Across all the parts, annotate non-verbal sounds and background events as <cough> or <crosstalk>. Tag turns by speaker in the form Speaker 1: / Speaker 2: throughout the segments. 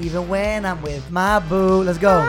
Speaker 1: Even when I'm with my boo. Let's go.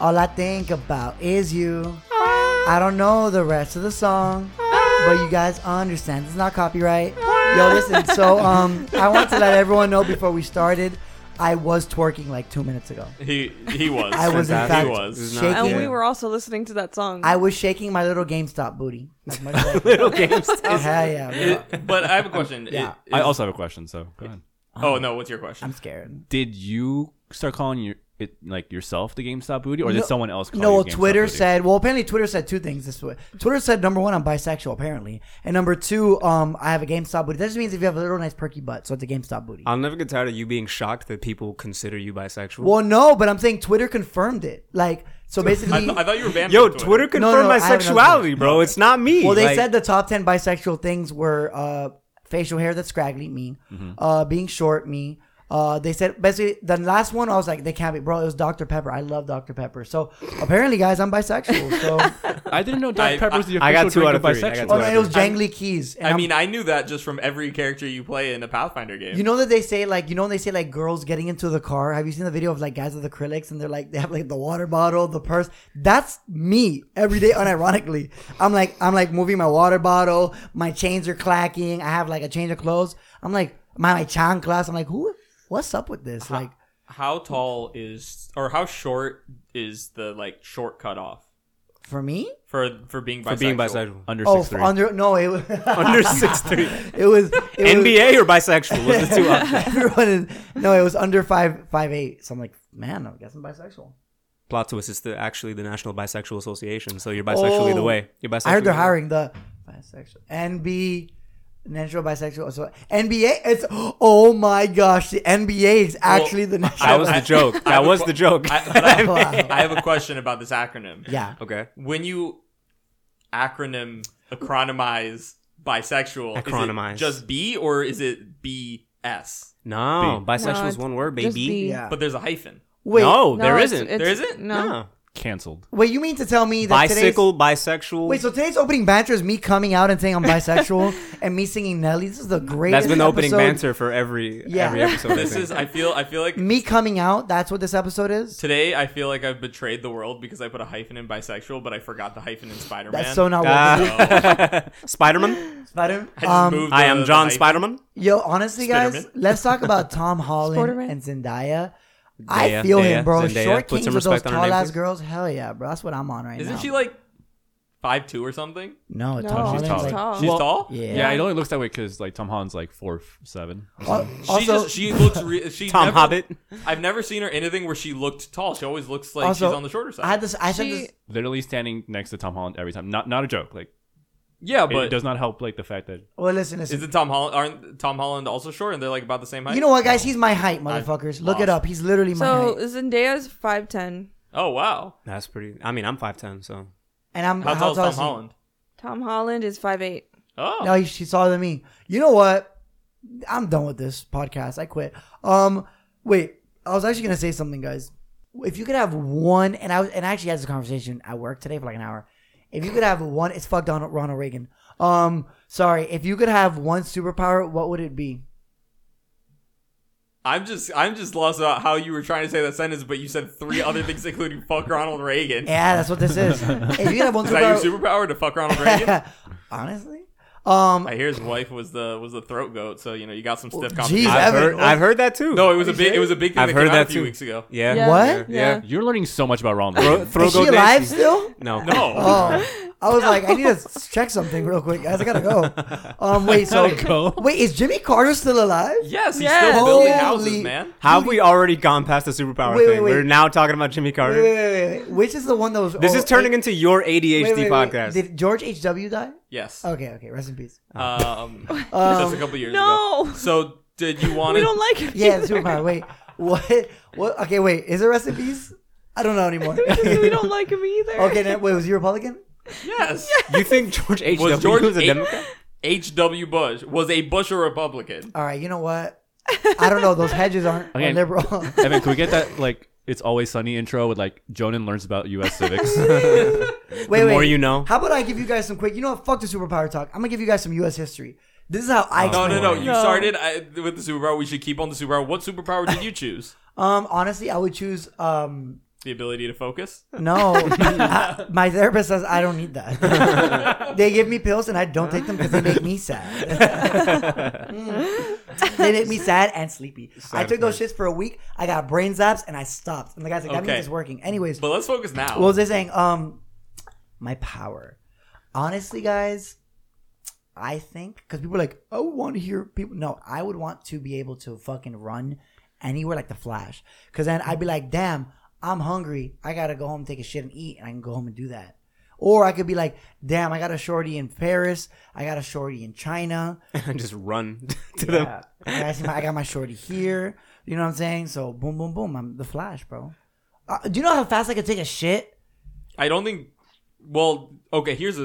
Speaker 1: All I think about is you. I don't know the rest of the song, but you guys understand. It's not copyright. Yo, listen. So, um, I want to let everyone know before we started, I was twerking like two minutes ago.
Speaker 2: He he was.
Speaker 1: I was in fact
Speaker 2: he was.
Speaker 3: not-
Speaker 1: shaking.
Speaker 4: And
Speaker 3: Yeah.
Speaker 4: we were also listening to that song.
Speaker 1: I was shaking my little GameStop booty. As much as I- <laughs>
Speaker 3: Little games.
Speaker 1: Hell yeah, bro.
Speaker 2: But I have a question.
Speaker 1: Yeah.
Speaker 2: It-
Speaker 3: I
Speaker 2: is-
Speaker 3: also have a question. So go ahead.
Speaker 2: oh no, what's your question?
Speaker 1: I'm scared.
Speaker 3: Did you start calling your it like yourself the GameStop booty, or
Speaker 1: No-
Speaker 3: did someone else? call
Speaker 1: No,
Speaker 3: you
Speaker 1: well,
Speaker 3: GameStop
Speaker 1: Twitter
Speaker 3: booty?
Speaker 1: said. Well, apparently Twitter said two things this way. Twitter said number one, I'm bisexual apparently, and number two, um, I have a GameStop booty. That just means if you have a little nice perky butt, so it's a GameStop booty.
Speaker 3: Uh,
Speaker 5: I'll never get tired of you being shocked that people consider you bisexual.
Speaker 1: well, no, but I'm saying Twitter confirmed it. Like, so
Speaker 2: I,
Speaker 1: basically,
Speaker 2: th- I thought you were banned.
Speaker 5: Yo,
Speaker 2: from
Speaker 5: Twitter confirmed
Speaker 1: No, no,
Speaker 5: my
Speaker 1: I have another
Speaker 5: sexuality,
Speaker 1: one.
Speaker 5: bro. It's not me.
Speaker 1: well, they
Speaker 5: Like,
Speaker 1: said the top ten bisexual things were uh, facial hair that's scraggly, me,
Speaker 3: Mm-hmm.
Speaker 1: uh, being short, me. Uh, they said basically the last one I was like they can't be bro it was Dr Pepper I love Dr Pepper so apparently guys I'm bisexual
Speaker 3: <laughs>
Speaker 1: so
Speaker 3: I didn't know
Speaker 2: I-
Speaker 3: Dr Pepper was the official
Speaker 5: I got two
Speaker 3: drink
Speaker 5: out of three. I got
Speaker 3: bisexuals.
Speaker 5: two
Speaker 1: oh,
Speaker 5: out
Speaker 1: no,
Speaker 5: of
Speaker 1: it was
Speaker 2: I'm-
Speaker 1: jangly keys and
Speaker 2: I
Speaker 1: I'm-
Speaker 2: mean, I knew that just from every character you play in a Pathfinder game.
Speaker 1: You know that they say like you know when they say like girls getting into the car. Have you seen the video of like guys with acrylics and they're like they have like the water bottle, the purse. That's me every day, <laughs> unironically. I'm like I'm like moving my water bottle. My chains are clacking. I have like a change of clothes. I'm like my my chanclas. I'm like who? What's up with this? Like
Speaker 2: how tall is or how short is the like short cutoff
Speaker 1: for me?
Speaker 2: for for being bisexual?
Speaker 5: for being bisexual.
Speaker 3: Under
Speaker 1: Oh,
Speaker 3: six three.
Speaker 1: under no it was <laughs>
Speaker 5: Under six three.
Speaker 1: it was it was-
Speaker 5: NBA or bisexual was the two
Speaker 1: <laughs>
Speaker 5: options.
Speaker 1: Everyone is, no, it was under five five eight. So I'm like, man, I guess I'm bisexual.
Speaker 5: <laughs> Plot twist is the, actually the National Bisexual Association, so you're bisexual either
Speaker 1: Oh.
Speaker 5: way. You're bisexual.
Speaker 1: I heard they're
Speaker 5: either way.
Speaker 1: hiring the bisexual NB natural bisexual so NBA it's oh my gosh the NBA is actually the
Speaker 5: That
Speaker 1: national
Speaker 5: was
Speaker 1: <laughs>
Speaker 2: I-
Speaker 5: the joke.
Speaker 2: I have
Speaker 5: That
Speaker 2: a
Speaker 5: was
Speaker 2: que-
Speaker 5: the joke.
Speaker 2: I, but I,
Speaker 1: Wow.
Speaker 2: I have a question about this acronym.
Speaker 1: yeah
Speaker 5: <laughs> okay.
Speaker 2: When you acronym acronymize bisexual, is it
Speaker 5: Acronymize.
Speaker 2: just B or is it B S?
Speaker 5: No, bisexual
Speaker 4: No,
Speaker 5: is one word,
Speaker 4: just
Speaker 5: baby.
Speaker 4: be-
Speaker 1: yeah
Speaker 2: But there's a hyphen.
Speaker 1: wait
Speaker 5: no,
Speaker 4: No,
Speaker 5: there
Speaker 4: it's-
Speaker 5: isn't.
Speaker 4: it's-
Speaker 2: There isn't?
Speaker 4: No.
Speaker 5: no.
Speaker 3: Canceled.
Speaker 1: wait you mean to tell me that today's-
Speaker 5: Bicycle, bisexual.
Speaker 1: wait so today's opening banter is me coming out and saying I'm
Speaker 5: <laughs>
Speaker 1: bisexual and me singing Nelly this is the greatest
Speaker 5: That's been the opening
Speaker 1: episode.
Speaker 5: banter for every
Speaker 1: Yeah.
Speaker 5: every episode. I
Speaker 2: This
Speaker 5: think.
Speaker 2: is. I feel. I feel like
Speaker 1: me coming out that's what this episode is
Speaker 2: today. I feel like I've betrayed the world because I put a hyphen in bisexual, but I forgot the hyphen in Spider Man.
Speaker 1: that's so not what this
Speaker 5: Ah. <laughs> Spiderman.
Speaker 1: is Spider-
Speaker 2: I just
Speaker 1: um,
Speaker 2: moved
Speaker 5: I
Speaker 2: Uh, the-
Speaker 5: am
Speaker 2: the
Speaker 5: John
Speaker 2: hyphen.
Speaker 5: Spiderman.
Speaker 1: Yo, honestly, guys,
Speaker 2: Spiderman.
Speaker 1: let's talk about Tom
Speaker 2: <laughs>
Speaker 1: Holland
Speaker 4: Spiderman.
Speaker 1: and Zendaya. I
Speaker 5: Zendaya,
Speaker 1: feel
Speaker 5: Zendaya,
Speaker 1: him, bro.
Speaker 5: Zendaya.
Speaker 1: Short
Speaker 5: Put
Speaker 1: kings
Speaker 5: some
Speaker 1: with those
Speaker 5: respect on her name,
Speaker 1: tall ass
Speaker 5: please.
Speaker 1: girls. Hell yeah, bro. That's what I'm on right now.
Speaker 2: Isn't she like five two or something?
Speaker 1: No,
Speaker 4: No,
Speaker 1: Tom
Speaker 4: she's
Speaker 1: Holland's
Speaker 4: tall.
Speaker 1: like.
Speaker 4: tall.
Speaker 2: She's
Speaker 3: Well,
Speaker 2: tall.
Speaker 1: Uh, Yeah.
Speaker 3: Yeah. it only looks that way because like Tom Holland's like four f- seven.
Speaker 1: Al-
Speaker 2: She
Speaker 1: Also,
Speaker 2: just she looks re- she
Speaker 5: Tom
Speaker 2: never-
Speaker 5: Hobbit.
Speaker 2: I've never seen her anything where she looked tall. She always looks like
Speaker 1: also,
Speaker 2: she's on the shorter side.
Speaker 1: I had this. I said
Speaker 4: she,
Speaker 1: this.
Speaker 3: Literally standing next to Tom Holland every time. Not not a joke. Like
Speaker 2: yeah,
Speaker 3: it,
Speaker 2: but
Speaker 3: it does not help like the fact that
Speaker 1: Well, listen,
Speaker 2: is
Speaker 1: listen.
Speaker 2: it Tom Holland? Aren't Tom Holland also short and they're like about the same height?
Speaker 1: You know what, guys? He's my height, motherfuckers. Look it
Speaker 2: lost.
Speaker 1: up. He's literally my
Speaker 4: so
Speaker 1: height.
Speaker 4: Zendaya's five ten.
Speaker 2: Oh wow,
Speaker 5: That's pretty. I mean, I'm five ten, so
Speaker 1: And I'm
Speaker 2: how, tall is Tom
Speaker 1: he?
Speaker 2: Holland?
Speaker 4: Tom Holland is five eight.
Speaker 1: <laughs>
Speaker 2: Oh,
Speaker 1: No, he- she's taller than me. You know what? I'm done with this podcast. I quit. Um, wait. I was actually gonna say something, guys. If you could have one, and I was, and I actually had this conversation at work today for like an hour. If you could have one, it's fuck Donald Ronald Reagan. Um, sorry. If you could have one superpower, what would it be?
Speaker 2: I'm just I'm just lost about how you were trying to say that sentence, but you said three other things, <laughs> including fuck Ronald Reagan.
Speaker 1: Yeah, that's what this
Speaker 2: <laughs>
Speaker 1: is. if you could have one
Speaker 2: Is that
Speaker 1: superpower,
Speaker 2: your superpower to fuck
Speaker 1: <laughs>
Speaker 2: Ronald Reagan?
Speaker 1: honestly, um,
Speaker 2: I hear his wife was the was the throat goat, so you know you got some stiff
Speaker 1: Jeez.
Speaker 2: competition.
Speaker 1: I
Speaker 5: I've
Speaker 1: haven't-
Speaker 5: heard, I've heard that too.
Speaker 2: No, it was a big it was a big thing
Speaker 5: I've
Speaker 2: that
Speaker 5: heard
Speaker 2: came out
Speaker 5: that
Speaker 2: a few
Speaker 5: too.
Speaker 2: weeks ago.
Speaker 5: yeah.
Speaker 4: Yeah.
Speaker 1: What?
Speaker 5: Yeah.
Speaker 3: you're learning so much about Ronald.
Speaker 5: Throw,
Speaker 3: <laughs> Reagan.
Speaker 5: throw
Speaker 1: is she
Speaker 5: goat
Speaker 1: alive
Speaker 2: <laughs>
Speaker 5: Nancy.
Speaker 1: still?
Speaker 5: No.
Speaker 2: No,
Speaker 1: Oh, I was like, I need to s- check something real quick, guys. I gotta
Speaker 2: <laughs>
Speaker 1: go. Um, wait,
Speaker 3: <laughs>
Speaker 1: so
Speaker 3: Gotta go?
Speaker 1: wait, is Jimmy Carter still alive?
Speaker 2: yes, he's
Speaker 4: Yes.
Speaker 2: still building
Speaker 1: Holy-
Speaker 2: houses, man.
Speaker 5: How have we already gone past the superpower
Speaker 1: Wait, wait,
Speaker 5: thing?
Speaker 1: wait.
Speaker 5: We're now talking about Jimmy Carter.
Speaker 1: Wait, wait, wait, wait, wait. Which is the one that was? oh,
Speaker 5: This is turning into your ADHD podcast.
Speaker 1: Did George H. W. die?
Speaker 2: Yes,
Speaker 1: Okay, okay. Rest in
Speaker 5: <laughs>
Speaker 1: peace.
Speaker 2: um, just a couple years
Speaker 4: No.
Speaker 2: ago. So did you want
Speaker 4: We
Speaker 2: to?
Speaker 4: don't like her.
Speaker 1: Yeah,
Speaker 4: either.
Speaker 1: superpower. Wait, what? What? Okay, wait. Is it rest in peace? I don't know
Speaker 5: <laughs>
Speaker 1: anymore.
Speaker 4: <laughs> we don't like him either.
Speaker 1: okay, then, wait. Was he Republican?
Speaker 2: Yes.
Speaker 5: you think George H.
Speaker 2: Was
Speaker 5: W.
Speaker 2: George
Speaker 5: was a
Speaker 2: H-
Speaker 5: Democrat? <laughs>
Speaker 2: H.W. Bush was a Bush a Republican?
Speaker 1: All right. You know what? I don't know. Those hedges aren't are
Speaker 3: Okay.
Speaker 1: liberal. <laughs>
Speaker 3: Evan, can we get that like it's always sunny intro with like Jonan learns about U.S. civics?
Speaker 1: wait,
Speaker 5: The
Speaker 1: wait.
Speaker 5: more you know.
Speaker 1: How about I give you guys some quick? You know what? Fuck the superpower talk. I'm gonna give you guys some U.S. history. This is how I.
Speaker 2: No,
Speaker 1: explain
Speaker 2: no,
Speaker 5: Oh,
Speaker 1: it.
Speaker 2: no. You
Speaker 4: No.
Speaker 2: started I, with the superpower. We should keep on the superpower. What superpower did you choose?
Speaker 1: Um, honestly, I would choose. Um,
Speaker 2: The ability to focus.
Speaker 1: no, I- my therapist says I don't need that. they give me pills and I don't take them because they make me sad. Mm. they make me sad and sleepy. I took those shits for a week. I got brain zaps and I stopped. And the guy's like, "That
Speaker 2: Okay.
Speaker 1: means it's working." Anyways,
Speaker 2: But let's focus now.
Speaker 1: what was I saying? Um, my power. Honestly, guys, I think because people are like, "Oh, want to hear people." No, I would want to be able to fucking run anywhere like the Flash, because then I'd be like, "Damn, I'm hungry. I gotta go home, take a shit, and eat, and I can go home and do that." Or I could be like, "Damn, I got a shorty in Paris. I got a shorty in China.
Speaker 5: and just run <laughs> to them.
Speaker 1: Yeah. I, got my, I got my shorty here. You know what I'm saying? So boom, boom, boom. I'm the Flash, bro. Uh, do you know how fast I could take a shit?"
Speaker 2: I don't think. Well, okay. Here's the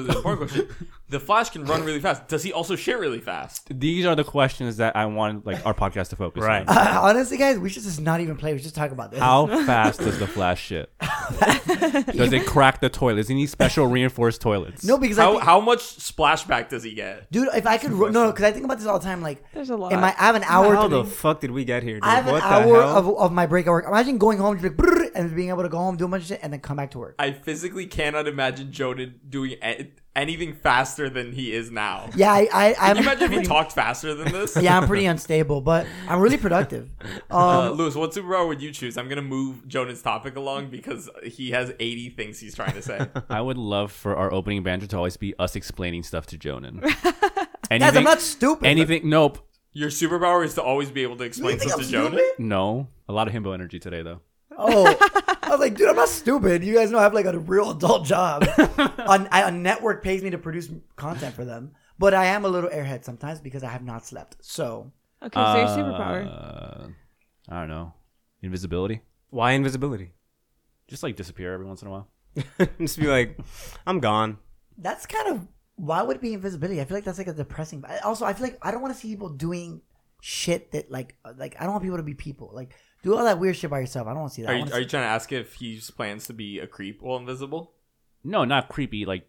Speaker 1: <laughs>
Speaker 2: important question: The Flash can run really fast. Does he also shit really fast?
Speaker 3: <laughs> These are the questions that I wanted like our podcast to focus
Speaker 5: Right.
Speaker 3: on.
Speaker 1: Uh, <laughs> honestly, guys, we should just not even play. We should just talk about this.
Speaker 3: How fast does the Flash shit? does it crack the toilet? Does he need special reinforced toilets?
Speaker 1: No, because I
Speaker 2: How
Speaker 1: think,
Speaker 2: how much splashback does he get?
Speaker 1: dude, if I could, ru- no, because I think about this all the time. Like,
Speaker 4: There's a lot.
Speaker 1: Am I, I have an hour.
Speaker 5: How
Speaker 1: to
Speaker 5: the
Speaker 1: do-
Speaker 5: fuck did we get here? Dude?
Speaker 1: I have an
Speaker 5: what the
Speaker 1: hour
Speaker 5: hell?
Speaker 1: of, of my break at work. Imagine going home just like, brrr, and being able to go home, do a bunch of shit, and then come back to work.
Speaker 2: I physically cannot imagine Jonan doing a- anything faster than he is now.
Speaker 1: Yeah, I, I, I'm.
Speaker 2: Can you imagine if he talked faster than this?
Speaker 1: <laughs> yeah, I'm pretty unstable, but I'm really productive.
Speaker 2: Uh,
Speaker 1: Um,
Speaker 2: Lewis, what superpower would you choose? I'm gonna move Jonan's topic along because he has 80 things he's trying
Speaker 1: <laughs>
Speaker 2: to say.
Speaker 3: I would love for our opening banter to always be us explaining stuff to Jonan.
Speaker 1: guys,
Speaker 3: Anything-
Speaker 1: I'm not stupid.
Speaker 3: Anything? Nope.
Speaker 2: Your superpower is to always be able to
Speaker 1: you
Speaker 2: explain
Speaker 1: think
Speaker 2: stuff
Speaker 1: I'm
Speaker 2: to
Speaker 1: stupid?
Speaker 2: Jonan.
Speaker 3: No. A lot of himbo energy today, though.
Speaker 1: Oh, I was like, dude, I'm not stupid. You guys know I have like a real adult
Speaker 5: <laughs>
Speaker 1: job. on, I, a network pays me to produce content for them, but I am a little airhead sometimes because I have not slept. So
Speaker 4: Okay, so your superpower.
Speaker 3: Uh, I don't know. Invisibility.
Speaker 5: Why invisibility? <laughs>
Speaker 3: Just like disappear every once in a while.
Speaker 5: just be like, I'm gone.
Speaker 1: that's kind of why would it be invisibility? I feel like that's like a depressing. I- Also, I feel like I don't want to see people doing shit that like uh, like I don't want people to be people. Like do all that weird shit by yourself. I don't want to see that.
Speaker 2: Are
Speaker 1: I
Speaker 2: you,
Speaker 1: wanna
Speaker 2: are
Speaker 1: see-
Speaker 2: you trying to ask if he plans to be a creep while invisible?
Speaker 3: No, not creepy. Like,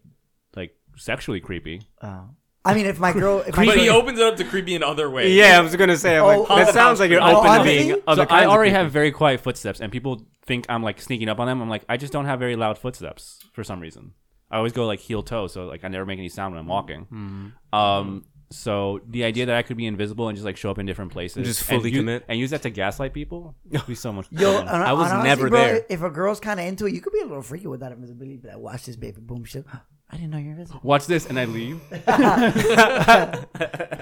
Speaker 3: like sexually creepy.
Speaker 1: Oh. I mean, if my girl, if my
Speaker 2: But he
Speaker 1: girl,
Speaker 2: opens it up to creepy in other ways.
Speaker 5: Yeah, I was gonna say. I'm
Speaker 1: Oh,
Speaker 5: like, that
Speaker 1: oh,
Speaker 5: sounds like you're
Speaker 1: oh,
Speaker 5: open to
Speaker 1: honestly?
Speaker 5: being
Speaker 3: so
Speaker 5: other
Speaker 3: I
Speaker 5: kinds of
Speaker 3: already
Speaker 5: people.
Speaker 3: have very quiet footsteps, and people think I'm like sneaking up on them. I'm like, I just don't have very loud footsteps for some reason. I always go like heel toe, so like I never make any sound when I'm walking.
Speaker 5: Hmm.
Speaker 3: Um, so the idea that I could be invisible and just like show up in different places,
Speaker 5: Just fully
Speaker 3: and u-
Speaker 5: commit.
Speaker 3: and use that to gaslight people, would be
Speaker 5: <laughs>
Speaker 3: so much.
Speaker 1: Yo, and-
Speaker 3: fun.
Speaker 5: I was
Speaker 1: and honestly,
Speaker 5: never
Speaker 1: bro,
Speaker 5: there.
Speaker 1: If a girl's kind of into it, you could be a little freaky with that invisibility. But I watch this baby, boom, shit. <gasps> I didn't know you're invisible.
Speaker 3: Watch this, and I leave.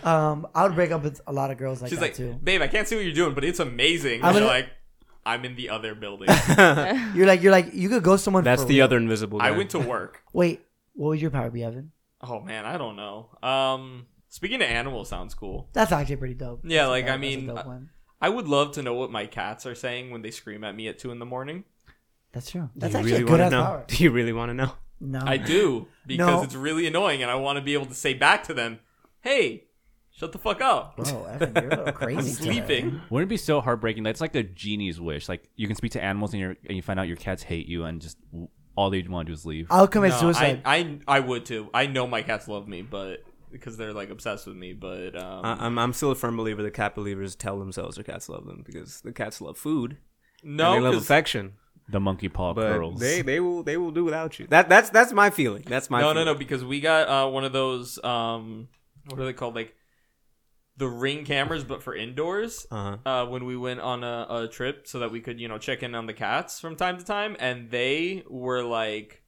Speaker 1: Um, I would break up with a lot of girls like
Speaker 2: She's
Speaker 1: that
Speaker 2: like,
Speaker 1: too.
Speaker 2: babe, I can't see what you're doing, but it's amazing.
Speaker 1: I'm
Speaker 2: I'm
Speaker 1: gonna-
Speaker 2: like, I'm in the
Speaker 1: <laughs>
Speaker 2: other building.
Speaker 1: You're like, you're like, you could go someone.
Speaker 5: That's
Speaker 1: for
Speaker 5: the uh,
Speaker 1: real.
Speaker 5: other invisible. Guy.
Speaker 2: I went to work.
Speaker 1: Wait, what would your power be, Evan?
Speaker 2: Oh man, I don't know. Um, speaking of animals, sounds cool.
Speaker 1: That's actually pretty dope.
Speaker 2: Yeah,
Speaker 1: That's a
Speaker 2: like,
Speaker 1: dope-
Speaker 2: I
Speaker 1: that's a
Speaker 2: mean,
Speaker 1: dope
Speaker 2: uh,
Speaker 1: one.
Speaker 2: I would love to know what my cats are saying when they scream at me at two in the morning.
Speaker 1: that's true.
Speaker 5: Do
Speaker 1: That's
Speaker 5: you
Speaker 1: actually
Speaker 5: really
Speaker 1: a good
Speaker 5: want to
Speaker 1: ass
Speaker 5: know?
Speaker 1: power.
Speaker 5: Do you really want to know?
Speaker 1: No,
Speaker 2: I do
Speaker 1: <laughs>
Speaker 2: because
Speaker 1: No.
Speaker 2: it's really annoying, and I want to be able to say back to them, "Hey, shut the fuck up."
Speaker 1: Bro, Evan, you're a little
Speaker 2: <laughs> I'm
Speaker 1: crazy. today.
Speaker 2: sleeping.
Speaker 3: Wouldn't it be so heartbreaking? That's like a genie's wish. Like you can speak to animals, and, you're, and you find out your cats hate you, and just all they want to do is leave.
Speaker 1: I'll commit
Speaker 2: No, I,
Speaker 1: suicide.
Speaker 2: I I would too. I know my cats love me, but because they're like obsessed with me. But um,
Speaker 1: Uh,
Speaker 5: I, I'm I'm still a firm believer that cat believers tell themselves their cats love them because the cats love food
Speaker 2: no,
Speaker 5: and they love
Speaker 2: 'cause-
Speaker 5: affection.
Speaker 3: the monkey paw
Speaker 5: But
Speaker 3: curls.
Speaker 5: they they will they will do without you. That that's that's my feeling. That's my
Speaker 2: no, no,
Speaker 5: feeling.
Speaker 2: no, because we got uh, one of those. Um, what are they called? Like the ring cameras, but for indoors.
Speaker 5: Uh-huh.
Speaker 2: Uh, when we went on a, a trip, so that we could, you know, check in on the cats from time to time, and they were like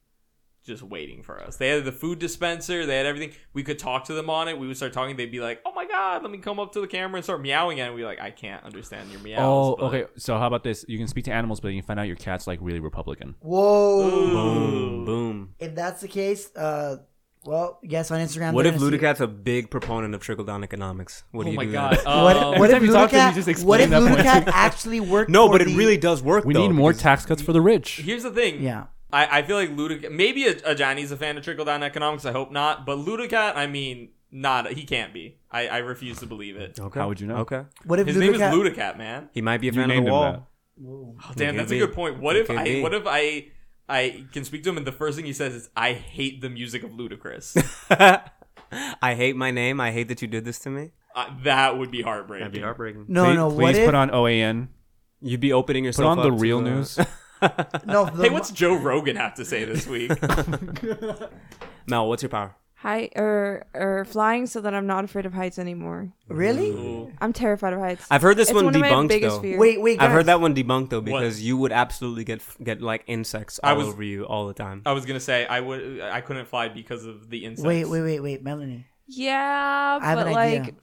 Speaker 2: just waiting for us. They had the food dispenser, they had everything. We could talk to them on it. We would start talking. They'd be like, "Oh my god, let me come up to the camera and start meowing." And we'd be like, "I can't understand your meows."
Speaker 3: Oh,
Speaker 2: but-
Speaker 3: okay. So how about this? You can speak to animals, but you can find out your cat's like really Republican.
Speaker 1: Whoa.
Speaker 5: Boom, boom.
Speaker 1: If that's the case, uh, well, yes, on Instagram.
Speaker 5: What
Speaker 1: they're
Speaker 5: if
Speaker 1: gonna see-
Speaker 5: Ludacat's a big proponent of trickle down economics? What do
Speaker 2: Oh
Speaker 5: you
Speaker 2: my
Speaker 5: do
Speaker 2: god.
Speaker 5: then? <laughs>
Speaker 1: What,
Speaker 2: Um,
Speaker 1: what if
Speaker 3: time you talk to him,
Speaker 1: Ludacat?
Speaker 3: you just explain
Speaker 1: what if
Speaker 3: that point.
Speaker 1: Ludacat actually worked?
Speaker 5: No,
Speaker 1: for
Speaker 5: but it
Speaker 1: the-
Speaker 5: really does work.
Speaker 3: We
Speaker 5: though,
Speaker 3: need more
Speaker 5: because-
Speaker 3: tax cuts for the rich.
Speaker 2: Here's the thing.
Speaker 1: Yeah.
Speaker 2: I, I feel like Ludic maybe a, a Johnny's a fan of trickle down economics. I hope not, but Ludicat, I mean, not he can't be. I, I refuse to believe it.
Speaker 5: Okay.
Speaker 3: How would you know?
Speaker 5: Okay,
Speaker 1: What if
Speaker 2: His name is
Speaker 1: Ludacat?
Speaker 2: Ludicat, man.
Speaker 5: he might be a
Speaker 3: You
Speaker 5: fan of
Speaker 3: named
Speaker 5: the
Speaker 3: him
Speaker 5: wall.
Speaker 2: Oh, damn,
Speaker 5: It
Speaker 2: that's
Speaker 5: could
Speaker 2: a
Speaker 5: be.
Speaker 2: good point. What
Speaker 5: It
Speaker 2: if
Speaker 5: could
Speaker 2: I
Speaker 5: be.
Speaker 2: what if I I can speak to him and the first thing he says is I hate the music of Ludacris.
Speaker 1: <laughs>
Speaker 5: <laughs> I hate my name. I hate that you did this to me.
Speaker 2: uh, that would be heartbreaking.
Speaker 5: heartbreaking.
Speaker 1: No,
Speaker 3: please,
Speaker 1: no.
Speaker 3: Please
Speaker 1: What if?
Speaker 3: put on OAN.
Speaker 5: You'd be opening
Speaker 3: Put
Speaker 5: yourself
Speaker 3: on
Speaker 5: up
Speaker 3: the
Speaker 5: to
Speaker 3: real news.
Speaker 1: No, the,
Speaker 2: Hey, what's Joe Rogan have to say this
Speaker 5: <laughs>
Speaker 2: week?
Speaker 5: Mel, what's your power?
Speaker 4: Height or or er, flying so that I'm not afraid of heights anymore.
Speaker 1: really?
Speaker 4: I'm terrified of heights.
Speaker 5: I've heard this
Speaker 4: it's
Speaker 5: one
Speaker 4: one of my
Speaker 5: debunked
Speaker 4: biggest
Speaker 5: though.
Speaker 4: fears.
Speaker 1: Wait, wait. Guys.
Speaker 5: I've heard that one debunked though because you would absolutely get get like insects all
Speaker 2: I was-
Speaker 5: over you all the time.
Speaker 3: Oh.
Speaker 2: I was gonna say I would I couldn't fly because of the insects.
Speaker 1: Wait, wait, wait, wait, Melanie.
Speaker 4: Yeah,
Speaker 1: I have
Speaker 4: but
Speaker 1: an
Speaker 4: like
Speaker 1: idea.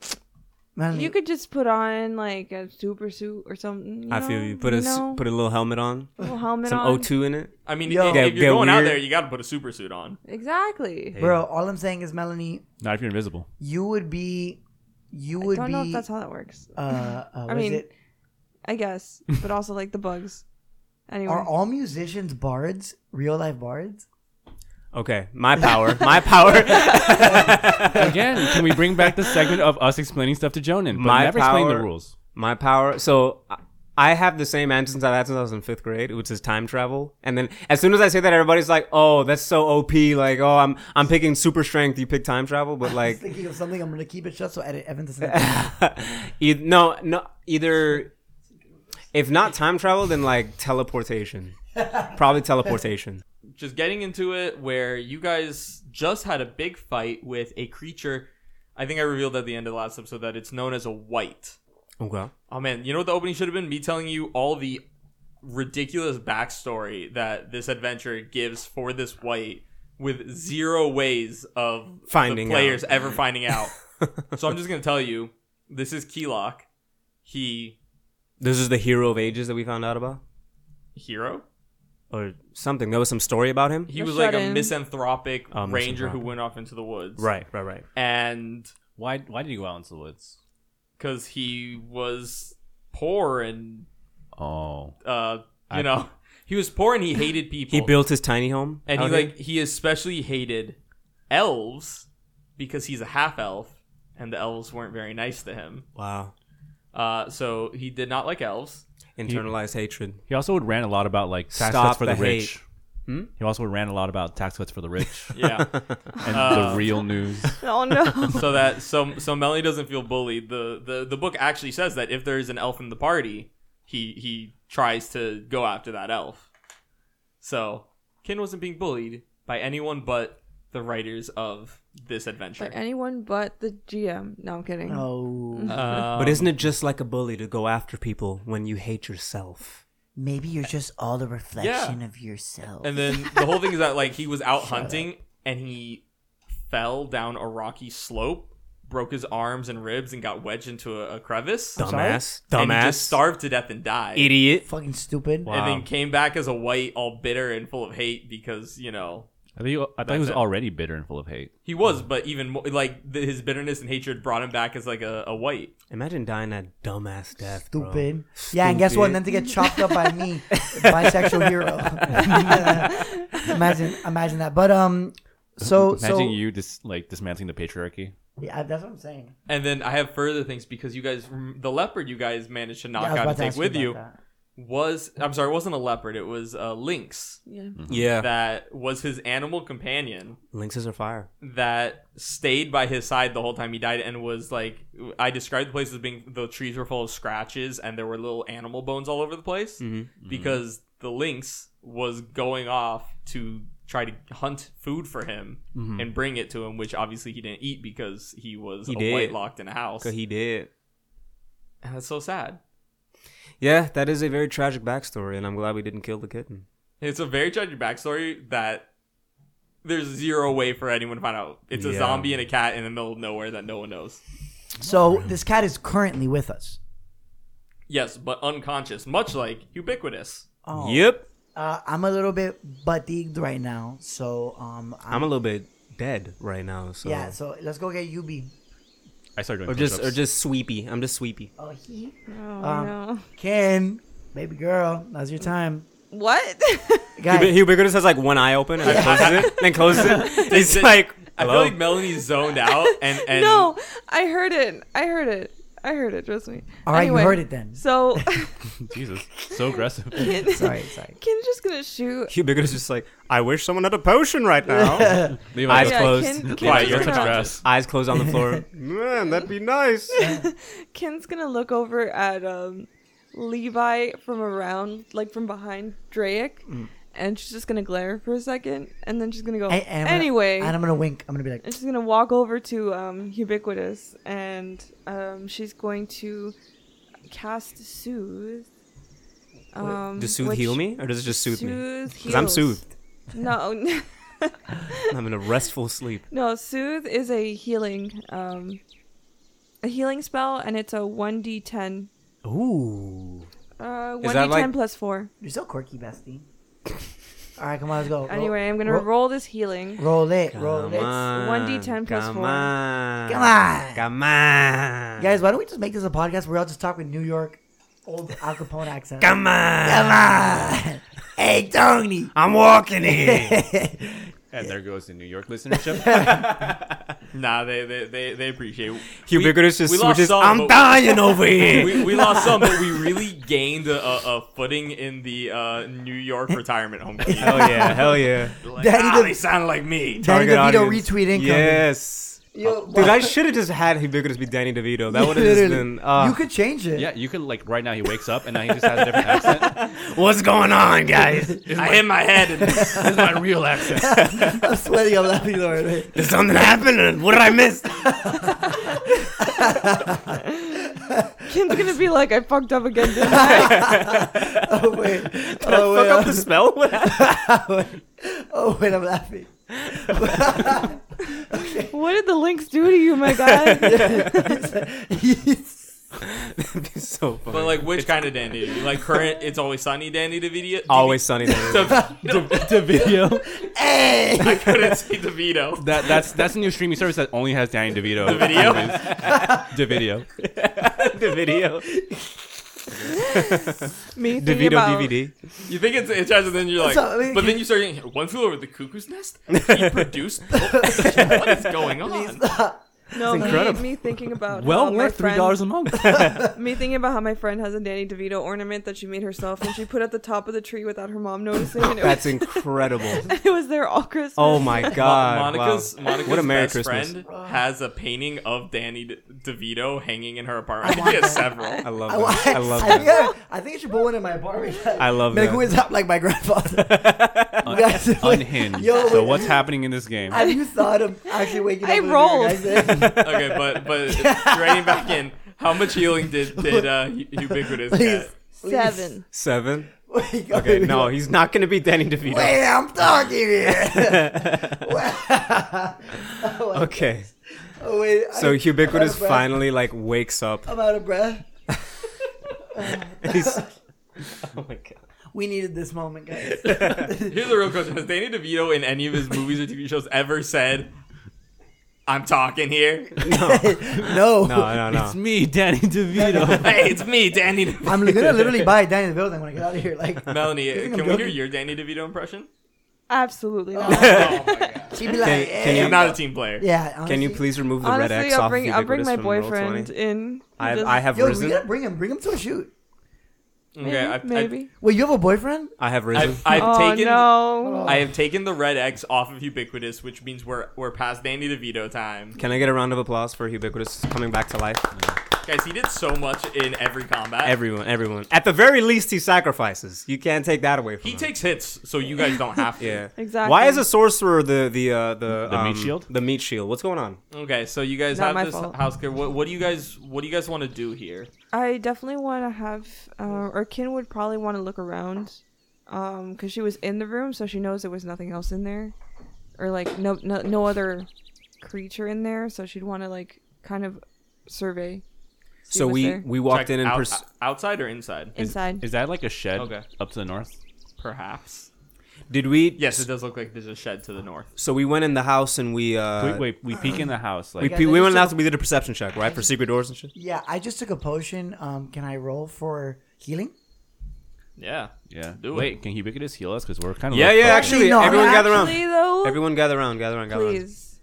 Speaker 1: Melanie,
Speaker 4: you could just put on like a super suit or something. You
Speaker 5: I
Speaker 4: know?
Speaker 5: feel you. Put a
Speaker 4: you
Speaker 5: s-
Speaker 4: know?
Speaker 5: put a little helmet on,
Speaker 4: little helmet
Speaker 5: some
Speaker 4: on.
Speaker 5: O2 in it.
Speaker 2: I mean,
Speaker 1: Yo.
Speaker 2: if,
Speaker 5: Get-
Speaker 2: if you're
Speaker 5: get
Speaker 2: going out
Speaker 5: weird.
Speaker 2: there, you got to put a super suit on.
Speaker 4: Exactly.
Speaker 1: bro. All I'm saying is, Melanie,
Speaker 3: <laughs> Not if you're invisible.
Speaker 1: you would be, you
Speaker 4: I
Speaker 1: would
Speaker 4: don't
Speaker 1: be.
Speaker 4: know if that's how that works.
Speaker 1: uh, uh, what is
Speaker 4: mean-
Speaker 1: it?
Speaker 4: I guess, but also like the bugs. Anyway,
Speaker 1: Are all musicians bards? Real life bards?
Speaker 5: Okay, my power,
Speaker 4: <laughs>
Speaker 5: my power, <laughs>
Speaker 3: Again, can we bring back the segment of us explaining stuff to Jonan, but
Speaker 5: My
Speaker 3: never explain the
Speaker 5: power-
Speaker 3: rules?
Speaker 5: my power. So I- I have the same answer since I've had since I was in fifth grade, which is time travel. And then as soon as I say that, everybody's like, "Oh, that's so OP!" Like, "Oh, I'm I'm picking super strength. You pick time travel," but
Speaker 1: I was
Speaker 5: like, <laughs>
Speaker 1: thinking of something. I'm gonna keep it shut so edit Evan <laughs> doesn't.
Speaker 5: Eith- e-, no, no, either. If not time travel, then like teleportation. Probably teleportation.
Speaker 2: Just getting into it, where you guys just had a big fight with a creature. I think I revealed at the end of the last episode that it's known as a white.
Speaker 5: Okay.
Speaker 2: Oh man, you know what the opening should have been? Me telling you all the ridiculous backstory that this adventure gives for this white with zero ways of
Speaker 5: Finding
Speaker 2: the players
Speaker 5: out.
Speaker 2: ever finding
Speaker 5: <laughs>
Speaker 2: out. so I'm just gonna tell you, this is Keylok. He
Speaker 5: This is the hero of ages that we found out about,
Speaker 2: hero?
Speaker 5: or something. There was some story about him.
Speaker 2: He
Speaker 4: Let's
Speaker 2: was like
Speaker 4: shut
Speaker 2: a
Speaker 4: in.
Speaker 2: misanthropic
Speaker 5: Oh,
Speaker 2: ranger who
Speaker 5: misanthropic.
Speaker 2: went off into the woods.
Speaker 5: Right, right, right.
Speaker 2: And
Speaker 3: Why? Why did you go out into the woods?
Speaker 2: because he was poor and
Speaker 3: Oh,
Speaker 2: uh you
Speaker 3: I-
Speaker 2: know <laughs> he was poor and he hated people.
Speaker 5: He built his tiny home,
Speaker 2: Oh. and he
Speaker 5: out
Speaker 2: like he especially hated elves because he's a half elf and the elves weren't very nice to him.
Speaker 5: here? wow,
Speaker 2: Uh so he did not like elves.
Speaker 5: internalized hatred.
Speaker 3: he also would rant a lot about like tax
Speaker 5: Stop
Speaker 3: cuts for the,
Speaker 5: the
Speaker 3: rich.
Speaker 5: hate.
Speaker 3: He also would rant a lot about tax cuts for the rich
Speaker 2: Yeah. <laughs>
Speaker 3: and
Speaker 2: Uh,
Speaker 3: the real <laughs> news.
Speaker 4: <laughs>
Speaker 1: <laughs>
Speaker 4: oh no,
Speaker 2: so that so so Melanie doesn't feel bullied. The, the the book actually says that if there is an elf in the party, he he tries to go after that elf. So Kin wasn't being bullied by anyone but the writers of this adventure.
Speaker 4: but anyone but the GM. No, I'm kidding.
Speaker 1: Oh,
Speaker 2: Um,
Speaker 5: <laughs> but isn't it just like a bully to go after people when you hate yourself?
Speaker 1: maybe you're just all a reflection of yourself.
Speaker 2: and then the whole thing is that like he was out hunting and he fell down a rocky slope, broke his arms and ribs, and got wedged into a, a crevice.
Speaker 1: sorry?
Speaker 5: Dumbass,
Speaker 2: And he
Speaker 5: dumbass,
Speaker 2: just starved to death and died.
Speaker 5: idiot.
Speaker 1: Fucking stupid.
Speaker 5: Wow.
Speaker 2: and then came back as a white, all bitter and full of hate because you know
Speaker 3: I think I thought he was already bitter and full of hate.
Speaker 2: he was,
Speaker 5: Hmm.
Speaker 2: but even more like th- his bitterness and hatred brought him back as like a, a white.
Speaker 5: Imagine dying that dumbass death. bro.
Speaker 1: Stupid. Yeah, and guess what? And
Speaker 5: Stupid.
Speaker 1: then to get chopped up by me, bisexual hero. imagine, imagine that. But um, so
Speaker 3: Imagine
Speaker 1: so
Speaker 3: you just like dismantling the patriarchy.
Speaker 1: yeah, that's what I'm saying.
Speaker 2: And then I have further things because you guys, the leopard you guys managed to knock
Speaker 1: yeah, I was
Speaker 2: out
Speaker 1: about
Speaker 2: and
Speaker 1: to
Speaker 2: take
Speaker 1: ask
Speaker 2: with
Speaker 1: about
Speaker 2: you
Speaker 1: that.
Speaker 2: was I'm sorry, it wasn't a leopard, it was a lynx
Speaker 4: Yeah.
Speaker 5: Yeah.
Speaker 2: Mm-hmm. that was his animal companion
Speaker 5: Lynxes are fire.
Speaker 2: that stayed by his side the whole time he died and was like I described the place as being the trees were full of scratches and there were little animal bones all over the place
Speaker 5: Mm-hmm.
Speaker 2: because the lynx was going off to try to hunt food for him and bring it to him which obviously he didn't eat because he was
Speaker 5: Mm-hmm. He
Speaker 2: a
Speaker 5: did.
Speaker 2: white locked in a house
Speaker 5: Cause he did.
Speaker 2: and that's so sad
Speaker 5: Yeah, that is a very tragic backstory, and I'm glad we didn't kill the kitten.
Speaker 2: It's a very tragic backstory that there's zero way for anyone to find out. It's a
Speaker 5: Yeah.
Speaker 2: zombie and a cat in the middle of nowhere that no one knows.
Speaker 1: So this cat is currently with us.
Speaker 2: Yes, but unconscious, much like ubiquitous.
Speaker 1: Oh.
Speaker 5: Yep.
Speaker 1: Uh, I'm a little bit fatigued right now, so um,
Speaker 5: I'm a little bit dead right now, so
Speaker 1: yeah. So let's go get UB.
Speaker 3: I started doing
Speaker 5: or just or
Speaker 3: push-ups.
Speaker 5: just sweepy. I'm just sweepy.
Speaker 1: Oh, he
Speaker 4: Oh
Speaker 1: Um,
Speaker 4: no. <laughs>
Speaker 1: Ken, baby girl, now's your time,
Speaker 4: What?
Speaker 1: guys.
Speaker 5: Ubiquitous has like one eye open and then closes it, then closes
Speaker 1: <laughs>
Speaker 5: it. It's
Speaker 2: Did-
Speaker 5: like
Speaker 2: I feel like Melanie zoned <laughs> out and, and
Speaker 4: no, I heard it. I heard it. I heard it. Trust me.
Speaker 1: All right, you heard it then. <laughs>
Speaker 4: So, <laughs>
Speaker 3: <laughs> Jesus, so <laughs> aggressive.
Speaker 4: Kin,
Speaker 1: Sorry, sorry.
Speaker 4: Kin's just gonna shoot.
Speaker 5: Ubiquitous just like I wish someone had a potion
Speaker 1: <laughs>
Speaker 5: right now.
Speaker 3: Leave
Speaker 5: Eyes
Speaker 3: it.
Speaker 4: Yeah,
Speaker 5: closed.
Speaker 4: Kin, Kin's,
Speaker 2: Quiet,
Speaker 4: just
Speaker 2: you're
Speaker 4: gonna,
Speaker 2: unconscious.
Speaker 5: <laughs> Eyes closed on the floor. Man, that'd be nice.
Speaker 4: Kin's gonna look over at um, Levi from around, like from behind Drake, and she's just gonna glare for a second, and then she's gonna go.
Speaker 1: And, and I'm gonna-
Speaker 4: anyway,
Speaker 1: and I'm gonna wink. I'm gonna be like,
Speaker 4: and she's gonna walk over to um, Ubiquitous, and um, she's going to cast soothe. Um,
Speaker 5: Does soothe
Speaker 4: which-
Speaker 5: heal me, or does it just soothe me?
Speaker 4: Soothe
Speaker 5: Because I'm
Speaker 4: heals.
Speaker 5: soothed. <laughs>
Speaker 4: No, <laughs>
Speaker 5: I'm in a restful sleep.
Speaker 4: no. Soothe is a healing, um, a healing spell, and it's a one d ten.
Speaker 5: Ooh.
Speaker 4: Uh, one d
Speaker 5: Is
Speaker 4: ten
Speaker 5: that like-
Speaker 4: plus four.
Speaker 1: you're so quirky, bestie. All right, come on, let's go. Roll-
Speaker 4: Anyway, I'm gonna
Speaker 1: roll,
Speaker 4: roll this
Speaker 5: <laughs>
Speaker 4: healing.
Speaker 1: roll it, roll
Speaker 5: Come
Speaker 1: it.
Speaker 5: on.
Speaker 4: 1d10 plus
Speaker 5: come
Speaker 4: four.
Speaker 5: On.
Speaker 1: Come on.
Speaker 5: Come on.
Speaker 1: Guys, why don't we just make this a podcast where I'll just talk with New York old Al Capone
Speaker 5: <laughs>
Speaker 1: accent?
Speaker 5: Come on.
Speaker 1: Come on. Hey, Tony.
Speaker 5: I'm
Speaker 1: <laughs>
Speaker 5: walking here.
Speaker 3: And there goes the New York <laughs> listenership.
Speaker 2: Nah, they they they, they appreciate. it.
Speaker 5: Ubiquitous
Speaker 2: we
Speaker 5: just
Speaker 2: lost
Speaker 5: switches.
Speaker 2: some,
Speaker 5: I'm
Speaker 2: but-
Speaker 5: dying over here.
Speaker 2: We, we lost some, but <laughs> we really gained a, a, a footing in the uh, New York retirement home. community.
Speaker 5: hell yeah. Hell yeah.
Speaker 2: Like,
Speaker 1: Danny
Speaker 2: ah,
Speaker 1: the-
Speaker 2: they sound like me.
Speaker 1: Danny
Speaker 5: Target
Speaker 1: DeVito
Speaker 5: audience.
Speaker 1: retweet incoming.
Speaker 5: Yes.
Speaker 1: Yo,
Speaker 5: Dude, I should have just had Ubiquitous be Danny DeVito. That would have just
Speaker 1: Literally.
Speaker 5: been. Uh,
Speaker 1: you could change it. <laughs>
Speaker 3: yeah, you could like right now he wakes up and now he just has a different accent.
Speaker 5: What's going on, guys?
Speaker 2: I hit my head. And <laughs>
Speaker 3: That's my real accent.
Speaker 1: I'm sweating. I'm laughing
Speaker 5: <laughs>
Speaker 1: already.
Speaker 5: Did something happen? What did I miss?
Speaker 4: Kim's gonna be like, I fucked up again. Didn't
Speaker 5: <laughs>
Speaker 4: I?
Speaker 1: Oh <laughs> wait.
Speaker 5: Oh,
Speaker 1: Oh
Speaker 5: fuck
Speaker 1: wait.
Speaker 5: up the spell? What happened?
Speaker 1: oh <laughs> wait. I'm laughing.
Speaker 5: <laughs>
Speaker 4: what did the links do to you, my
Speaker 5: <laughs>
Speaker 4: guy?
Speaker 5: That'd be so funny.
Speaker 2: but like, which kind of Danny? Like current, it's always sunny Danny DeVito.
Speaker 5: Always sunny. Day.
Speaker 3: <laughs> DeVito.
Speaker 1: hey.
Speaker 2: <laughs> I couldn't see DeVito.
Speaker 3: That that's that's a new streaming service that only has Danny DeVito.
Speaker 2: DeVito?
Speaker 3: <laughs> DeVito.
Speaker 5: the video.
Speaker 4: Me thinking
Speaker 5: DeVito
Speaker 4: about-
Speaker 5: DVD.
Speaker 2: You think it's it's Chaz, and then you're like,
Speaker 1: So, I mean,
Speaker 2: but
Speaker 1: can-
Speaker 2: then you start getting one flew over the cuckoo's <laughs> nest. He produced. <laughs> what is going on?
Speaker 4: No, me,
Speaker 5: incredible.
Speaker 4: me thinking about how
Speaker 3: Well
Speaker 4: my
Speaker 3: worth three
Speaker 4: friend-
Speaker 3: dollars a month. <laughs>
Speaker 4: Me thinking about how my friend has a Danny DeVito ornament that she made herself and she put at the top of the tree without her mom noticing. And it,
Speaker 5: That's incredible.
Speaker 4: was, <laughs> it was there all Christmas.
Speaker 5: Oh my god.
Speaker 2: Monica's
Speaker 5: wow.
Speaker 2: Monica's
Speaker 5: what a Merry
Speaker 2: best
Speaker 5: Christmas.
Speaker 2: friend has a painting of Danny De- DeVito hanging in her
Speaker 1: I
Speaker 2: apartment.
Speaker 1: want
Speaker 2: She has
Speaker 1: that.
Speaker 2: several.
Speaker 1: <laughs>
Speaker 5: I love
Speaker 1: I,
Speaker 5: that. I love
Speaker 1: I, think
Speaker 5: that.
Speaker 1: I, I think I should put one in my apartment.
Speaker 5: I love
Speaker 1: Make who
Speaker 5: that.
Speaker 1: is up like my grandfather.
Speaker 5: <laughs>
Speaker 1: You guys-
Speaker 3: Unhinged.
Speaker 1: Yo,
Speaker 3: so
Speaker 1: wait.
Speaker 3: what's happening in this game?
Speaker 1: Have you thought of actually waking up?
Speaker 4: I
Speaker 1: with a
Speaker 4: rolled.
Speaker 1: beer,
Speaker 5: <laughs>
Speaker 1: guys?
Speaker 2: Okay, but but draining back in. How much healing did did uh, U- ubiquitous
Speaker 1: Please.
Speaker 2: get?
Speaker 4: Seven.
Speaker 5: Seven.
Speaker 1: Wake up,
Speaker 5: Okay,
Speaker 1: baby.
Speaker 5: no, he's not gonna be Danny DeVito.
Speaker 1: Wait, I'm talking here.
Speaker 5: <laughs>
Speaker 1: <laughs>
Speaker 5: Okay.
Speaker 1: oh, wait,
Speaker 5: So
Speaker 1: I,
Speaker 5: Ubiquitous
Speaker 1: I'm out of breath.
Speaker 5: finally like wakes up.
Speaker 1: I'm out of
Speaker 5: <laughs>
Speaker 1: breath. Uh,
Speaker 5: He's- oh my god.
Speaker 1: We needed this moment,
Speaker 5: <laughs>
Speaker 1: guys. <laughs>
Speaker 2: Here's the real question: Has Danny DeVito in any of his movies or TV shows ever said, "I'm
Speaker 1: <laughs>
Speaker 2: talking here"?
Speaker 1: no.
Speaker 5: No, no, no.
Speaker 3: It's me, Danny DeVito. <laughs>
Speaker 2: hey, it's me, Danny. DeVito.
Speaker 1: I'm gonna
Speaker 5: <laughs>
Speaker 1: literally buy Danny the building when I get out of here. Like
Speaker 2: Melanie,
Speaker 1: think
Speaker 2: can
Speaker 1: I'm
Speaker 2: we hear
Speaker 1: joking?
Speaker 2: your Danny DeVito impression?
Speaker 4: Absolutely not.
Speaker 2: oh my god!
Speaker 1: she'd be like,
Speaker 5: Can-
Speaker 1: "Hey."
Speaker 5: can you-
Speaker 2: You're not a team player.
Speaker 1: yeah.
Speaker 5: Can you
Speaker 1: honestly.
Speaker 5: please remove <laughs> the red
Speaker 4: Honestly,
Speaker 5: X
Speaker 4: I'll
Speaker 5: off
Speaker 4: bring
Speaker 5: of
Speaker 4: I'll bring my
Speaker 5: Ubiquitous from Roll
Speaker 4: boyfriend
Speaker 5: 20?
Speaker 4: in. He
Speaker 5: I,
Speaker 4: just-
Speaker 5: I have
Speaker 1: Yo, we
Speaker 5: risen.
Speaker 1: gotta bring him. Bring him to a shoot.
Speaker 2: Okay,
Speaker 4: maybe.
Speaker 2: I've,
Speaker 4: maybe.
Speaker 1: Wait, you have a boyfriend?
Speaker 5: I have risen.
Speaker 2: I've, I've,
Speaker 4: oh
Speaker 2: taken
Speaker 4: no!
Speaker 2: I have taken the red X off of ubiquitous, which means we're we're past Danny DeVito time,
Speaker 5: Can I get a round of applause for Ubiquitous coming back to life?
Speaker 2: guys. He did so much in every combat.
Speaker 5: Everyone, everyone. At the very least, he sacrifices. You can't take that away from
Speaker 2: he
Speaker 5: him.
Speaker 2: takes hits, so you guys don't have to.
Speaker 5: <laughs> Yeah.
Speaker 4: Exactly.
Speaker 5: Why is a sorcerer the the uh, the
Speaker 3: The meat
Speaker 5: um,
Speaker 3: shield?
Speaker 5: The meat shield. What's going on?
Speaker 2: Okay, so you guys
Speaker 4: Not
Speaker 2: have
Speaker 4: my
Speaker 2: this
Speaker 4: fault.
Speaker 2: house care. What, what do you guys what do you guys want to do here?
Speaker 4: I definitely want to have, uh, or Kin would probably want to look around, um, because she was in the room, so she knows there was nothing else in there, or like no no, no other creature in there, so she'd want to like kind of survey. see
Speaker 5: so
Speaker 4: what's
Speaker 5: we
Speaker 4: there.
Speaker 5: we walked
Speaker 2: Check
Speaker 5: in and
Speaker 2: out- uh,
Speaker 5: pers-
Speaker 2: outside or inside?
Speaker 4: inside.
Speaker 3: Is that like a shed
Speaker 2: Okay.
Speaker 3: up to the north?
Speaker 2: Perhaps.
Speaker 5: did we?
Speaker 2: Yes, it does look like there's a shed to the north.
Speaker 5: So we went in the house and we uh
Speaker 3: wait, wait, we peek in the house.
Speaker 5: we
Speaker 3: Like,
Speaker 5: pe-
Speaker 1: I
Speaker 5: we
Speaker 1: just
Speaker 5: went in the
Speaker 1: took-
Speaker 5: house and we did a perception check right for secret doors and shit.
Speaker 1: Yeah, I just took a potion. Um, can I roll for healing?
Speaker 2: Yeah.
Speaker 3: yeah.
Speaker 2: do it.
Speaker 3: Wait, can Ubiquitous heal us? Because we're kind of
Speaker 5: Yeah, yeah. Actually,
Speaker 1: no,
Speaker 5: everyone
Speaker 1: no,
Speaker 5: gather
Speaker 4: Actually,
Speaker 5: around.
Speaker 4: though,
Speaker 5: Everyone gather around. Gather around. Gather around.
Speaker 4: please.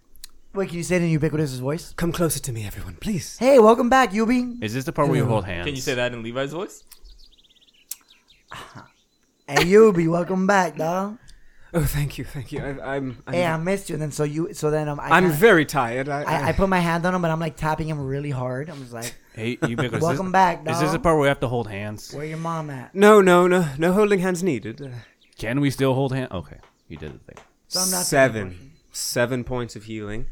Speaker 1: Wait, can you say it in ubiquitous voice?
Speaker 5: Come closer to me, everyone, please.
Speaker 1: Hey, welcome back, Yubi.
Speaker 3: Is this the part where you hold hands?
Speaker 2: Can you say that in Levi's voice?
Speaker 1: Hey, Yubi, welcome back, dog.
Speaker 5: Oh, thank you, thank you. I, I'm I'm,
Speaker 1: Hey, I missed you. And then so you, so then um, I
Speaker 5: I'm
Speaker 1: kinda-
Speaker 5: very tired. I, <laughs>
Speaker 1: I, I put my hand on him, but I'm like tapping him really hard. I'm just like,
Speaker 3: Hey,
Speaker 1: <laughs>
Speaker 3: ubiquitous.
Speaker 1: Welcome back,
Speaker 3: Is this the
Speaker 1: dog.
Speaker 3: part where we have to hold hands?
Speaker 1: Where your mom at?
Speaker 5: No, no, no, no holding hands needed.
Speaker 3: Can we still hold hands? Okay, you did the thing
Speaker 1: So I'm not the
Speaker 5: seven, seven points of healing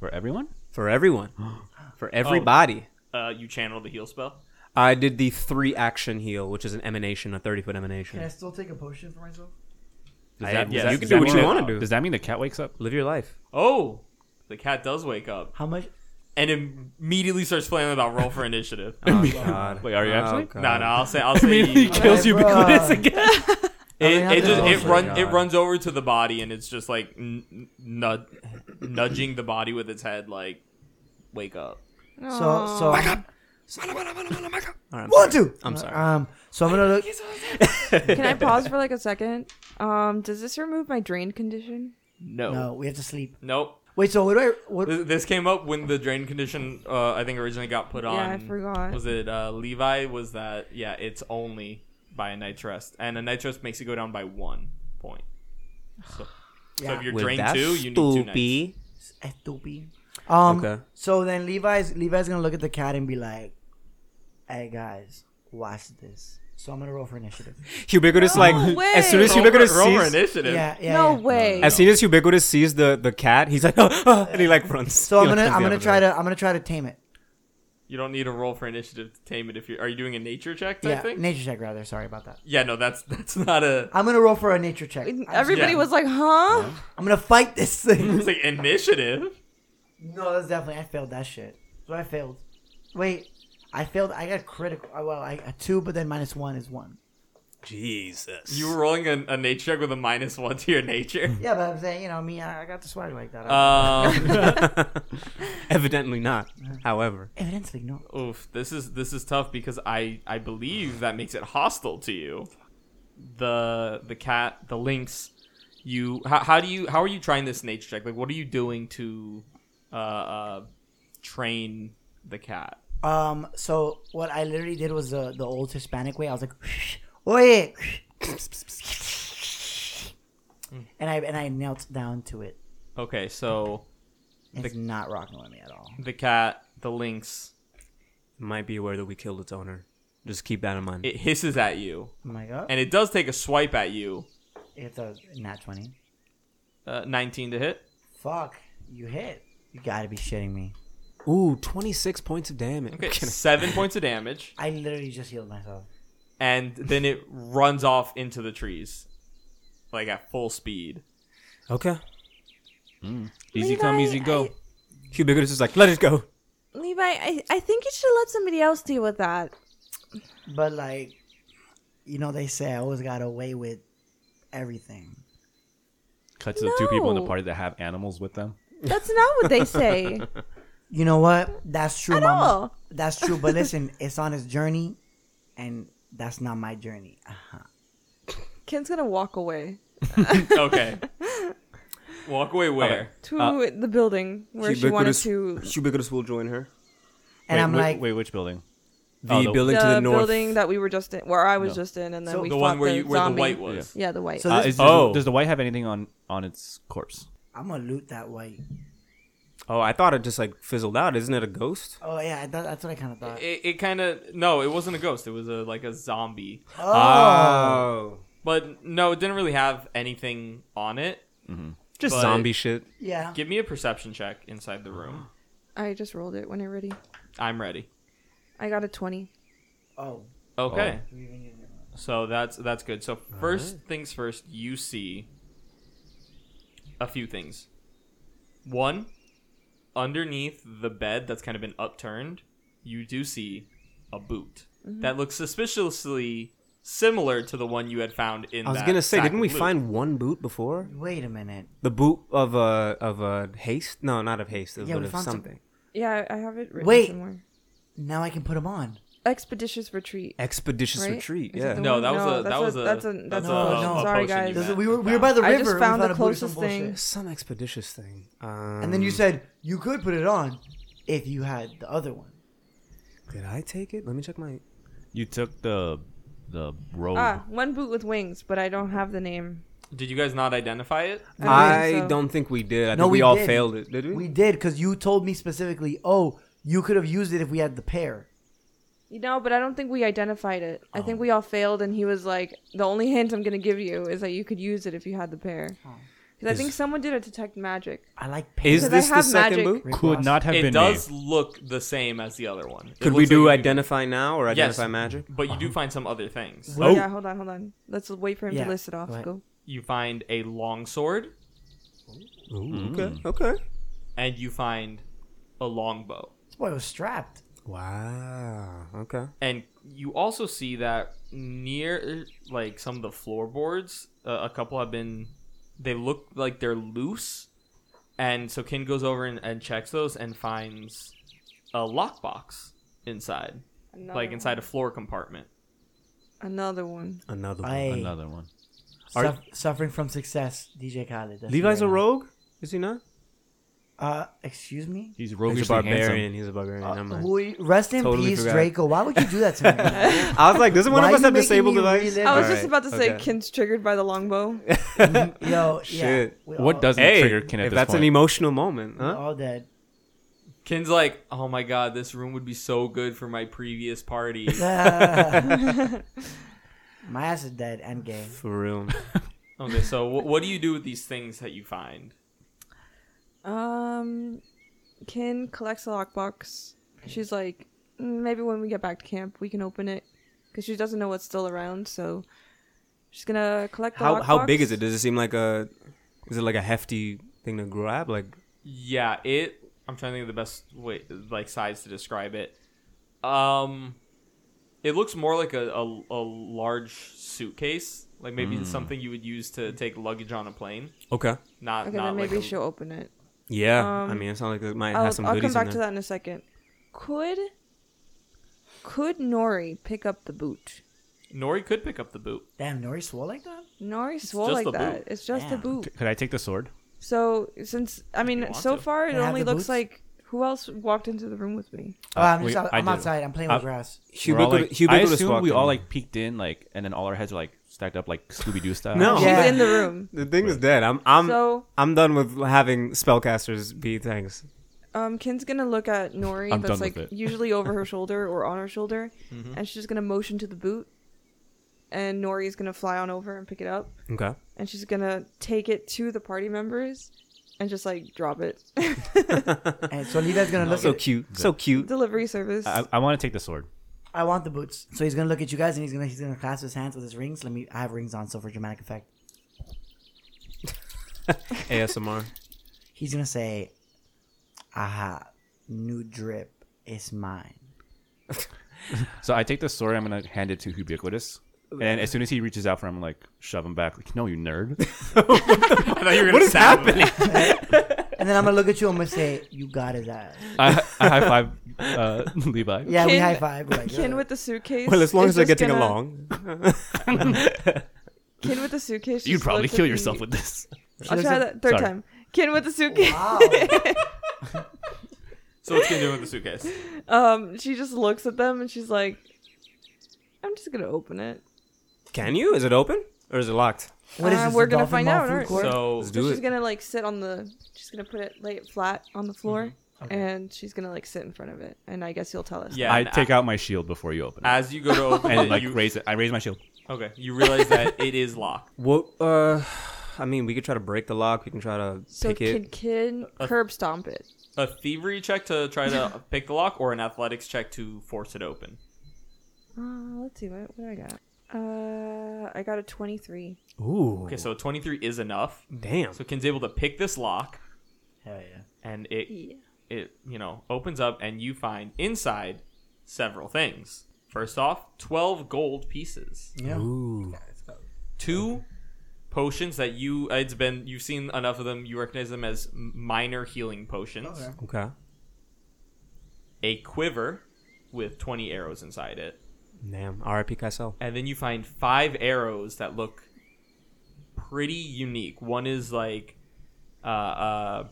Speaker 3: for everyone.
Speaker 5: for everyone, for everybody.
Speaker 2: Uh, you channel the heal spell.
Speaker 5: I did the three action heal, which is an emanation, a thirty foot
Speaker 1: Can I
Speaker 5: emanation.
Speaker 1: still take a potion for myself?
Speaker 3: Does
Speaker 2: I-
Speaker 3: that,
Speaker 2: yeah,
Speaker 3: does
Speaker 2: you can
Speaker 3: that- does
Speaker 2: do
Speaker 3: that
Speaker 2: what
Speaker 3: mean
Speaker 2: you
Speaker 3: that-
Speaker 5: wanna do.
Speaker 3: Does that mean the cat <laughs> wakes up?
Speaker 5: Live your life.
Speaker 2: Oh, the cat does wake up
Speaker 1: How much?
Speaker 2: and immediately starts flailing about roll for initiative.
Speaker 5: <laughs> Oh, God.
Speaker 3: Wait, are you actually?
Speaker 5: God.
Speaker 2: No, no, I'll say, I'll say.
Speaker 3: Immediately
Speaker 2: it,
Speaker 3: kills
Speaker 1: Hey,
Speaker 3: ubiquitous
Speaker 1: bruh.
Speaker 3: again.
Speaker 1: I
Speaker 2: it
Speaker 1: think
Speaker 2: just
Speaker 1: I
Speaker 2: it
Speaker 1: did.
Speaker 2: run
Speaker 5: Oh,
Speaker 2: it
Speaker 5: God.
Speaker 2: runs over to the body and it's just like n- nud- nudging the body with its head, like wake up.
Speaker 1: So
Speaker 4: Oh.
Speaker 1: <laughs> so.
Speaker 5: All right, I'm
Speaker 1: One,
Speaker 5: sorry.
Speaker 1: two.
Speaker 5: I'm sorry.
Speaker 1: Um, so I'm gonna
Speaker 5: <laughs>
Speaker 1: look.
Speaker 4: Can I pause for like a second? Um, does this remove my drained condition?
Speaker 2: No,
Speaker 1: No, we have to sleep.
Speaker 2: nope.
Speaker 1: Wait, so what do I? What?
Speaker 2: Th- This came up when the drain condition, uh, I think, originally got put on.
Speaker 4: I forgot.
Speaker 2: Was it uh, Levi? Was that yeah? It's only by a night's rest, and a night's rest makes it go down by one point. So, so
Speaker 1: Yeah.
Speaker 2: if you're
Speaker 5: With
Speaker 2: drained
Speaker 5: that
Speaker 2: two, you need two nights.
Speaker 5: stoopy-
Speaker 1: Stupid. Um.
Speaker 5: Okay.
Speaker 1: So then Levi's Levi's gonna look at the cat and be like, "Hey guys, watch this." So I'm gonna roll for initiative.
Speaker 5: Ubiquitous,
Speaker 4: No
Speaker 5: like
Speaker 4: way.
Speaker 5: as soon as
Speaker 2: Roll for-
Speaker 5: ubiquitous
Speaker 2: roll for
Speaker 5: sees,
Speaker 2: initiative.
Speaker 1: Yeah, yeah.
Speaker 4: no
Speaker 1: yeah.
Speaker 4: way.
Speaker 5: as soon as ubiquitous sees the the cat, he's like, <laughs> "Ah, ah," and he like runs.
Speaker 1: So
Speaker 5: He,
Speaker 1: I'm
Speaker 5: like,
Speaker 1: gonna
Speaker 5: runs
Speaker 1: I'm
Speaker 5: the
Speaker 1: gonna
Speaker 5: other
Speaker 1: try
Speaker 5: way.
Speaker 1: to I'm gonna try to tame it.
Speaker 2: You don't need a roll for initiative to tame it. If you are you doing a nature check type
Speaker 1: Yeah,
Speaker 2: thing?
Speaker 1: nature check rather. Sorry about that.
Speaker 2: yeah, no, that's that's not a.
Speaker 1: I'm gonna roll for a nature check. I'm,
Speaker 4: Everybody
Speaker 2: Yeah.
Speaker 4: was like, huh?
Speaker 1: I'm gonna fight
Speaker 4: <laughs>
Speaker 1: this thing.
Speaker 2: It's like initiative.
Speaker 1: no, that's definitely I failed that shit. So I failed. Wait, I failed. I got critical. uh, Well, I a two, but then minus one is one.
Speaker 5: Jesus.
Speaker 2: You were rolling a, a nature check with a minus one to your nature.
Speaker 1: Yeah, but I'm saying you know me. I, I got the swag like that.
Speaker 2: Um,
Speaker 5: <laughs> Evidently not. However,
Speaker 1: Evidently, no.
Speaker 2: oof, this is this is tough because I I believe that makes it hostile to you. The the cat the lynx. You how, how do you how are you trying this nature check? Like what are you doing to uh, uh train the cat?
Speaker 1: Um. So what I literally did was the the old Hispanic way. I was like, "Oye," and I and I knelt down to it.
Speaker 2: Okay, so
Speaker 1: It's not rocking with me at all.
Speaker 2: the cat the lynx
Speaker 5: might be aware that we killed its owner. Just keep that in mind.
Speaker 2: it hisses at you
Speaker 1: I'm like, oh,
Speaker 2: and it does take a swipe at you.
Speaker 1: it's a nat twenty.
Speaker 2: Uh, 19 to hit.
Speaker 1: Fuck, you hit. You gotta be shitting me.
Speaker 5: Ooh, 26 points of damage. <laughs>
Speaker 2: Okay, seven points of damage,
Speaker 1: I literally just healed myself.
Speaker 2: and then it runs off into the trees, like at full speed.
Speaker 5: Okay.
Speaker 3: Easy come,
Speaker 4: Levi,
Speaker 3: easy go.
Speaker 4: I-
Speaker 5: Ubiquitous is like, let it go.
Speaker 4: Levi, I, I think you should let somebody else deal with that.
Speaker 1: But like, you know, they say I always got away with everything.
Speaker 3: Cut to the two people in the
Speaker 4: No.
Speaker 3: party that have animals with them.
Speaker 4: That's not what
Speaker 1: <laughs>
Speaker 4: they say.
Speaker 1: You know what? That's true,
Speaker 4: At
Speaker 1: mama.
Speaker 4: all.
Speaker 1: That's true. But listen, it's on his journey, and that's not my journey. Uh-huh.
Speaker 4: Ken's gonna walk away
Speaker 2: Okay. Walk away where?
Speaker 4: to
Speaker 5: Uh,
Speaker 4: the building where she wanted to.
Speaker 5: Ubiquitous will join her.
Speaker 1: And
Speaker 3: wait,
Speaker 1: I'm
Speaker 3: wait,
Speaker 1: like,
Speaker 3: wait, which building?
Speaker 5: The
Speaker 3: Oh, the-
Speaker 5: building to
Speaker 4: The
Speaker 5: the north.
Speaker 4: building that we were just in, where I was
Speaker 3: No.
Speaker 4: just in, and then
Speaker 1: So-
Speaker 4: we
Speaker 2: the
Speaker 4: fought
Speaker 2: one where
Speaker 4: the
Speaker 2: you where
Speaker 4: zombie.
Speaker 2: the white was.
Speaker 4: Yeah, the white.
Speaker 1: So
Speaker 3: Uh,
Speaker 1: this-
Speaker 3: is, does,
Speaker 5: Oh.
Speaker 3: does the white have anything on on its corpse?
Speaker 1: I'm gonna loot that white.
Speaker 5: oh, I thought it just like fizzled out. Isn't it a ghost?
Speaker 1: Oh yeah, that, that's what I kind of thought.
Speaker 2: It, it kind of no, it wasn't a ghost. It was a like a zombie.
Speaker 1: Oh,
Speaker 5: Oh.
Speaker 2: But no, it didn't really have anything on it.
Speaker 5: Just
Speaker 2: But-
Speaker 5: zombie shit.
Speaker 1: yeah.
Speaker 2: Give me a perception check inside the room.
Speaker 4: I just rolled it when you're ready.
Speaker 2: I'm ready.
Speaker 4: I got a twenty.
Speaker 1: Oh,
Speaker 2: Okay.
Speaker 1: we even get it.
Speaker 2: So that's that's good. So first things first, you see a few things. One, underneath the bed that's kind of been upturned, you do see a boot that looks suspiciously similar to the one you had found in.
Speaker 5: I was
Speaker 2: that
Speaker 5: gonna say,
Speaker 2: sack
Speaker 5: didn't
Speaker 2: of
Speaker 5: we
Speaker 2: loot.
Speaker 5: find one boot before?
Speaker 1: wait a minute.
Speaker 5: The boot of uh, of uh, haste? No, not of haste. Of,
Speaker 1: Yeah,
Speaker 5: but
Speaker 1: we
Speaker 5: of
Speaker 1: found some-
Speaker 5: something.
Speaker 4: Yeah, I I have it written
Speaker 1: Wait.
Speaker 4: somewhere.
Speaker 1: Now I can put him on.
Speaker 4: Expeditious retreat.
Speaker 5: Expeditious
Speaker 4: Right?
Speaker 5: retreat.
Speaker 4: Is it
Speaker 5: Yeah.
Speaker 4: the
Speaker 2: No,
Speaker 4: one-
Speaker 2: that was
Speaker 4: no,
Speaker 2: a
Speaker 4: that's
Speaker 2: that was
Speaker 4: a-
Speaker 2: a
Speaker 4: that's a- that's
Speaker 1: a potion.
Speaker 2: a
Speaker 4: Sorry,
Speaker 2: potion you
Speaker 4: guys.
Speaker 2: had
Speaker 1: We were, we were by the
Speaker 4: I
Speaker 1: river.
Speaker 4: just
Speaker 1: we
Speaker 4: found
Speaker 1: found
Speaker 4: the
Speaker 1: a boot or some
Speaker 4: closest thing.
Speaker 1: bullshit.
Speaker 5: Some expeditious thing. Um,
Speaker 1: And then you said you could put it on if you had the other one.
Speaker 5: Did I take it? Let me check my.
Speaker 3: You took the the robe.
Speaker 4: Ah, one boot with wings, but I don't have the name.
Speaker 2: Did you guys not identify it?
Speaker 4: I don't
Speaker 5: I
Speaker 4: think so.
Speaker 5: don't think we did. I
Speaker 1: No,
Speaker 5: think we,
Speaker 1: we
Speaker 5: all
Speaker 1: did.
Speaker 5: failed it. Did we?
Speaker 1: We did because you told me specifically. Oh, you could have used it if we had the pair.
Speaker 4: You know, but I don't think we identified it. I
Speaker 5: Oh.
Speaker 4: think we all failed, and he was like, "The only hint I'm gonna give you is that you could use it if you had the pair."
Speaker 5: Oh.
Speaker 4: Because I think someone did a detect magic.
Speaker 1: I like
Speaker 5: Is
Speaker 4: Because
Speaker 5: this
Speaker 4: I
Speaker 5: the
Speaker 4: have
Speaker 5: second
Speaker 4: magic.
Speaker 5: book?
Speaker 1: Rick
Speaker 6: Could
Speaker 1: Ross.
Speaker 6: not have
Speaker 2: It
Speaker 6: been
Speaker 2: does
Speaker 6: me.
Speaker 2: look the same as the other one. It
Speaker 5: Could we
Speaker 2: looks
Speaker 5: do
Speaker 2: like you
Speaker 5: identify now or
Speaker 2: Yes.
Speaker 5: identify magic?
Speaker 2: But you do find some other things.
Speaker 5: Oh.
Speaker 1: What-
Speaker 4: Yeah, hold on, hold on. Let's wait for him
Speaker 1: Yeah,
Speaker 4: to list it off.
Speaker 1: right.
Speaker 4: Go.
Speaker 2: You find a long sword
Speaker 4: Mm.
Speaker 5: Okay. Okay.
Speaker 2: and you find a longbow.
Speaker 1: This boy was strapped.
Speaker 5: Wow. Okay.
Speaker 2: And you also see that near like some of the floorboards, uh, a couple have been they look like they're loose. And so Kin goes over and, and checks those and finds a lockbox inside,
Speaker 4: Another
Speaker 2: like inside a floor compartment.
Speaker 4: One. Another one.
Speaker 5: Another one.
Speaker 1: Hey,
Speaker 3: Another one.
Speaker 1: suff- suffering from success, DJ Khaled. that's
Speaker 5: Levi's
Speaker 1: me
Speaker 5: a
Speaker 1: right now.
Speaker 5: rogue? Is he not?
Speaker 1: Uh, excuse me.
Speaker 3: He's
Speaker 5: He's a
Speaker 3: roguishly
Speaker 5: barbarian.
Speaker 3: handsome.
Speaker 5: He's a barbarian.
Speaker 1: Uh,
Speaker 5: Never mind. <laughs>
Speaker 1: who- rest in
Speaker 5: Totally
Speaker 1: peace,
Speaker 5: forgot.
Speaker 1: Draco. Why would you do that to
Speaker 5: <laughs>
Speaker 1: me?
Speaker 5: I was like, doesn't one
Speaker 1: Why
Speaker 5: of
Speaker 1: are
Speaker 5: us
Speaker 1: you
Speaker 5: have
Speaker 1: making
Speaker 5: disabled
Speaker 1: me
Speaker 5: device?
Speaker 1: relive-
Speaker 4: I was
Speaker 5: All
Speaker 4: just
Speaker 5: right,
Speaker 4: about to say,
Speaker 5: okay.
Speaker 4: Kin's triggered by the
Speaker 5: <laughs>
Speaker 4: longbow.
Speaker 1: <laughs> Yo, yeah.
Speaker 5: Shit.
Speaker 1: we all-
Speaker 3: What doesn't
Speaker 5: Hey,
Speaker 3: trigger Kin at
Speaker 5: if
Speaker 3: this
Speaker 5: that's
Speaker 3: point?
Speaker 5: an emotional moment,
Speaker 1: we
Speaker 5: huh?
Speaker 1: all dead? <laughs>
Speaker 2: Kin's like, oh my god, this room would be so good for my previous party.
Speaker 1: My ass is dead. End game.
Speaker 5: For real.
Speaker 2: okay, so wh- what do you do with these things that you find?
Speaker 4: Um, Kin collects the lockbox. She's like, "Mm, maybe when we get back to camp, we can open it, because she doesn't know what's still around. So she's gonna collect the
Speaker 5: How how big
Speaker 4: lockbox.
Speaker 5: is it? Does it seem like a? Is it like a hefty thing to grab? Like
Speaker 2: Yeah, it. I'm trying to think of the best way, like size to describe it. Um, it looks more like a a, a large suitcase, like maybe something you would use to take luggage on a plane.
Speaker 5: okay.
Speaker 2: Not
Speaker 4: Okay,
Speaker 2: not
Speaker 4: then maybe
Speaker 2: like a-
Speaker 4: she'll open it.
Speaker 5: Yeah.
Speaker 4: Um,
Speaker 5: I mean, it sounds like it might
Speaker 4: I'll,
Speaker 5: have some
Speaker 4: I'll come
Speaker 5: goodies
Speaker 4: back
Speaker 5: in
Speaker 4: to
Speaker 5: there.
Speaker 4: that in a second. Could could Nori pick up the boot?
Speaker 2: Nori could pick up the boot.
Speaker 1: Damn, Nori swole like that?
Speaker 4: Nori swole
Speaker 2: just
Speaker 4: like
Speaker 2: the
Speaker 4: that.
Speaker 2: boot.
Speaker 4: It's just the
Speaker 1: Damn.
Speaker 4: boot.
Speaker 3: C- Could I take the sword?
Speaker 4: So since I mean,
Speaker 2: want
Speaker 4: so
Speaker 2: to.
Speaker 4: far it
Speaker 1: Can I have
Speaker 4: only
Speaker 1: the
Speaker 4: looks
Speaker 1: boots?
Speaker 4: like who else walked into the room with me?
Speaker 1: Oh, I'm,
Speaker 3: we-
Speaker 1: just, out-
Speaker 3: I
Speaker 1: I'm
Speaker 3: did.
Speaker 1: outside. I'm playing with
Speaker 3: I-
Speaker 1: grass.
Speaker 3: We're all,
Speaker 5: Ubiquitous-
Speaker 3: like, I
Speaker 5: ubiquitous
Speaker 3: assume
Speaker 5: walk
Speaker 3: we
Speaker 5: in.
Speaker 3: all like peeked in, like, and then all our heads are like stacked up like Scooby Doo style.
Speaker 5: No.
Speaker 4: She's
Speaker 1: Yeah.
Speaker 4: in the room.
Speaker 5: The thing is dead. I'm I'm
Speaker 4: So-
Speaker 5: I'm done with having spellcasters be things.
Speaker 4: Um, Kin's gonna look at Nori.
Speaker 3: I'm
Speaker 4: that's
Speaker 3: done
Speaker 4: like
Speaker 3: with it.
Speaker 4: usually over her shoulder or on her shoulder,
Speaker 2: Mm-hmm.
Speaker 4: and she's just gonna motion to the boot, and Nori's gonna fly on over and pick it up,
Speaker 5: Okay.
Speaker 4: and she's gonna take it to the party members, and just like drop it. <laughs>
Speaker 1: And so Levi's gonna look.
Speaker 5: So
Speaker 1: At, it.
Speaker 5: cute. So <laughs> cute.
Speaker 4: Delivery service.
Speaker 3: I, I want to take the sword.
Speaker 1: I want the boots. So he's gonna look at you guys, and he's gonna he's gonna clasp his hands with his rings. Let me. I have rings on, so for dramatic effect,
Speaker 5: ASMR.
Speaker 1: he's gonna say, "Aha, new drip is mine."
Speaker 3: So I take the sword. I'm gonna hand it to Ubiquitous, and as soon as he reaches out for him, I'm like shove him back. Like, no, you <laughs> nerd.
Speaker 2: I thought you were
Speaker 5: What is happening?
Speaker 1: And then I'm gonna look at you. I'm gonna say, "You got his ass."
Speaker 3: I, I high five uh, <laughs> Levi.
Speaker 1: Yeah, we
Speaker 4: Kin-
Speaker 1: high five. Like,
Speaker 4: Kin
Speaker 1: yeah.
Speaker 4: with the suitcase.
Speaker 5: Well, as long
Speaker 4: is
Speaker 5: as they're
Speaker 4: just
Speaker 5: getting
Speaker 4: gonna-
Speaker 5: along.
Speaker 4: Kin with the suitcase.
Speaker 3: You'd
Speaker 4: just
Speaker 3: probably
Speaker 4: looks at
Speaker 3: kill
Speaker 4: me-
Speaker 3: yourself with this.
Speaker 4: I'll
Speaker 1: looks
Speaker 4: try
Speaker 1: at-
Speaker 4: that third
Speaker 3: Sorry.
Speaker 4: time. Kin with the suitcase.
Speaker 1: wow.
Speaker 2: So what's Kin doing with the suitcase?
Speaker 4: <laughs> Um, she just looks at them and she's like, "I'm just gonna open it."
Speaker 5: Can you? Is it open or is it locked?
Speaker 1: What is
Speaker 4: Uh,
Speaker 1: this?
Speaker 4: we're
Speaker 1: a
Speaker 4: gonna
Speaker 1: dolphin
Speaker 4: find
Speaker 1: mall
Speaker 4: out,
Speaker 1: food
Speaker 4: aren't we?
Speaker 1: court?
Speaker 2: So
Speaker 5: Let's
Speaker 4: So
Speaker 5: do
Speaker 4: she's
Speaker 5: it.
Speaker 4: gonna like sit on the. She's gonna put it, lay it flat on the floor,
Speaker 5: Mm-hmm.
Speaker 4: and she's gonna like sit in front of it. And I guess you'll tell us.
Speaker 2: yeah,
Speaker 3: I
Speaker 2: and
Speaker 3: take
Speaker 2: a-
Speaker 3: out my shield before you open it,
Speaker 2: as you go to open
Speaker 3: <laughs> and
Speaker 2: it.
Speaker 3: like
Speaker 2: you,
Speaker 3: raise it. I raise my shield.
Speaker 2: okay, you realize that it is locked.
Speaker 5: What? Uh, I mean, we could try to break the lock. We can try to
Speaker 4: So
Speaker 5: pick
Speaker 4: kid,
Speaker 5: it. Uh,
Speaker 4: kid, curb stomp it.
Speaker 2: A thievery check to try to <laughs> pick the lock, or an athletics check to force it open.
Speaker 4: Uh, let's see what what do I got. Uh, I got a twenty-three.
Speaker 5: Ooh,
Speaker 2: Okay, so 23 is enough.
Speaker 5: damn.
Speaker 2: So Kin's able to pick this lock,
Speaker 1: Hell yeah.
Speaker 2: and it it you know opens up, and you find inside several things. First off, 12 gold pieces,
Speaker 1: Yeah.
Speaker 5: Ooh,
Speaker 2: two potions that you it's been you've seen enough of them. You recognize them as minor healing potions.
Speaker 1: Okay.
Speaker 5: okay.
Speaker 2: A quiver with 20 arrows inside it,
Speaker 5: Damn. R.I.P. Kaisel.
Speaker 2: and then you find five arrows that look pretty unique. One is like uh, uh,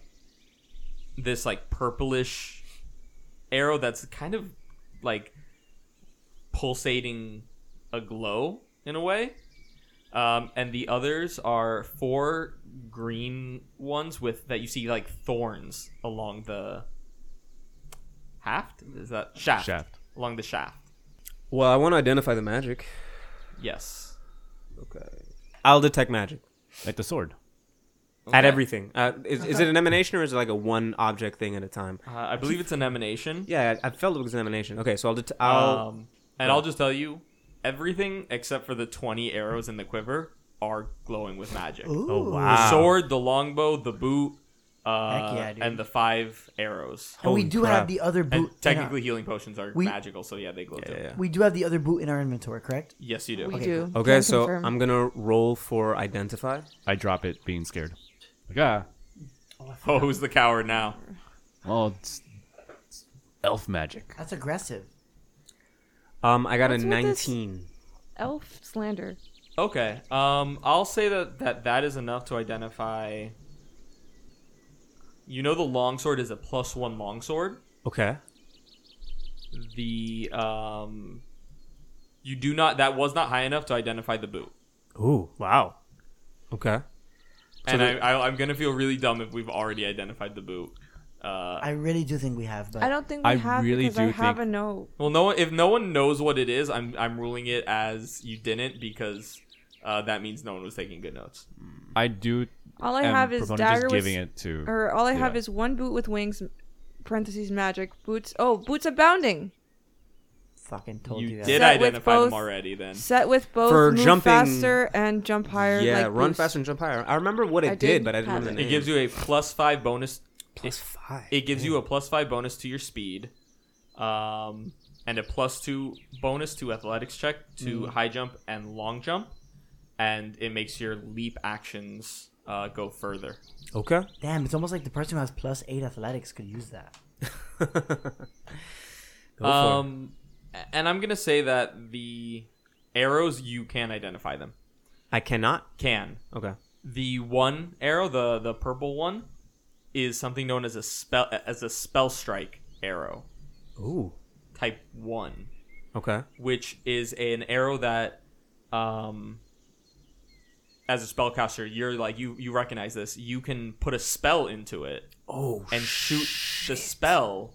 Speaker 2: this like purplish arrow that's kind of like pulsating a glow in a way. Um, and the others are four green ones with that you see like thorns along the haft. Is that shaft?
Speaker 3: Shaft.
Speaker 2: Along the shaft.
Speaker 5: Well, I want to identify the magic.
Speaker 2: Yes.
Speaker 5: Okay. I'll detect magic
Speaker 3: like the sword.
Speaker 5: at
Speaker 2: Okay.
Speaker 5: everything. Uh, is, is it an emanation or is it like a one object thing at a time?
Speaker 2: Uh, I believe it's an emanation.
Speaker 5: Yeah, I, I felt it was an emanation. Okay, so I'll. Det-
Speaker 4: Uh,
Speaker 5: I'll
Speaker 2: um, and I'll just tell you, everything except for the twenty arrows in the quiver are glowing with magic.
Speaker 1: Ooh.
Speaker 2: The sword, the longbow, the boot, uh,
Speaker 1: Heck yeah, dude.
Speaker 2: and the five arrows.
Speaker 1: And we
Speaker 5: Holy
Speaker 1: do
Speaker 5: crap.
Speaker 1: have the other boot. in
Speaker 2: And
Speaker 1: our-
Speaker 2: technically, healing potions are
Speaker 1: We-
Speaker 2: magical, so yeah, they glow too.
Speaker 5: yeah, yeah.
Speaker 1: we do have the other boot in our inventory, correct?
Speaker 2: Yes, you do.
Speaker 4: We do.
Speaker 5: Okay,
Speaker 4: Can
Speaker 5: so
Speaker 4: confirm.
Speaker 5: I'm gonna roll for identify.
Speaker 3: I drop it, being scared. Like ah,
Speaker 2: Oh, who's the coward now?
Speaker 3: well, it's, it's elf magic.
Speaker 1: That's aggressive.
Speaker 5: Um, I got
Speaker 4: What's
Speaker 5: a
Speaker 4: with this?
Speaker 5: 19.
Speaker 4: elf slander.
Speaker 2: Okay. Um, I'll say that that that is enough to identify. You know, the longsword is a plus one longsword.
Speaker 5: Okay.
Speaker 2: The um, you do not. That was not high enough to identify the boot.
Speaker 5: Ooh, wow. Okay.
Speaker 2: and I, I, I'm gonna feel really dumb if we've already identified the boot. Uh,
Speaker 1: I really do think we have, but
Speaker 4: I don't think we
Speaker 3: I
Speaker 4: have
Speaker 3: really
Speaker 4: because I
Speaker 3: do
Speaker 4: have
Speaker 3: think-
Speaker 4: a note.
Speaker 2: well, no one. If no one knows what it is, I'm I'm ruling it as you didn't because uh, that means no one was taking good notes.
Speaker 3: I do.
Speaker 4: All I
Speaker 3: am
Speaker 4: have is
Speaker 3: proponent
Speaker 4: dagger
Speaker 3: just
Speaker 4: with,
Speaker 3: giving it to.
Speaker 4: or all I have
Speaker 3: Yeah.
Speaker 4: is one boot with wings. Parentheses magic boots. Oh, boots abounding.
Speaker 1: fucking told you,
Speaker 2: You
Speaker 1: guys.
Speaker 2: did
Speaker 4: Set with
Speaker 2: identify them
Speaker 4: both-
Speaker 2: already, then.
Speaker 4: Set with both
Speaker 5: For
Speaker 4: move
Speaker 5: jumping-
Speaker 4: faster and jump higher.
Speaker 5: yeah,
Speaker 4: like
Speaker 5: run
Speaker 4: boost.
Speaker 5: faster and jump higher. I remember what it
Speaker 4: I
Speaker 5: did,
Speaker 4: did
Speaker 5: but I didn't
Speaker 4: have
Speaker 5: remember the
Speaker 4: it.
Speaker 5: name.
Speaker 2: It gives you a plus five bonus.
Speaker 5: plus five.
Speaker 2: It gives you a
Speaker 5: Mm.
Speaker 2: plus five bonus to your speed, um, and a plus two bonus to athletics check to
Speaker 5: Mm.
Speaker 2: high jump and long jump, and it makes your leap actions uh, go further.
Speaker 5: Okay.
Speaker 1: Damn, it's almost like the person who has plus eight athletics could use that.
Speaker 5: Go for it.
Speaker 2: Um, a- and I'm gonna say that the arrows you can identify them.
Speaker 5: I cannot.
Speaker 2: Can
Speaker 5: Okay.
Speaker 2: the one arrow, the the purple one, is something known as a spell as a spell strike arrow
Speaker 5: Ooh.
Speaker 2: type one,
Speaker 5: Okay.
Speaker 2: which is an arrow that, um, as a spellcaster, you're like you you recognize this. You can put a spell into it
Speaker 5: Oh.
Speaker 2: and shoot the spell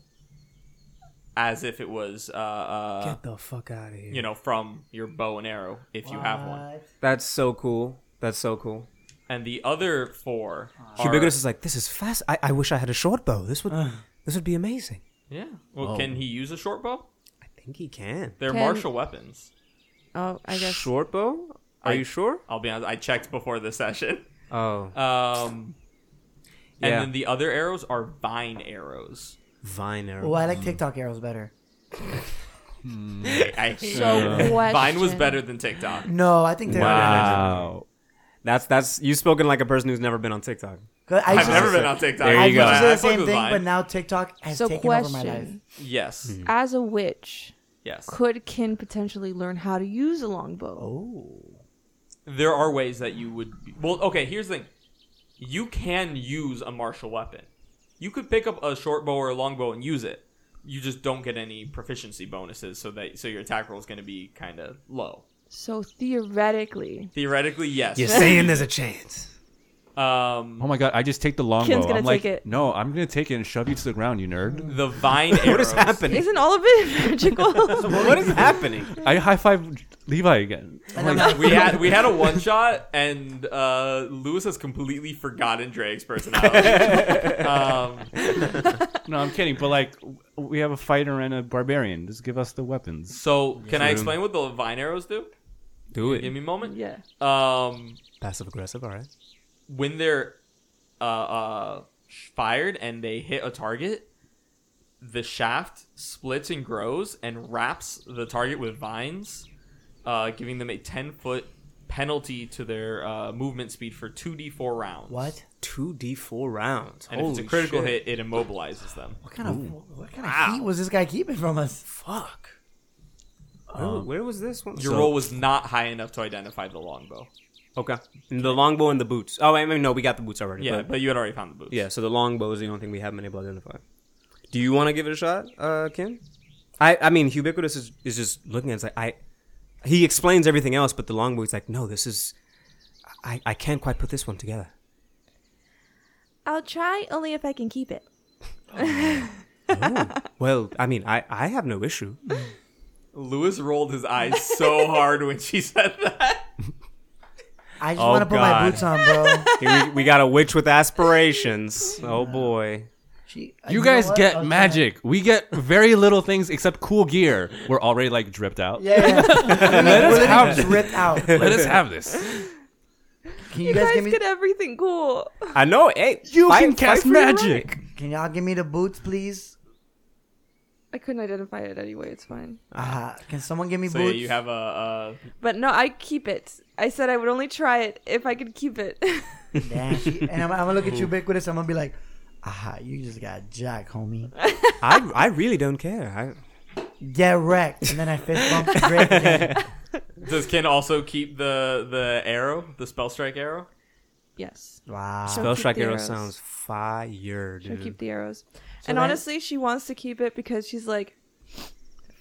Speaker 2: as if it was uh, uh
Speaker 5: Get the fuck out of here.
Speaker 2: you know, from your bow and arrow if you have one.
Speaker 1: What?
Speaker 5: That's so cool. That's so cool.
Speaker 2: And the other four are,
Speaker 5: Ubiquitous is like, this is fast. I, I wish I had a short bow. This would this would be amazing.
Speaker 2: Yeah. Well,
Speaker 5: oh.
Speaker 2: can he use a short bow?
Speaker 5: I think he can.
Speaker 2: They're
Speaker 4: Can-
Speaker 2: martial weapons.
Speaker 4: Oh, I guess.
Speaker 5: Short bow? Are
Speaker 2: I-
Speaker 5: you sure?
Speaker 2: I'll be honest, I checked before the session.
Speaker 5: Oh.
Speaker 2: Um and
Speaker 5: Yeah.
Speaker 2: then the other arrows are vine arrows.
Speaker 5: Vine arrow.
Speaker 1: Oh, I like TikTok arrows better.
Speaker 2: I
Speaker 4: <laughs>
Speaker 2: Vine
Speaker 4: So
Speaker 2: was
Speaker 4: question.
Speaker 2: better than TikTok.
Speaker 1: No, I think they're.
Speaker 3: wow.
Speaker 5: That's that's you spoken like a person who's never been on TikTok.
Speaker 1: Good. I
Speaker 2: I've
Speaker 1: used to-
Speaker 2: never been on TikTok.
Speaker 5: There
Speaker 1: I
Speaker 5: you
Speaker 1: used
Speaker 5: go.
Speaker 1: to say the
Speaker 2: I- I fuck
Speaker 1: same
Speaker 2: with
Speaker 1: thing,
Speaker 2: Vine.
Speaker 1: but now TikTok has
Speaker 4: So
Speaker 1: taken over my life.
Speaker 4: question:
Speaker 2: Yes.
Speaker 4: As a witch,
Speaker 2: Yes.
Speaker 4: could Kin potentially learn how to use a longbow?
Speaker 1: Oh,
Speaker 2: There are ways that you would be, Well, okay, here's the thing. You can use a martial weapon. You could pick up a short bow or a longbow and use it. You just don't get any proficiency bonuses, so that so your attack roll is going to be kind of low.
Speaker 4: So theoretically,
Speaker 2: Theoretically, yes.
Speaker 5: saying there's a chance.
Speaker 2: Um,
Speaker 3: Oh my god! I just take the longbow.
Speaker 4: Ken's gonna
Speaker 3: I'm like,
Speaker 4: take it.
Speaker 3: no, I'm gonna take it and shove you to the ground, you nerd.
Speaker 2: the vine arrows.
Speaker 5: What is happening?
Speaker 4: isn't all of it
Speaker 1: <laughs>
Speaker 4: <laughs> magical?
Speaker 5: What is happening?
Speaker 3: I high five Levi again.
Speaker 1: and I'm like,
Speaker 2: <laughs> We had we had a one shot, and uh, Lewis has completely forgotten Drake's personality. um,
Speaker 3: No, I'm kidding. But like, w- we have a fighter and a barbarian. Just give us the weapons.
Speaker 2: so, can I explain what the vine arrows do?
Speaker 5: Do
Speaker 2: Give
Speaker 5: it.
Speaker 2: me a moment.
Speaker 4: yeah.
Speaker 2: Um,
Speaker 5: Passive aggressive, all right.
Speaker 2: when they're uh, uh, fired and they hit a target, the shaft splits and grows and wraps the target with vines, uh, giving them a 10 foot penalty to their uh, movement speed for 2d4 rounds.
Speaker 1: what?
Speaker 5: Two D four rounds.
Speaker 2: And if it's a
Speaker 5: Holy
Speaker 2: critical
Speaker 5: shit.
Speaker 2: hit, it immobilizes them.
Speaker 1: What kind of what kind of heat was this guy keeping from us?
Speaker 5: Fuck. Where, where was this one?
Speaker 2: Your
Speaker 5: So-
Speaker 2: roll was not high enough to identify the longbow.
Speaker 5: Okay. And the longbow and the boots. Oh, I mean, no, we got the boots already.
Speaker 2: Yeah,
Speaker 5: but-
Speaker 2: but you had already found the boots.
Speaker 5: yeah. So the longbow is the only thing we haven't been able to identify. Do you want to give it a shot, uh, Kim? I, I mean, ubiquitous is, is just looking at. It, it's like I, he explains everything else, but the longbow is like, no, this is, I, I can't quite put this one together.
Speaker 4: I'll try only if I can keep it.
Speaker 5: Well, I mean, I, I have no issue. <laughs>
Speaker 2: Lewis rolled his <laughs> eyes so hard when she said that.
Speaker 1: I just
Speaker 5: Oh,
Speaker 1: want to put my
Speaker 5: God.
Speaker 1: boots on,
Speaker 3: <laughs>
Speaker 1: bro.
Speaker 5: Here we, we got a witch with aspirations. Oh boy.
Speaker 1: She,
Speaker 3: You,
Speaker 1: know
Speaker 3: guys
Speaker 1: what? I was
Speaker 3: get
Speaker 1: gonna-
Speaker 3: magic. We get very little things except cool gear. We're already like dripped
Speaker 1: <laughs>
Speaker 3: out.
Speaker 1: Yeah, yeah. We're
Speaker 3: Let us
Speaker 1: literally
Speaker 3: have it.
Speaker 1: dripped out. Can
Speaker 3: <laughs> Let us have this.
Speaker 1: you,
Speaker 4: You
Speaker 1: guys,
Speaker 4: guys
Speaker 1: give me?
Speaker 4: get everything cool.
Speaker 5: I know. Hey,
Speaker 3: You
Speaker 5: fight-
Speaker 3: can
Speaker 5: fight
Speaker 3: cast
Speaker 5: for your right.
Speaker 3: magic.
Speaker 1: Can y'all give me the boots, please?
Speaker 4: I couldn't identify it anyway. It's fine.
Speaker 1: Uh, can someone give me
Speaker 2: So yeah,
Speaker 1: boots?
Speaker 2: you have a, a
Speaker 4: But no, I keep it. I said I would only try it if I could keep it. <laughs>
Speaker 1: Damn, she- <laughs> and I'm, I'm gonna look at you ubiquitous. I'm gonna be like, ah, you just got jack, homie.
Speaker 5: I I really don't care.
Speaker 1: Direct, and then I fist bump.
Speaker 4: <laughs>
Speaker 1: Drake again.
Speaker 2: does Ken also keep the the arrow, the spell strike arrow?
Speaker 4: yes.
Speaker 1: Wow.
Speaker 5: I,
Speaker 4: So-
Speaker 5: Spell
Speaker 4: keep
Speaker 5: Strike
Speaker 4: the
Speaker 5: Arrow
Speaker 4: arrows.
Speaker 5: sounds fire,
Speaker 4: Should
Speaker 5: dude.
Speaker 4: I keep the arrows? and
Speaker 1: then-
Speaker 4: honestly, she wants to keep it because she's like,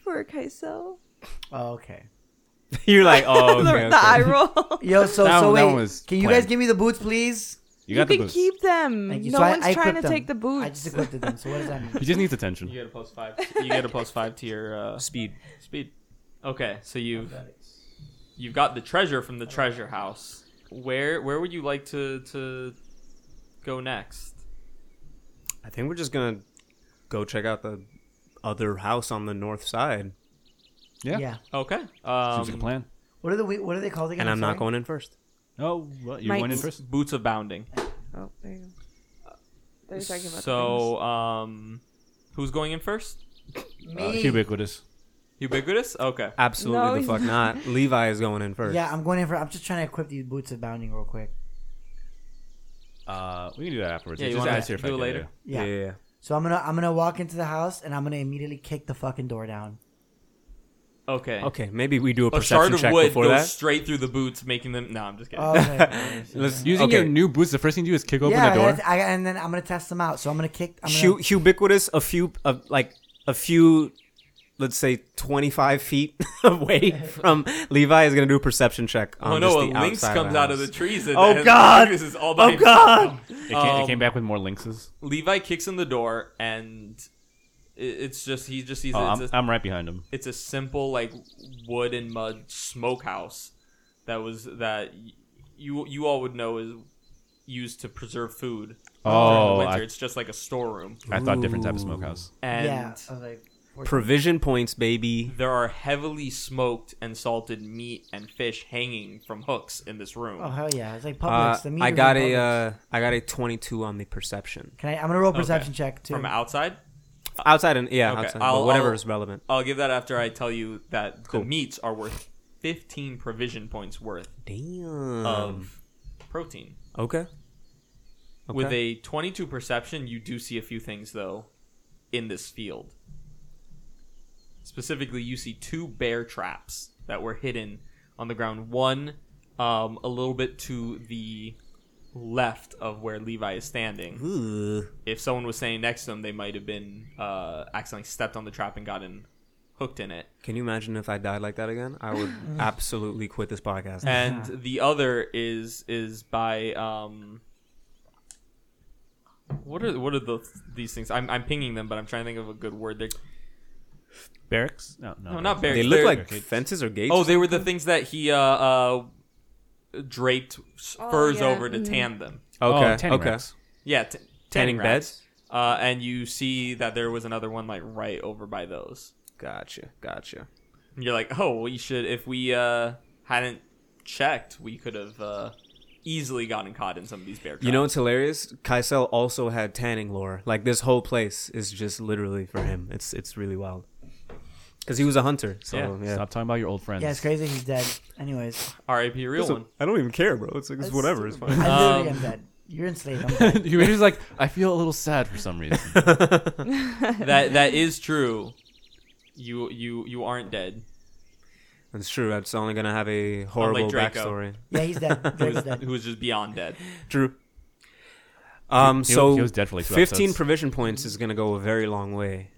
Speaker 4: for Kaisel.
Speaker 1: Oh, okay.
Speaker 5: <laughs> You're like,
Speaker 4: <laughs>
Speaker 5: oh,
Speaker 4: the,
Speaker 5: okay,
Speaker 1: <laughs>
Speaker 4: the
Speaker 5: okay.
Speaker 4: eye roll.
Speaker 1: Yo, so
Speaker 3: That
Speaker 1: so
Speaker 3: one- that
Speaker 1: wait,
Speaker 3: one was
Speaker 1: can you
Speaker 3: planned.
Speaker 1: guys give me the boots, please?
Speaker 3: You
Speaker 4: You,
Speaker 3: got the
Speaker 4: can
Speaker 3: boots.
Speaker 4: keep them.
Speaker 1: Thank you.
Speaker 4: No
Speaker 1: So I-
Speaker 4: one's
Speaker 1: I
Speaker 4: trying to
Speaker 1: equipped them.
Speaker 4: take the boots.
Speaker 1: I just
Speaker 4: <laughs>
Speaker 1: equipped them. So what does that mean?
Speaker 3: He just needs
Speaker 2: You
Speaker 3: attention.
Speaker 2: get a plus five. You get a plus five to your uh,
Speaker 5: speed.
Speaker 2: speed. Okay, so you've you've got the treasure from the treasure house. Where where would you like to to go next?
Speaker 5: I think we're just gonna go check out the other house on the north side,
Speaker 3: Yeah.
Speaker 1: Yeah.
Speaker 2: Okay.
Speaker 3: Seems like a
Speaker 2: Um,
Speaker 3: plan.
Speaker 1: What are the what are they called again?
Speaker 5: and I'm not
Speaker 1: sorry.
Speaker 5: going in first.
Speaker 3: Oh, what? You
Speaker 4: Mike's-
Speaker 3: went in first.
Speaker 2: boots of bounding.
Speaker 4: Oh, there you go. They're talking about
Speaker 2: So um, who's going in first?
Speaker 3: Uh,
Speaker 1: Me.
Speaker 3: ubiquitous.
Speaker 2: Ubiquitous. Okay.
Speaker 5: Absolutely
Speaker 4: No,
Speaker 5: the
Speaker 4: he's
Speaker 5: fuck not. Levi is going in first.
Speaker 1: Yeah, I'm going in for. I'm just trying to equip these boots of bounding real quick.
Speaker 3: Uh, we can do that afterwards.
Speaker 2: Yeah,
Speaker 3: It
Speaker 2: you
Speaker 3: just
Speaker 2: wanna
Speaker 3: adds to your
Speaker 2: do it
Speaker 3: fact,
Speaker 2: later?
Speaker 3: yeah.
Speaker 1: Yeah.
Speaker 5: yeah.
Speaker 1: So I'm gonna I'm gonna walk into the house and I'm gonna immediately kick the fucking door down.
Speaker 2: Okay.
Speaker 5: Okay, maybe we do a
Speaker 2: A shard
Speaker 5: perception
Speaker 2: of
Speaker 5: check
Speaker 2: wood
Speaker 5: before
Speaker 2: goes
Speaker 5: that.
Speaker 2: straight through the boots, making them. No, I'm just kidding.
Speaker 1: Oh, okay.
Speaker 5: Let's
Speaker 3: Using
Speaker 5: okay.
Speaker 3: your new boots, the first thing you do is kick open
Speaker 1: yeah,
Speaker 3: the door.
Speaker 1: I gotta- I gotta- and then I'm gonna test them out. So I'm gonna kick. I'm gonna,
Speaker 5: Hu- ubiquitous a few of like a few let's say 25 feet <laughs> away from levi is gonna do a perception check on
Speaker 2: oh no! A
Speaker 5: just the
Speaker 2: lynx
Speaker 5: outside
Speaker 2: comes
Speaker 5: the
Speaker 2: out of the
Speaker 5: house.
Speaker 2: trees. And
Speaker 5: Oh,
Speaker 2: and
Speaker 5: God.
Speaker 2: Ubiquitous Is all by
Speaker 5: oh
Speaker 2: himself.
Speaker 5: god
Speaker 3: It came,
Speaker 2: Um,
Speaker 3: it came back with more lynxes.
Speaker 2: Levi kicks in the door, and it- it's just he just sees
Speaker 3: Oh,
Speaker 2: it's,
Speaker 3: I'm,
Speaker 2: a,
Speaker 3: I'm right behind him.
Speaker 2: it's a simple like wood and mud smokehouse that was that y- you you all would know is used to preserve food during
Speaker 3: Oh,
Speaker 2: the winter.
Speaker 3: I-
Speaker 2: it's just like a storeroom,
Speaker 3: I thought different type of smokehouse.
Speaker 2: and
Speaker 1: yeah. I was like,
Speaker 5: provision points baby
Speaker 2: there are heavily smoked and salted meat and fish hanging from hooks in this room.
Speaker 1: oh hell yeah! It's like
Speaker 5: uh,
Speaker 1: Publix. the meat
Speaker 5: i
Speaker 1: is
Speaker 5: got
Speaker 1: in
Speaker 5: a
Speaker 1: Publix.
Speaker 5: uh, i got a 22 on the perception
Speaker 1: Can I? I'm gonna roll a perception check too.
Speaker 2: From outside,
Speaker 5: outside and yeah
Speaker 2: Okay,
Speaker 5: outside but
Speaker 2: I'll-
Speaker 5: whatever
Speaker 2: I'll-
Speaker 5: is relevant
Speaker 2: I'll give that after I tell you that
Speaker 5: Cool.
Speaker 2: the meats are worth fifteen provision points worth
Speaker 5: damn
Speaker 2: of protein.
Speaker 5: okay
Speaker 2: With
Speaker 5: Um, Okay.
Speaker 2: a 22 perception, you do see a few things though in this field. Specifically, you see two bear traps that were hidden on the ground. One, um, a little bit to the left of where Levi is standing.
Speaker 5: Ooh.
Speaker 2: If someone was standing next to him, they might have been uh, accidentally stepped on the trap and gotten hooked in it.
Speaker 5: can you imagine if i died like that again i
Speaker 1: <laughs>
Speaker 5: would absolutely quit this podcast
Speaker 2: and the other is is by um what are what are the these things i'm, I'm pinging them but i'm trying to think of a good word they're
Speaker 3: Barracks? No, no.
Speaker 2: no not bears
Speaker 5: they look
Speaker 2: they're-
Speaker 5: like
Speaker 3: Gates.
Speaker 5: fences or gates
Speaker 2: oh they were the things that he uh uh draped s-
Speaker 4: Oh,
Speaker 2: furs
Speaker 4: yeah,
Speaker 2: over to
Speaker 4: mhm.
Speaker 2: tan them
Speaker 5: okay
Speaker 3: Oh, tanning
Speaker 5: okay
Speaker 3: racks.
Speaker 2: yeah t-
Speaker 5: tanning
Speaker 2: racks.
Speaker 5: beds
Speaker 2: uh and you see that there was another one like right over by those
Speaker 5: Gotcha, gotcha.
Speaker 2: and you're like oh we should if we uh hadn't checked we could have uh easily gotten caught in some of these bear traps.
Speaker 5: You know what's hilarious? Kaisel also had tanning lore. Like this whole place is just literally for him. It's it's really wild. Cause he was a hunter. So Oh, yeah.
Speaker 2: Yeah.
Speaker 3: Stop talking about your old friends. <laughs>
Speaker 1: yeah, it's crazy. He's dead. Anyways,
Speaker 2: rip real one
Speaker 5: I don't even care, bro. It's like
Speaker 1: That's whatever,
Speaker 5: It's
Speaker 1: I
Speaker 5: fine.
Speaker 1: literally am dead. You're enslaved. I'm dead.
Speaker 3: you were just like, I feel a little sad for some reason.
Speaker 2: that that is true. You you you aren't dead.
Speaker 5: <laughs> That's true. It's only gonna have a horrible
Speaker 2: Draco.
Speaker 5: backstory.
Speaker 1: Yeah, he's dead.
Speaker 2: Who
Speaker 1: Drake's
Speaker 2: is, <laughs>
Speaker 1: dead.
Speaker 2: who is just beyond dead.
Speaker 5: True. Um.
Speaker 3: He- he
Speaker 5: so
Speaker 3: was dead for like two
Speaker 5: fifteen
Speaker 3: episodes.
Speaker 5: provision points is gonna go a very long way.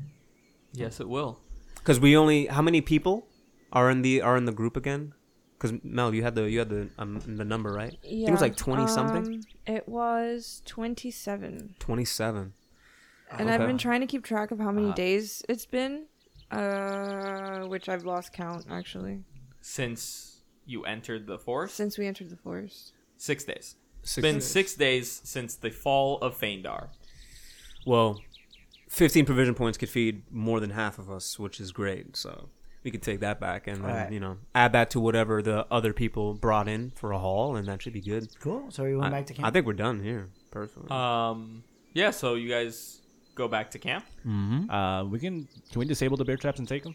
Speaker 2: Yes, it will.
Speaker 5: Cause we only how many people are in the are in the group again? Cause Mel, you had the you had the um, the number right. I think it was like twenty something.
Speaker 4: It was 27.
Speaker 5: Twenty seven.
Speaker 4: And I've
Speaker 5: Okay.
Speaker 1: Uh-huh.
Speaker 4: been trying to keep track of how many days it's been. Uh, which I've lost count actually
Speaker 2: since you entered the forest?
Speaker 4: since we entered the forest.
Speaker 2: Six days. It's
Speaker 5: Six
Speaker 2: been
Speaker 5: days.
Speaker 2: six days since the fall of Feindar.
Speaker 5: Well, 15 provision points could feed more than half of us, which is great. So we could take that back and then,
Speaker 1: Alright.
Speaker 5: you know, add that to whatever the other people brought in for a haul, and that should be good.
Speaker 1: Cool. So we went
Speaker 5: I,
Speaker 1: back to camp.
Speaker 5: I think we're done here, personally.
Speaker 2: Um, yeah, so you guys go back to camp.
Speaker 3: Uh, we can can we disable the bear traps and take them?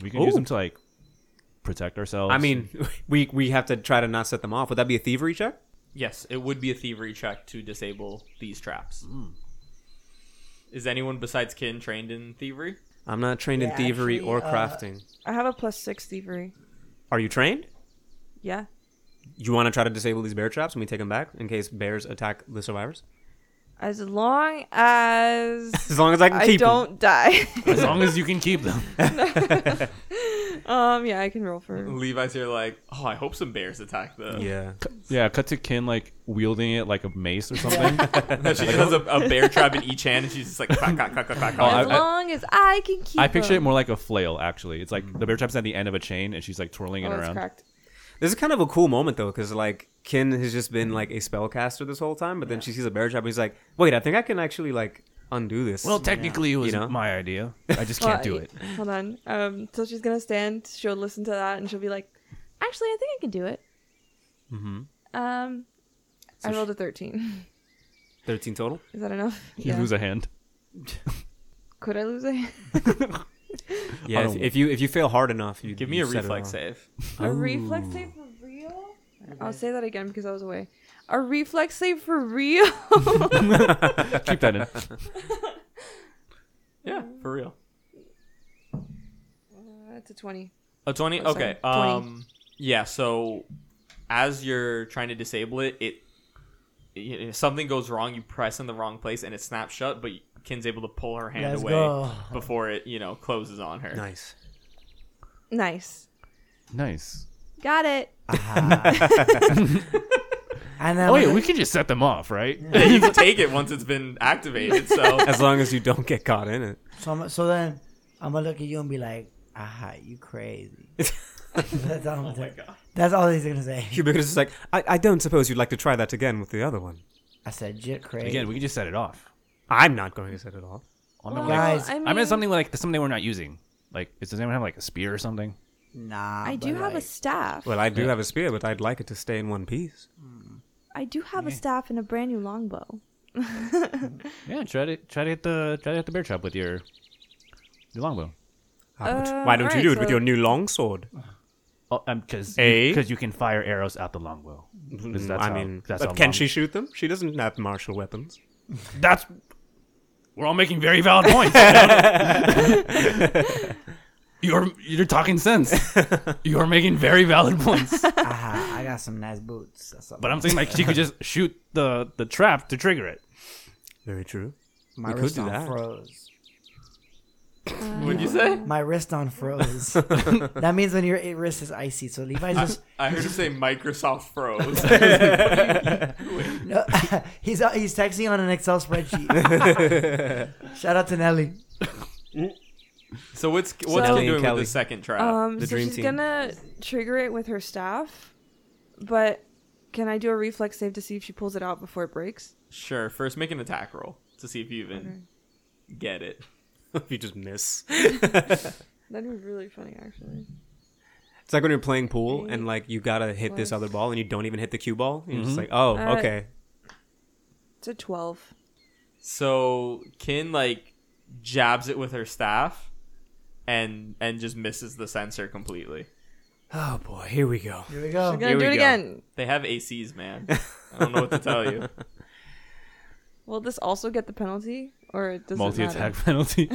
Speaker 3: We can use
Speaker 5: Ooh.
Speaker 3: them to like protect ourselves. <laughs>
Speaker 5: I mean, <laughs> we we have to try to not set them off. Would that be a thievery check?
Speaker 2: Yes, it would be a thievery check to disable these traps.
Speaker 5: Mm.
Speaker 2: Is anyone besides Kin trained in thievery?
Speaker 5: I'm not trained in
Speaker 1: Yeah,
Speaker 5: thievery
Speaker 1: actually,
Speaker 5: or
Speaker 1: uh,
Speaker 5: crafting.
Speaker 4: I have a plus six thievery.
Speaker 5: Are you trained?
Speaker 4: Yeah.
Speaker 5: You want to try to disable these bear traps and we take them back in case bears attack the survivors?
Speaker 4: As long as
Speaker 5: As long as I can
Speaker 4: I
Speaker 5: keep them.
Speaker 4: don't
Speaker 5: <laughs>
Speaker 4: die.
Speaker 3: as long as you can keep them.
Speaker 4: um. Yeah, I can roll for.
Speaker 2: Levi's here like, oh, I hope some bears attack the. <laughs>
Speaker 5: Yeah.
Speaker 3: <laughs> yeah, cut to Kin like wielding it like a mace or something.
Speaker 2: she just has a, a bear trap in each hand, and she's just like, quack, quack, quack, quack, quack,
Speaker 3: Oh, I-
Speaker 4: as
Speaker 2: quack.
Speaker 3: I-
Speaker 4: long as I can keep.
Speaker 3: I picture it
Speaker 4: them.
Speaker 3: more like a flail. Actually, it's like the bear trap's at the end of a chain, and she's like twirling it
Speaker 4: Oh, it's
Speaker 3: around.
Speaker 4: cracked.
Speaker 5: This is kind of a cool moment though, because like Kin has just been like a spellcaster this whole time, but then she sees a bear trap and he's like, "Wait, I think I can actually like undo this."
Speaker 3: Well, technically, it was
Speaker 5: You know?
Speaker 3: my idea. I just can't do
Speaker 4: Well, <laughs>
Speaker 3: it.
Speaker 4: Hold on. Um. So she's gonna stand. She'll listen to that, and she'll be like, "Actually, I think I can do it." Mm-hmm. Um. I rolled a thirteen. <laughs>
Speaker 5: thirteen total.
Speaker 4: Is that enough?
Speaker 3: You lose a hand.
Speaker 4: Could I lose a, <laughs>
Speaker 5: Yeah, if,
Speaker 3: don't-
Speaker 5: if you if you fail hard enough, you
Speaker 2: Give me
Speaker 5: you
Speaker 2: a
Speaker 5: set it
Speaker 2: reflex
Speaker 5: off.
Speaker 2: save.
Speaker 4: a reflex save for real? I'll say that again because I was away. A reflex save for
Speaker 3: <laughs>
Speaker 4: real? <laughs>
Speaker 3: Keep that in.
Speaker 2: Yeah, for real.
Speaker 4: That's a twenty.
Speaker 2: A 20?
Speaker 4: Oh, sorry,
Speaker 2: Okay.
Speaker 4: 20.
Speaker 2: Um yeah, so as you're trying to disable it, it if something goes wrong, you press in the wrong place and it snaps shut, but Kin's able to pull her hand
Speaker 1: Let's
Speaker 2: away
Speaker 1: go.
Speaker 2: before it, you know, closes on her.
Speaker 5: Nice.
Speaker 4: Nice.
Speaker 3: <laughs> Nice.
Speaker 4: Got it.
Speaker 1: and then
Speaker 3: Oh yeah,
Speaker 1: we're-
Speaker 3: we can just set them off,
Speaker 2: <laughs>
Speaker 3: right?
Speaker 2: you can take it once it's been activated, so
Speaker 5: As long as you don't get caught in it. <laughs>
Speaker 1: so, I'm, so then I'm gonna look at you and be like, "Ah, you crazy." that's all. I'm gonna say. That's all he's gonna say.
Speaker 5: Cubicus is like, I, I don't suppose you'd like to try that again with the other one.
Speaker 1: I said, "Jit crazy."
Speaker 4: <laughs>
Speaker 3: <laughs> Again, we can just set it off.
Speaker 5: I'm not going to set it off.
Speaker 3: I'm
Speaker 4: Well,
Speaker 3: like,
Speaker 1: Guys,
Speaker 4: I
Speaker 3: I mean,
Speaker 4: mean,
Speaker 3: it's something like something we're not using. Like, is- does anyone have like a spear or something?
Speaker 1: nah.
Speaker 4: I
Speaker 1: but
Speaker 4: do have a
Speaker 1: like,
Speaker 4: staff.
Speaker 5: Well, I do have a spear, but I'd like it to stay in one piece.
Speaker 4: I do have a staff and a brand new longbow.
Speaker 3: Yeah, try to try to hit the try to hit the bear trap with your your longbow.
Speaker 5: How about-
Speaker 2: Uh,
Speaker 4: Um,
Speaker 5: Why don't you
Speaker 4: alright,
Speaker 5: do it with
Speaker 4: so-
Speaker 5: your new longsword?
Speaker 3: Oh, um, because
Speaker 5: A?
Speaker 3: because you can fire arrows out the longbow. 'Cause that's
Speaker 5: I
Speaker 3: how-
Speaker 5: mean,
Speaker 3: that's
Speaker 5: but
Speaker 3: how
Speaker 5: can
Speaker 3: long-
Speaker 5: she shoot them? She doesn't have martial weapons.
Speaker 3: That's we're all making very valid <laughs> points. you're you're talking <laughs> sense. You're making very valid points.
Speaker 1: Aha, I got some nice boots. That's all.
Speaker 3: But I'm saying like she could just shoot the the trap to trigger it.
Speaker 5: Very true.
Speaker 1: my
Speaker 5: we could
Speaker 1: wrist on
Speaker 5: do that.
Speaker 1: froze.
Speaker 2: what'd you say?
Speaker 1: My wrist on <laughs> froze. that means when your wrist is icy. So Levi's <laughs>
Speaker 2: I,
Speaker 1: just
Speaker 2: I heard him say Microsoft froze.
Speaker 1: No, <laughs> he's uh, he's texting on an Excel <laughs> spreadsheet. Shout out to Nelly.
Speaker 2: so what's what's
Speaker 4: So-
Speaker 2: Kin doing
Speaker 5: Kelly.
Speaker 2: with the second trap?
Speaker 4: Um,
Speaker 5: Uh, the
Speaker 4: so
Speaker 5: dream
Speaker 4: she's
Speaker 5: team.
Speaker 4: gonna trigger it with her staff, but can I do a reflex save to see if she pulls it out before it breaks?
Speaker 2: sure, first make an attack roll to see if you even get it.
Speaker 5: <laughs> you just miss.
Speaker 4: That'd be really funny, actually.
Speaker 5: It's like when you're playing pool and like you gotta hit this other ball and you don't even hit the cue ball. You're just like, oh,
Speaker 4: Uh,
Speaker 5: okay.
Speaker 4: It's a twelve.
Speaker 2: So Kin like jabs it with her staff and and just misses the sensor completely.
Speaker 5: Oh boy, here we go.
Speaker 1: Here we go.
Speaker 4: I'm gonna
Speaker 5: Here
Speaker 4: do it
Speaker 5: we go.
Speaker 4: again.
Speaker 2: They have ACs, man. I don't know what to tell you.
Speaker 4: Will this also get the penalty, or does
Speaker 3: Multi
Speaker 4: it matter?
Speaker 3: attack penalty.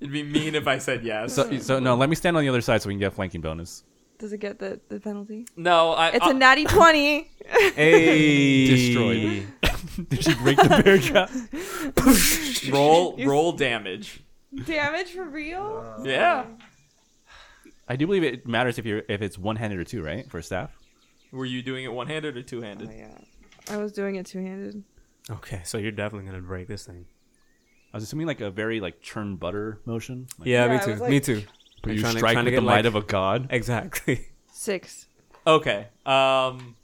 Speaker 2: It'd be mean if I said yes.
Speaker 3: <laughs> so, so no, let me stand on the other side so we can get a flanking bonus.
Speaker 4: Does it get the, the penalty?
Speaker 5: Uh,
Speaker 2: no, I uh,
Speaker 4: It's
Speaker 2: I,
Speaker 4: a natty twenty. <laughs>
Speaker 5: Hey,
Speaker 3: Destroyed. <laughs> Did she break the bear trap?
Speaker 4: <laughs>
Speaker 2: roll roll damage.
Speaker 4: Damage for real?
Speaker 5: Uh.
Speaker 2: Yeah.
Speaker 3: <laughs> I do believe it matters if you're if it's one handed or two, right? For staff.
Speaker 2: Were you doing it one handed or two handed?
Speaker 4: yeah. I was doing it two handed.
Speaker 5: Okay, so you're definitely gonna break this thing.
Speaker 3: I was assuming like a very like churn butter motion. Like,
Speaker 5: Yeah,
Speaker 4: Yeah,
Speaker 5: me
Speaker 4: it
Speaker 5: too.
Speaker 4: was like-
Speaker 5: me too.
Speaker 3: But
Speaker 5: I'm
Speaker 3: you
Speaker 5: trying to-
Speaker 3: strike
Speaker 5: trying to
Speaker 3: with
Speaker 5: get,
Speaker 3: the
Speaker 5: like-
Speaker 3: might of a god.
Speaker 5: <laughs> Exactly.
Speaker 4: Six.
Speaker 2: Okay. Um,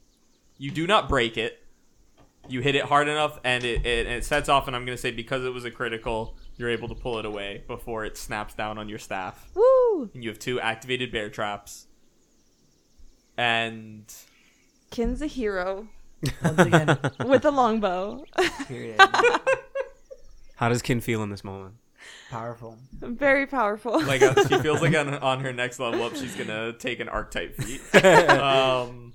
Speaker 2: you do not break it. You hit it hard enough, and it, it and it sets off. And I'm gonna say because it was a critical, you're able to pull it away before it snaps down on your staff.
Speaker 4: Woo!
Speaker 2: And you have two activated bear traps. And
Speaker 4: Kin's a hero
Speaker 1: Once again,
Speaker 4: with a longbow.
Speaker 5: <laughs>
Speaker 4: <laughs>
Speaker 5: How does Kin feel in this moment?
Speaker 1: powerful.
Speaker 4: Very powerful.
Speaker 2: like
Speaker 4: <laughs>
Speaker 2: uh, she feels like on, on her next level up, she's gonna take an archetype feat. um,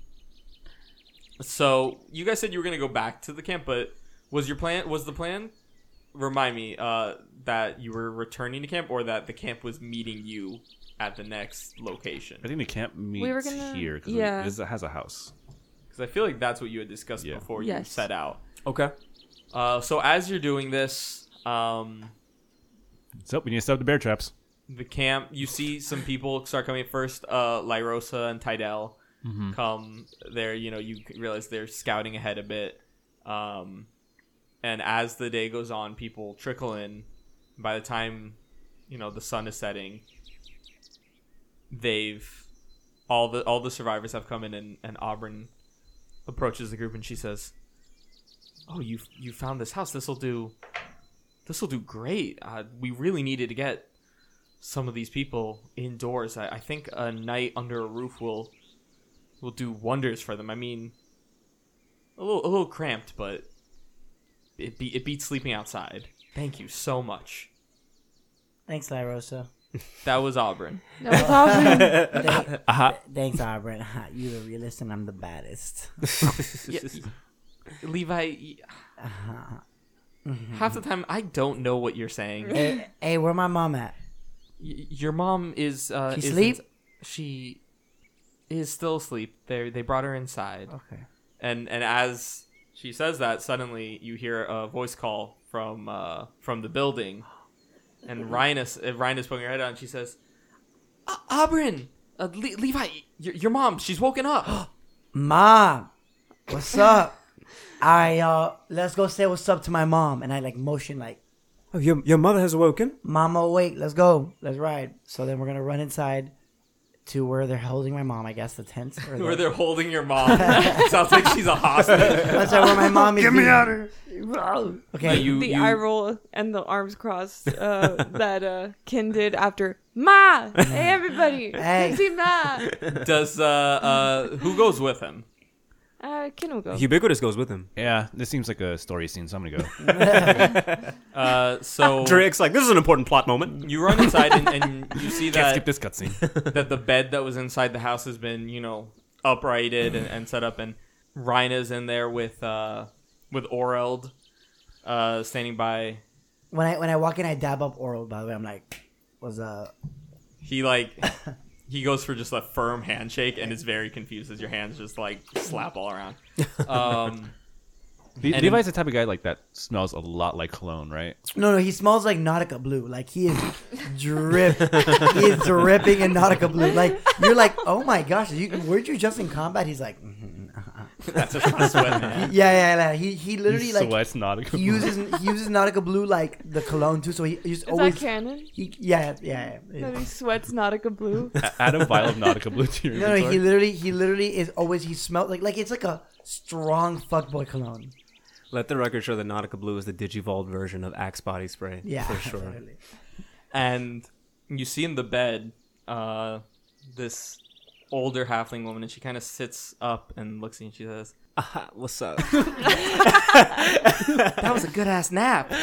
Speaker 2: so you guys said you were gonna go back to the camp, but was your plan? Was the plan? Remind me uh, that you were returning to camp, or that the camp was meeting you at the next location.
Speaker 3: I think the camp meets
Speaker 4: were gonna-
Speaker 3: here because
Speaker 4: yeah.
Speaker 3: it has a house.
Speaker 2: Because I feel like that's what you had discussed
Speaker 3: Yeah.
Speaker 2: before you
Speaker 4: Yes.
Speaker 2: set out.
Speaker 5: Okay.
Speaker 2: Uh, so as you're doing this, um,
Speaker 3: So we need to stop the bear traps.
Speaker 2: the camp you see some people start coming first uh lyrosa and tidal come there you know you realize they're scouting ahead a bit um and as the day goes on people trickle in by the time you know the sun is setting they've all the all the survivors have come in and, and auburn approaches the group and she says oh you you found this house this will do this will do great uh, we really needed to get some of these people indoors. I, I think a night under a roof will will do wonders for them. I mean, a little a little cramped, but it be, it beats sleeping outside. Thank you so much.
Speaker 1: Thanks, <laughs> Lyrosa.
Speaker 2: That was Auburn.
Speaker 4: no problem.
Speaker 1: Th-
Speaker 3: Uh-huh.
Speaker 1: Thanks, Auburn. <laughs> You're the realest and I'm the baddest.
Speaker 2: Yeah, Levi, y- half the time I don't know what you're saying.
Speaker 1: <laughs>
Speaker 2: Y-
Speaker 1: hey, hey, where my mom at?
Speaker 2: your mom is uh,
Speaker 1: She
Speaker 2: isn't-
Speaker 1: sleep?
Speaker 2: She is still asleep. They they brought her inside.
Speaker 1: Okay.
Speaker 2: and and as she says that suddenly you hear a voice call from uh from the building and Rhinus uh, Rhinus putting her head on she says "Uh, Auburn uh, Le- Levi your, your mom she's woken up <gasps>
Speaker 1: Mom, what's <laughs> up? All right, y'all. Let's go say what's up to my mom. And I like motion like,
Speaker 5: <laughs> Oh, your your mother has awoken.
Speaker 1: Mama, wait. Let's go. Let's ride. So then we're gonna run inside to where they're holding my mom. I guess the
Speaker 2: <laughs>
Speaker 1: tent. Or
Speaker 2: where
Speaker 1: the-
Speaker 2: they're holding your mom <laughs> sounds like she's a hostage
Speaker 1: That's where my mom is. Get me out of
Speaker 4: the
Speaker 1: Okay.
Speaker 2: <laughs> You- you-
Speaker 4: eye roll and the arms crossed uh, that uh, Kin did after Ma. Hey
Speaker 1: <laughs>
Speaker 4: everybody,
Speaker 1: Hey.
Speaker 4: Kin see Ma.
Speaker 2: does uh uh who goes with him
Speaker 4: Uh, Kin will go.
Speaker 5: Ubiquitous goes with him.
Speaker 3: Yeah, this seems like a story scene, so
Speaker 1: <laughs>
Speaker 3: I'm gonna go.
Speaker 2: uh
Speaker 5: <laughs>
Speaker 2: so
Speaker 5: Drake's like, this is an important plot moment.
Speaker 2: you run inside and, and you see
Speaker 3: Can't
Speaker 2: that
Speaker 3: skip this
Speaker 1: <laughs>
Speaker 3: cutscene.
Speaker 2: that the bed that was inside the house has been, you know, uprighted and, and set up, and Rhina's in there with uh with Oreld, uh, standing by.
Speaker 1: When I when I walk in, I dab up oral. By the way, I'm like, uh, what's up?
Speaker 2: He like
Speaker 1: <laughs>
Speaker 2: he goes for just a firm handshake and is very confused as your hands just like slap all
Speaker 1: <laughs>
Speaker 2: around. Um,
Speaker 3: Le-
Speaker 2: And
Speaker 3: Levi's the type of guy like that smells a lot like cologne, right?
Speaker 1: No, no. He smells like Nautica Blue. Like he
Speaker 2: <laughs>
Speaker 1: is drip. he is dripping in Nautica Blue. Like you're like, oh my gosh, you, weren't you just in combat? He's like, "Mhm, uh-uh."
Speaker 2: that's just not sweat, man.
Speaker 1: yeah, yeah, yeah. He he literally
Speaker 3: He
Speaker 1: like
Speaker 3: sweats not.
Speaker 1: he uses he uses Nautica Blue like the cologne too. So he he's
Speaker 4: Is
Speaker 1: always
Speaker 4: that canon?
Speaker 1: he, yeah, yeah, yeah.
Speaker 4: That he sweats Nautica blue.
Speaker 3: add <laughs> a vial of
Speaker 1: <laughs>
Speaker 3: Nautica blue to your
Speaker 1: No, no, he
Speaker 3: inventory.
Speaker 1: literally, he literally is always he smells like like it's like a strong fuckboy cologne.
Speaker 5: Let the record show that Nautica Blue is the Digivolve version of Axe body spray.
Speaker 1: Yeah,
Speaker 5: for
Speaker 1: <laughs>
Speaker 5: sure.
Speaker 1: literally.
Speaker 2: and you see in the bed uh, this older halfling woman, and she kind of sits up and looks at you, and she says,
Speaker 5: Aha, what's up?
Speaker 2: "That was a good ass nap.
Speaker 1: <laughs>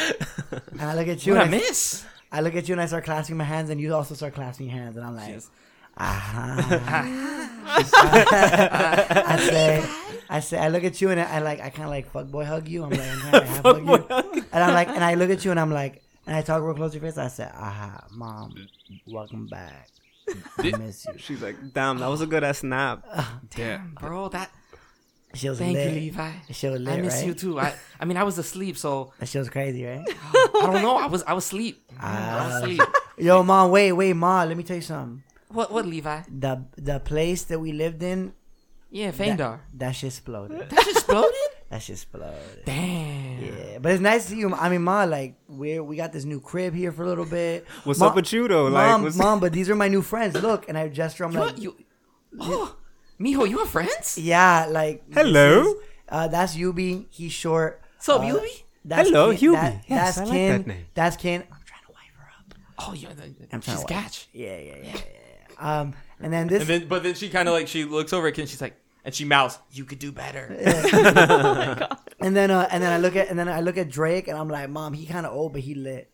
Speaker 1: And I look at you,
Speaker 5: <laughs>
Speaker 2: What I
Speaker 1: and I,
Speaker 2: miss."
Speaker 1: I look at you, and I start clasping my hands, and you also start clasping your hands, and I'm like,
Speaker 2: Yes. <laughs>
Speaker 1: ah. I say, I say, I look at you, and I, I like, I kind of like fuckboy hug you. I'm like, I'm kinda half hug you, and I'm like, and I look at you, and I'm like, and I talk real close to your face. I said, aha, mom, welcome back. I miss you.
Speaker 5: She's like, damn, that was a good ass snap.
Speaker 3: Damn.
Speaker 2: Bro, that
Speaker 1: She was
Speaker 2: Thank
Speaker 1: lit.
Speaker 2: you, Levi.
Speaker 1: She was lit,
Speaker 2: I miss
Speaker 1: right?
Speaker 2: you too. I, I mean, I was asleep, so
Speaker 1: That shit was crazy, right?
Speaker 2: <laughs> I don't know. I was, I was asleep. I was
Speaker 1: Ah.
Speaker 2: asleep.
Speaker 1: Yo, mom, wait, wait, ma. Let me tell you something.
Speaker 2: What, what, Levi?
Speaker 1: The the place that we lived in,
Speaker 2: Yeah,
Speaker 1: that,
Speaker 2: Fangdar.
Speaker 1: that shit exploded.
Speaker 2: <laughs> That just exploded.
Speaker 1: That shit exploded.
Speaker 2: Damn.
Speaker 1: Yeah, but it's nice to see you. I mean, ma, like we we got this new crib here for a little bit.
Speaker 5: What's
Speaker 1: Mom-
Speaker 5: up with you, though? Like,
Speaker 1: Mom,
Speaker 5: what's-
Speaker 1: mom, but these are my new friends. Look, and I gesture. I'm like,
Speaker 2: you, oh, Mijo, you have friends?
Speaker 1: yeah, like this
Speaker 5: Hello?
Speaker 1: is- uh, that's Yubi. He's short.
Speaker 2: What's up,
Speaker 1: Uh,
Speaker 2: Yubi?
Speaker 1: That's
Speaker 5: Hello,
Speaker 1: Ken-
Speaker 5: Yubi.
Speaker 1: that-
Speaker 5: Yes,
Speaker 1: that's
Speaker 5: I like
Speaker 1: Ken.
Speaker 5: that name.
Speaker 1: That's Ken. I'm trying to wipe her up.
Speaker 2: Oh, yeah, the-
Speaker 1: trying
Speaker 2: she's
Speaker 1: to laugh.
Speaker 2: Gatch.
Speaker 1: Yeah, yeah, yeah, yeah. yeah. Um, and then this.
Speaker 2: And then, <laughs> but then she kind of like she looks over at Ken. She's like, and she mouths, "You could do better."
Speaker 1: And then uh, and then I look at and then I look at Drake and I'm like, Mom, he kind of old, but he lit.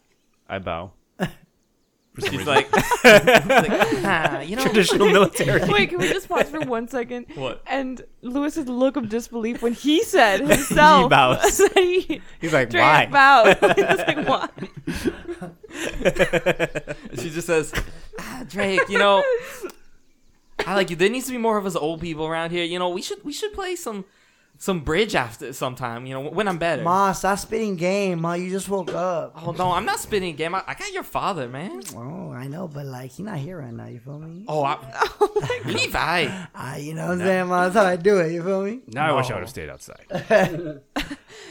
Speaker 3: I bow.
Speaker 2: She's like, "Ah, you know,
Speaker 5: <laughs> Traditional military.
Speaker 4: Wait, can we just pause for one second?
Speaker 2: What?
Speaker 4: And Lewis's look of disbelief when he said himself <laughs>
Speaker 5: bows.
Speaker 4: that he
Speaker 5: He's like,
Speaker 4: straight
Speaker 5: why?
Speaker 4: up bowed. <laughs> He was like, why?
Speaker 2: she just says, ah, "Drake, you know, I like you. There needs to be more of us old people around here. You know, we should we should play some some bridge after sometime. You know, when I'm better."
Speaker 1: Ma, stop spitting game, Ma. You just woke up.
Speaker 2: Oh no, I'm not spinning game. I, I got your father, man.
Speaker 1: Oh, I know, but like he not here right now. You feel me?
Speaker 2: Oh, I, <laughs> Levi.
Speaker 1: Ah, you know what I'm saying, Ma? That's how I do it. You feel me?
Speaker 3: Now I wish I would have stayed
Speaker 1: <laughs>
Speaker 3: outside.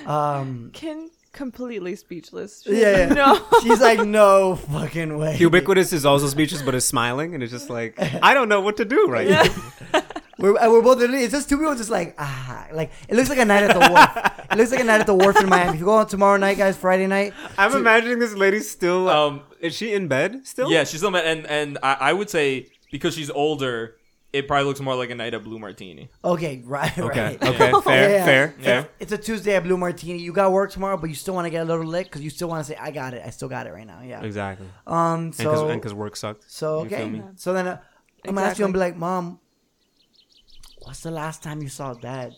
Speaker 1: Um,
Speaker 4: Ken completely speechless. She's
Speaker 1: yeah,
Speaker 4: like,
Speaker 1: yeah.
Speaker 4: No.
Speaker 1: She's like, no fucking way.
Speaker 5: <laughs> Ubiquitous is also speeches, but is smiling, and it's just like, I don't know what to do right <laughs> now.
Speaker 1: We're, and we're both literally, it's just two people just like, ah, like, it looks like a night at the wharf. it looks like a night at the wharf in Miami. If you go out tomorrow night, guys, Friday night,
Speaker 5: I'm imagining this lady still.
Speaker 2: Um,
Speaker 5: Um, is she in bed still?
Speaker 2: Yeah, she's still mad, and and I, I would say because she's older, it probably looks more like a night at Blue Martini.
Speaker 1: okay, right,
Speaker 5: Okay.
Speaker 1: right.
Speaker 5: Okay. <laughs> Fair.
Speaker 1: Oh, Yeah.
Speaker 5: Fair.
Speaker 2: Yeah.
Speaker 5: Fair.
Speaker 1: It's a Tuesday at Blue Martini. You got work tomorrow, but you still want to get a little lit because you still want to say, I got it. I still got it right now. Yeah.
Speaker 5: Exactly.
Speaker 1: Um.
Speaker 5: And 'cause
Speaker 1: So,
Speaker 5: and because work sucked.
Speaker 1: so
Speaker 5: You feel
Speaker 1: okay.
Speaker 5: me?
Speaker 1: So then uh, I'm going to ask you and be
Speaker 4: Exactly.
Speaker 1: like, Mom, what's the last time you saw dad?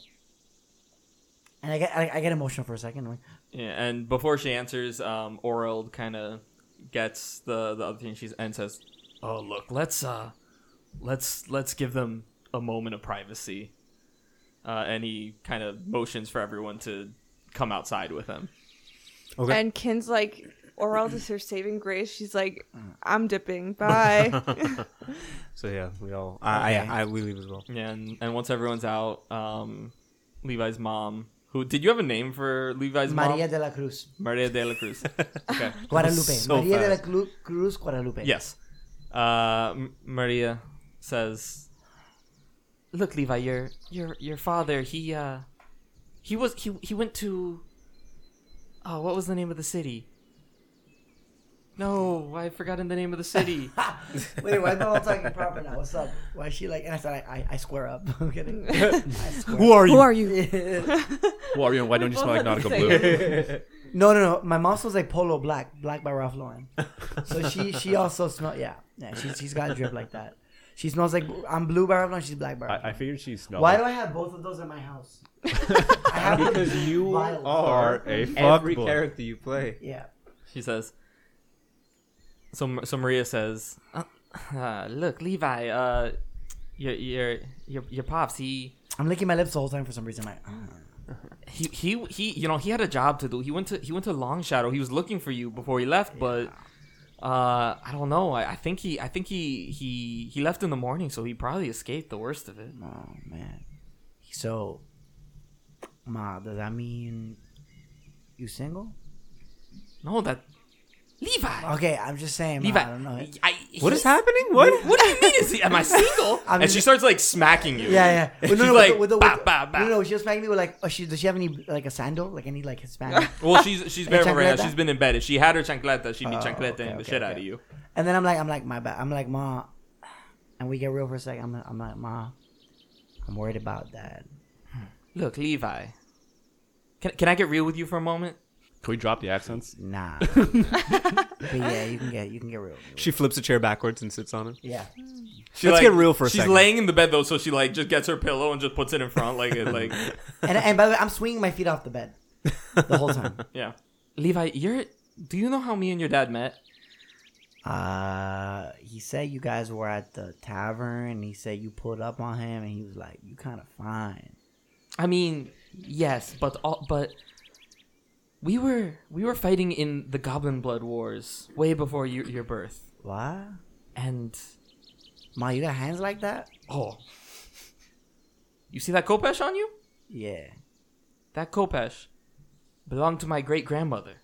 Speaker 1: And I get, I, I get emotional for a second. I'm like,
Speaker 2: Yeah, and before she answers, um, Orald kind of gets the the other thing she's and says, "Oh look, let's uh, let's let's give them a moment of privacy." Uh, and he kind of motions for everyone to come outside with him.
Speaker 5: Okay.
Speaker 4: And Ken's like, Oral is her saving grace. She's like,
Speaker 5: Mm.
Speaker 4: I'm dipping.
Speaker 5: <laughs>
Speaker 4: Bye.
Speaker 5: So yeah, we all. I,
Speaker 1: Okay.
Speaker 5: I, I we leave as well.
Speaker 2: Yeah, and, and once everyone's out, um, Levi's mom. Who did you have a name for Levi's
Speaker 1: Maria
Speaker 2: mom?
Speaker 1: de la Cruz.
Speaker 2: Maria de la Cruz. <laughs> okay.
Speaker 1: Guadalupe.
Speaker 5: So
Speaker 1: Maria de la
Speaker 5: fast.
Speaker 1: Clu- Cruz Guadalupe.
Speaker 2: Yes. Uh, M- Maria says, "Look, Levi, your your your father. He uh, he was he he went to. Oh, what was the name of the city? No, I've forgotten the name of the city.
Speaker 1: Wait, why am I all talking proper now? What's up? Why is she like? And I said, I, I, I square up. <laughs> I'm kidding. I square
Speaker 5: Who are you?
Speaker 1: <laughs>
Speaker 4: are you?
Speaker 1: up.
Speaker 3: Well, Arian, why don't you smell like nautical blue?
Speaker 1: no, no, no. My mom smells like Polo Black, Black by Ralph Lauren. So she, she also smells. Yeah, yeah. She's, she's got a drip like that. She smells like I'm blue by Ralph Lauren. She's black by. Ralph
Speaker 3: I, I
Speaker 1: Lauren.
Speaker 3: figured she smelled.
Speaker 1: Why
Speaker 3: like-
Speaker 1: do I have both of those at my
Speaker 3: <laughs>
Speaker 1: house? I have the
Speaker 5: <laughs> Because you
Speaker 1: vials.
Speaker 5: are
Speaker 3: a
Speaker 5: every
Speaker 3: fuckboy.
Speaker 5: character you play.
Speaker 1: Yeah.
Speaker 2: She says. So, so Maria says, uh, uh, "Look, Levi, uh, your your your your pops. He
Speaker 1: I'm licking my lips the whole time for some reason. Like, "Ah."
Speaker 2: he he he. You know, he had a job to do. He went to he went to Long Shadow. He was looking for you before he left, but uh, I don't know. I, I think he I think he he he left in the morning, so he probably escaped the worst of it.
Speaker 1: Oh man. So, ma, does that mean you single?
Speaker 2: No, that Levi.
Speaker 1: Okay, I'm just saying. Ma,
Speaker 2: Levi.
Speaker 1: I don't know.
Speaker 2: I-
Speaker 5: What is
Speaker 2: he's-
Speaker 5: happening? What?
Speaker 2: What do you mean? Is he, am
Speaker 1: <laughs>
Speaker 2: I single?
Speaker 1: I'm
Speaker 2: and she
Speaker 1: just-
Speaker 2: starts like smacking you.
Speaker 1: Yeah,
Speaker 2: <laughs>
Speaker 1: yeah. Well,
Speaker 2: She's
Speaker 1: with the-
Speaker 2: like,
Speaker 1: with the- with
Speaker 2: "Bah,
Speaker 1: the-
Speaker 2: bah, bah."
Speaker 1: no, no. She was making me with like, oh, she does she have any like a sandal, like any like Hispanic?
Speaker 2: Well,
Speaker 1: <laughs>
Speaker 2: she's she's
Speaker 1: A
Speaker 2: bare right
Speaker 1: chancleta?
Speaker 2: now. She's been in bed. If she had her chancleta, she'd be
Speaker 1: Oh,
Speaker 2: chancleta
Speaker 1: okay,
Speaker 2: the
Speaker 1: okay,
Speaker 2: shit out
Speaker 1: okay.
Speaker 2: of you.
Speaker 1: and then I'm like, I'm like, my bad. I'm like, ma, and we get real for a second. I'm, I'm like, ma, I'm worried about that.
Speaker 2: Look, Levi. Can can I get real with you for a moment?
Speaker 3: Can we drop the accents?
Speaker 1: <laughs> Nah. but yeah, you can get you can get real.
Speaker 5: She flips a chair backwards and sits on it.
Speaker 1: Yeah.
Speaker 2: She, like-
Speaker 5: Let's get real for a
Speaker 2: she's
Speaker 5: second.
Speaker 2: laying in the bed though, so she like just gets her pillow and just puts it in front, like it,
Speaker 5: <laughs>
Speaker 2: like
Speaker 1: And and by the way, I'm swinging my feet off the bed the whole <laughs> time.
Speaker 2: yeah. Levi, you're. Do you know how me and your dad met?
Speaker 1: Uh, he said you guys were at the tavern, and he said you pulled up on him, and he was like, "You kind of fine."
Speaker 2: I mean, yes, but all, but we were we were fighting in the Goblin Blood Wars way before your your birth,
Speaker 1: What?
Speaker 2: and
Speaker 1: Ma, you got hands like that?
Speaker 2: oh, you see that Kopesh on you?
Speaker 1: Yeah.
Speaker 5: <laughs>
Speaker 2: That Kopesh belonged to my great grandmother.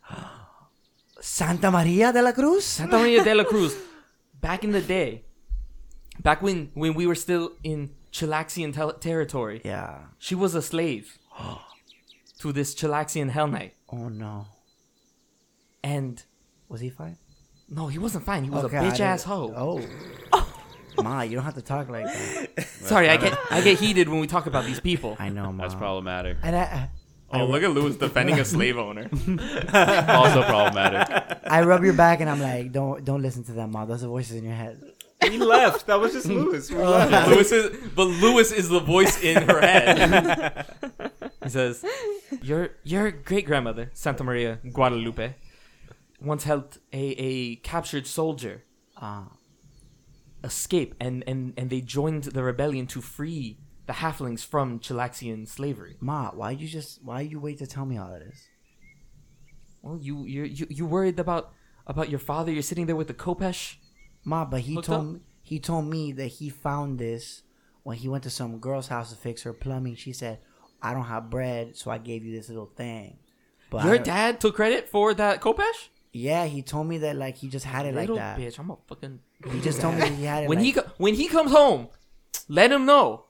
Speaker 1: Santa Maria de la Cruz.
Speaker 2: Santa Maria de la Cruz. Back in the day, back when when we were still in Chilaxian tel- territory,
Speaker 1: Yeah.
Speaker 2: she was a
Speaker 5: <gasps>
Speaker 2: slave to this Chilaxian Hell Knight.
Speaker 1: Oh no.
Speaker 2: And
Speaker 1: Was he fine?
Speaker 2: no, he wasn't fine. He was
Speaker 1: Okay,
Speaker 2: a
Speaker 1: I
Speaker 2: bitch ass hoe.
Speaker 1: didn't-
Speaker 2: <laughs>
Speaker 1: Oh. Ma, you don't have to talk like that.
Speaker 2: Sorry,
Speaker 1: Uh,
Speaker 2: I get I get heated when we talk about these people.
Speaker 1: I know, Ma.
Speaker 3: That's
Speaker 1: <laughs>
Speaker 3: problematic.
Speaker 1: And I,
Speaker 2: Oh, look at Lewis defending a slave owner.
Speaker 3: also <laughs> problematic.
Speaker 1: I rub your back and I'm like, don't don't listen to them, Ma. Those are voices in your head.
Speaker 5: He left. That was just Lewis. <laughs> We left.
Speaker 2: Lewis is, <laughs> but Lewis is the voice in her head. <laughs> he says, "Your your great grandmother, Santa Maria Guadalupe, once helped a, a captured soldier
Speaker 1: Ah.
Speaker 2: uh, escape, and, and, and they joined the rebellion to free the halflings from Chilaxian slavery.
Speaker 1: Ma, why you just why you wait to tell me all of this?
Speaker 2: Well, you you you, you worried about about your father. You're sitting there with the Kopesh.
Speaker 1: Ma, but he
Speaker 2: Hooked
Speaker 1: told
Speaker 2: up?
Speaker 1: me he told me that he found this when he went to some girl's house to fix her plumbing. She said, "I don't have bread, so I gave you this little thing." But I
Speaker 2: Your
Speaker 1: don't-
Speaker 2: dad took credit for that Kopesh.
Speaker 1: yeah, he told me that like he just had it like
Speaker 2: Little
Speaker 1: that.
Speaker 2: bitch, I'm a fucking.
Speaker 1: He just told me he had it
Speaker 2: when
Speaker 1: like,
Speaker 2: he co- when he comes home, let him know.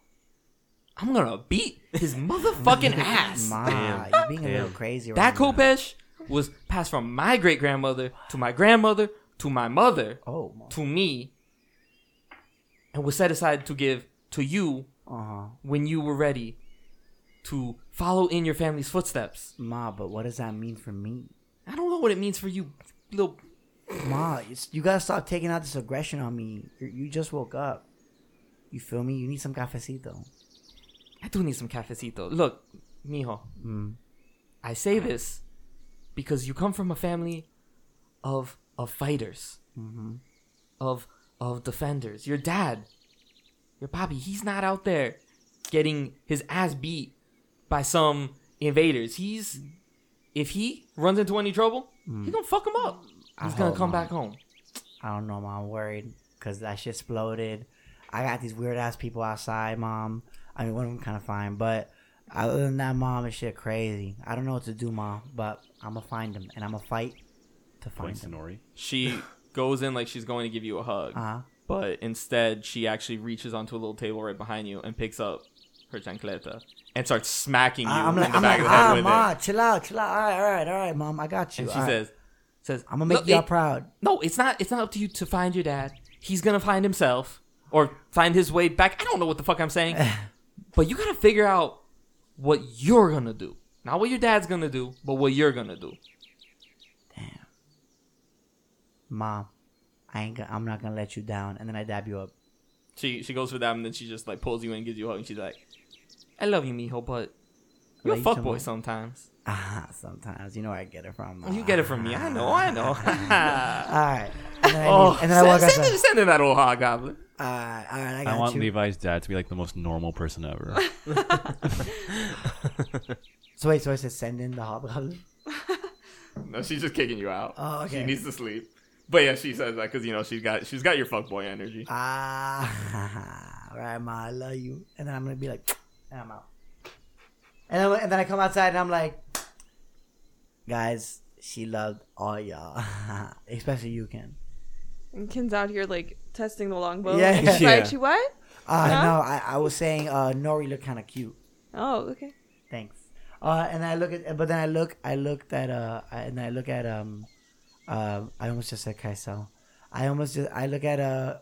Speaker 2: I'm gonna beat
Speaker 1: <laughs>
Speaker 2: his motherfucking ass.
Speaker 1: Ma, you're being a little crazy. Right
Speaker 2: that
Speaker 1: now.
Speaker 2: Kopesh was passed from my great grandmother to my grandmother to my mother
Speaker 1: Oh, Ma.
Speaker 2: to me, and was set aside to give to you
Speaker 1: Uh-huh.
Speaker 2: when you were ready to follow in your family's footsteps.
Speaker 1: Ma, but what does that mean for me?
Speaker 2: I don't know what it means for you, little.
Speaker 1: Ma, it's, you gotta stop taking out this aggression on me. you you just woke up. You feel me? You need some cafecito.
Speaker 2: I do need some cafecito. Look, mijo, Mm. I say this because you come from a family of of fighters, Mm-hmm. of of defenders. Your dad, your papi, he's not out there getting his ass beat by some invaders. He's if he runs into any trouble, he's gonna fuck him up.
Speaker 1: I
Speaker 2: He's gonna
Speaker 1: hope
Speaker 2: come
Speaker 1: not.
Speaker 2: back home.
Speaker 1: I don't know, mom. I'm worried because that shit exploded. I got these weird ass people outside, mom. I mean, one of them kind of fine, but other than that, mom, it's shit crazy. I don't know what to do, mom, but I'm gonna find them and I'm gonna fight to find
Speaker 3: Points to
Speaker 1: them.
Speaker 3: Nori.
Speaker 2: <laughs> She goes in like she's going to give you a hug.
Speaker 1: Uh-huh.
Speaker 2: But instead, she actually reaches onto a little table right behind you and picks up her chancleta and starts smacking you
Speaker 1: I- I'm
Speaker 2: in
Speaker 1: like,
Speaker 2: the
Speaker 1: I'm
Speaker 2: back
Speaker 1: like,
Speaker 2: of the head
Speaker 1: ah,
Speaker 2: with
Speaker 1: ma,
Speaker 2: it.
Speaker 1: chill out, chill out. All right, all right, all right, mom. I got you.
Speaker 2: And she
Speaker 1: All right.
Speaker 2: says, "says
Speaker 1: I'm gonna make
Speaker 2: "Look,
Speaker 1: y'all
Speaker 2: it-
Speaker 1: proud.
Speaker 2: No, it's not. It's not up to you to find your dad. He's gonna find himself or find his way back. I don't know what the fuck
Speaker 1: <laughs>
Speaker 2: I'm saying, but you gotta figure out what you're gonna do, not what your dad's gonna do, but what you're gonna do.
Speaker 1: Mom, I ain't. Gonna, I'm not gonna let you down. And then I dab you up.
Speaker 2: She she goes for that and then she just like pulls you in, gives you a hug, and she's like, "I love you, mijo, but you're
Speaker 1: Love
Speaker 2: a
Speaker 1: you too,
Speaker 2: fuckboy
Speaker 1: Mom."
Speaker 2: sometimes.
Speaker 1: Ah, sometimes you know where I get it from.
Speaker 2: You get it from me. I know.
Speaker 1: <laughs>
Speaker 2: I know." <laughs>
Speaker 1: All right. And then I,
Speaker 2: Oh,
Speaker 1: leave- and then I walk
Speaker 2: send, send,
Speaker 1: outside.
Speaker 2: in- send in that old hobgoblin.
Speaker 1: All right, all right. I got
Speaker 3: I want
Speaker 1: you.
Speaker 3: Levi's dad to be like the most normal person ever.
Speaker 1: So wait, so I said send in the hobgoblin.
Speaker 2: No, she's just kicking you out.
Speaker 1: Oh, okay.
Speaker 2: She needs to sleep. But yeah, she says that because you know she's got she's got your fuckboy energy.
Speaker 1: Ah, <laughs> all right, ma, I love you. And then I'm gonna be like, and I'm out. And then, and then I come outside and I'm like, guys, she loved all y'all, <laughs> especially you, Ken.
Speaker 4: And Ken's out here like testing the longbow.
Speaker 1: Yeah.
Speaker 4: Yeah, like,
Speaker 5: Yeah.
Speaker 4: "Sorry, she what?
Speaker 1: Uh,
Speaker 4: Huh?
Speaker 1: No, I, I was saying uh, Nori looked kind of cute.
Speaker 4: Oh, okay.
Speaker 1: Thanks. Uh, and I look at, but then I look, I looked at, uh, I- and I look at, um, uh, I almost just said Kaisel. I almost just, I look at, uh,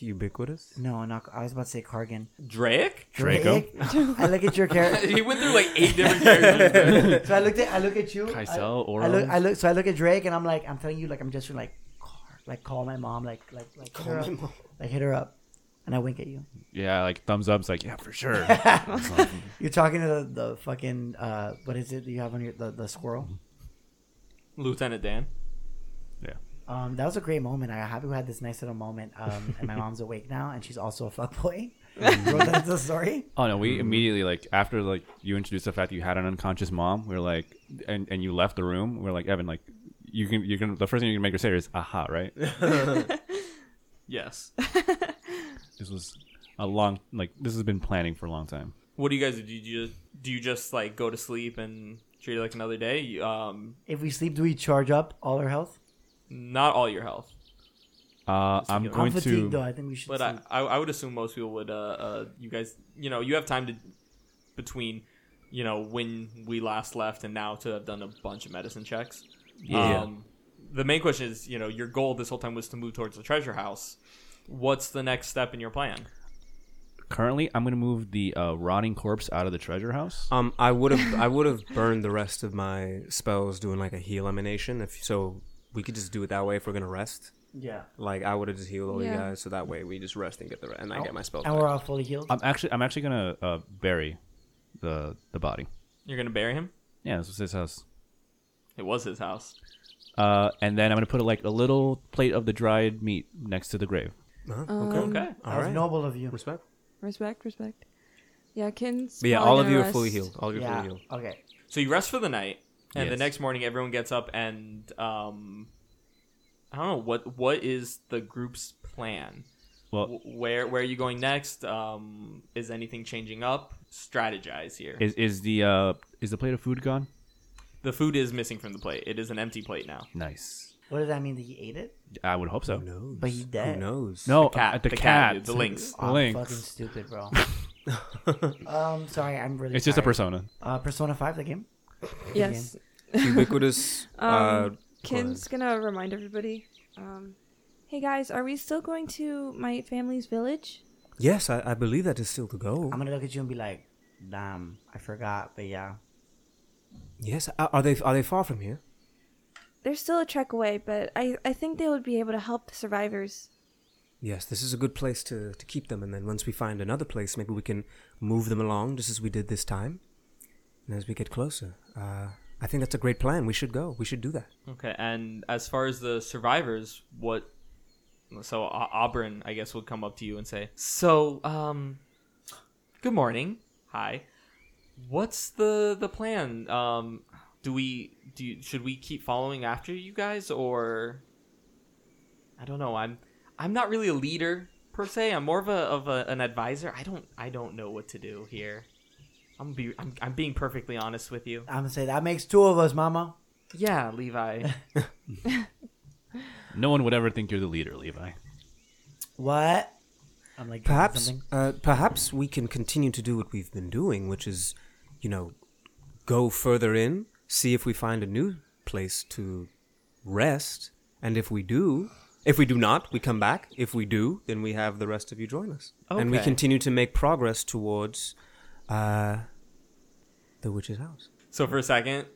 Speaker 5: Ubiquitous.
Speaker 1: no, not, I was about to say Cargan.
Speaker 2: Drake?
Speaker 3: Draco?
Speaker 1: Drake? I look at your character.
Speaker 2: he went through like eight different characters.
Speaker 1: so I looked at I look at you.
Speaker 3: Kaisel,
Speaker 1: I, I look
Speaker 3: Oron.
Speaker 1: I look so I look at Drake and I'm like I'm telling you like I'm just like call, like call my mom like like like call hit her up, like hit her up and I wink at you.
Speaker 3: yeah, like thumbs up. It's like, yeah,
Speaker 1: <laughs>
Speaker 3: for sure.
Speaker 1: You're talking to the, the fucking uh what is it that you have on your the, the squirrel?
Speaker 2: <laughs> Lieutenant Dan.
Speaker 1: Um, that was a great moment. I'm happy we had this nice little moment. Um, and my mom's awake now, and she's also a
Speaker 2: <laughs>
Speaker 1: fuckboy.
Speaker 2: Mm.
Speaker 1: Wrote that into the story.
Speaker 3: Oh no, we immediately like after like you introduced the fact that you had an unconscious mom, we were like and, and you left the room, we were like, Evan, like you can you can the first thing you can make her say is aha, right?
Speaker 2: Yes.
Speaker 3: this was a long like this has been planning for a long time.
Speaker 2: What do you guys do? Did you just do you just like go to sleep and treat it like another day? You, um,
Speaker 1: If we sleep, do we charge up all our health?
Speaker 2: not all your health,
Speaker 3: Uh, I'm
Speaker 2: I'm
Speaker 3: going
Speaker 1: I'm fatigued though.
Speaker 3: to.
Speaker 1: I think we should.
Speaker 2: but
Speaker 1: sleep.
Speaker 2: I, I, I would assume most people would. Uh, uh, you guys, you know, you have time to between, you know, when we last left and now to have done a bunch of medicine checks.
Speaker 3: Yeah.
Speaker 2: Um, the main question is, you know, your goal this whole time was to move towards the treasure house. What's the next step in your plan?
Speaker 3: Currently, I'm going to move the uh, rotting corpse out of the treasure house.
Speaker 5: Um, I would have I would have burned the rest of my spells doing like a heal emanation. If so, we could just do it that way if we're gonna rest.
Speaker 1: yeah,
Speaker 5: Like I would have just healed all
Speaker 4: Yeah.
Speaker 5: you guys, so that way we just rest and get the re- and I get my spells.
Speaker 1: and
Speaker 5: back.
Speaker 1: we're all fully healed.
Speaker 3: I'm actually, I'm actually going to uh, bury the the body.
Speaker 2: You're gonna bury him.
Speaker 3: Yeah, this was his house.
Speaker 2: It was his house.
Speaker 3: Uh, and then I'm going to put like a little plate of the dried meat next to the grave.
Speaker 4: Uh-huh.
Speaker 5: Huh?
Speaker 4: Um,
Speaker 2: Okay.
Speaker 1: that was
Speaker 5: Alright.
Speaker 1: noble of you.
Speaker 5: Respect.
Speaker 4: Respect, respect. Yeah, Kin's.
Speaker 5: But yeah,
Speaker 4: probably
Speaker 5: all of
Speaker 4: gonna
Speaker 5: you are
Speaker 4: rest.
Speaker 5: fully healed. All of you are
Speaker 1: Yeah.
Speaker 5: fully healed.
Speaker 1: Okay.
Speaker 2: So you rest for the night, and the
Speaker 3: Yes.
Speaker 2: next morning everyone gets up and um, I don't know what what is the group's plan.
Speaker 3: Well,
Speaker 2: W- Where where are you going next? Um, is anything changing up? Strategize here.
Speaker 3: is is the uh, is the plate of food gone?
Speaker 2: the food is missing from the plate. It is an empty plate now.
Speaker 3: Nice.
Speaker 1: What does that mean? That he ate it?
Speaker 3: I would hope so.
Speaker 5: Who knows?
Speaker 1: But he dead.
Speaker 5: Who knows?
Speaker 3: No,
Speaker 2: The cat-
Speaker 3: uh, the,
Speaker 2: the cat,
Speaker 3: cat,
Speaker 2: dude, the lynx.
Speaker 1: Oh, I'm
Speaker 3: Lynx.
Speaker 1: fucking stupid, bro. um, sorry, I'm really.
Speaker 3: It's just a
Speaker 1: tired.
Speaker 3: persona.
Speaker 1: Uh, Persona Five, the game.
Speaker 4: Yes.
Speaker 5: <laughs> Ubiquitous. uh,
Speaker 4: Um, Kin's gonna remind everybody. Um, hey guys, are we still going to my family's village?
Speaker 5: yes, I, I believe that is still to go.
Speaker 1: I'm gonna look at you and be like, "Damn, I forgot." But yeah,
Speaker 5: yes, uh, are are they are they far from here?
Speaker 4: They're still a trek away, but I, I think they would be able to help the survivors.
Speaker 5: Yes, this is a good place to, to keep them, and then once we find another place, maybe we can move them along just as we did this time. And as we get closer, uh, I think that's a great plan. We should go. We should do that.
Speaker 2: Okay, and as far as the survivors, what? So uh, Auburn, I guess, would come up to you and say, "So, um, good morning. Hi. What's the the plan? Um, do we do? You, should we keep following after you guys, or I don't know. I'm I'm not really a leader per se. I'm more of a of a, an advisor. I don't I don't know what to do here. I'm be I'm, I'm being perfectly honest with you.
Speaker 1: I'm gonna say that makes two of us, Mama.
Speaker 2: Yeah, Levi.
Speaker 3: No one would ever think you're the
Speaker 1: <laughs>
Speaker 3: leader, Levi.
Speaker 1: What? I'm like
Speaker 5: Perhaps,
Speaker 1: something.
Speaker 5: uh, perhaps we can continue to do what we've been doing, which is, you know, go further in, see if we find a new place to rest, and if we do, if we do not, we come back. If we do, then we have the rest of you join us, and we
Speaker 2: Okay.
Speaker 5: continue to make progress towards uh, the witch's house.
Speaker 2: So for a second,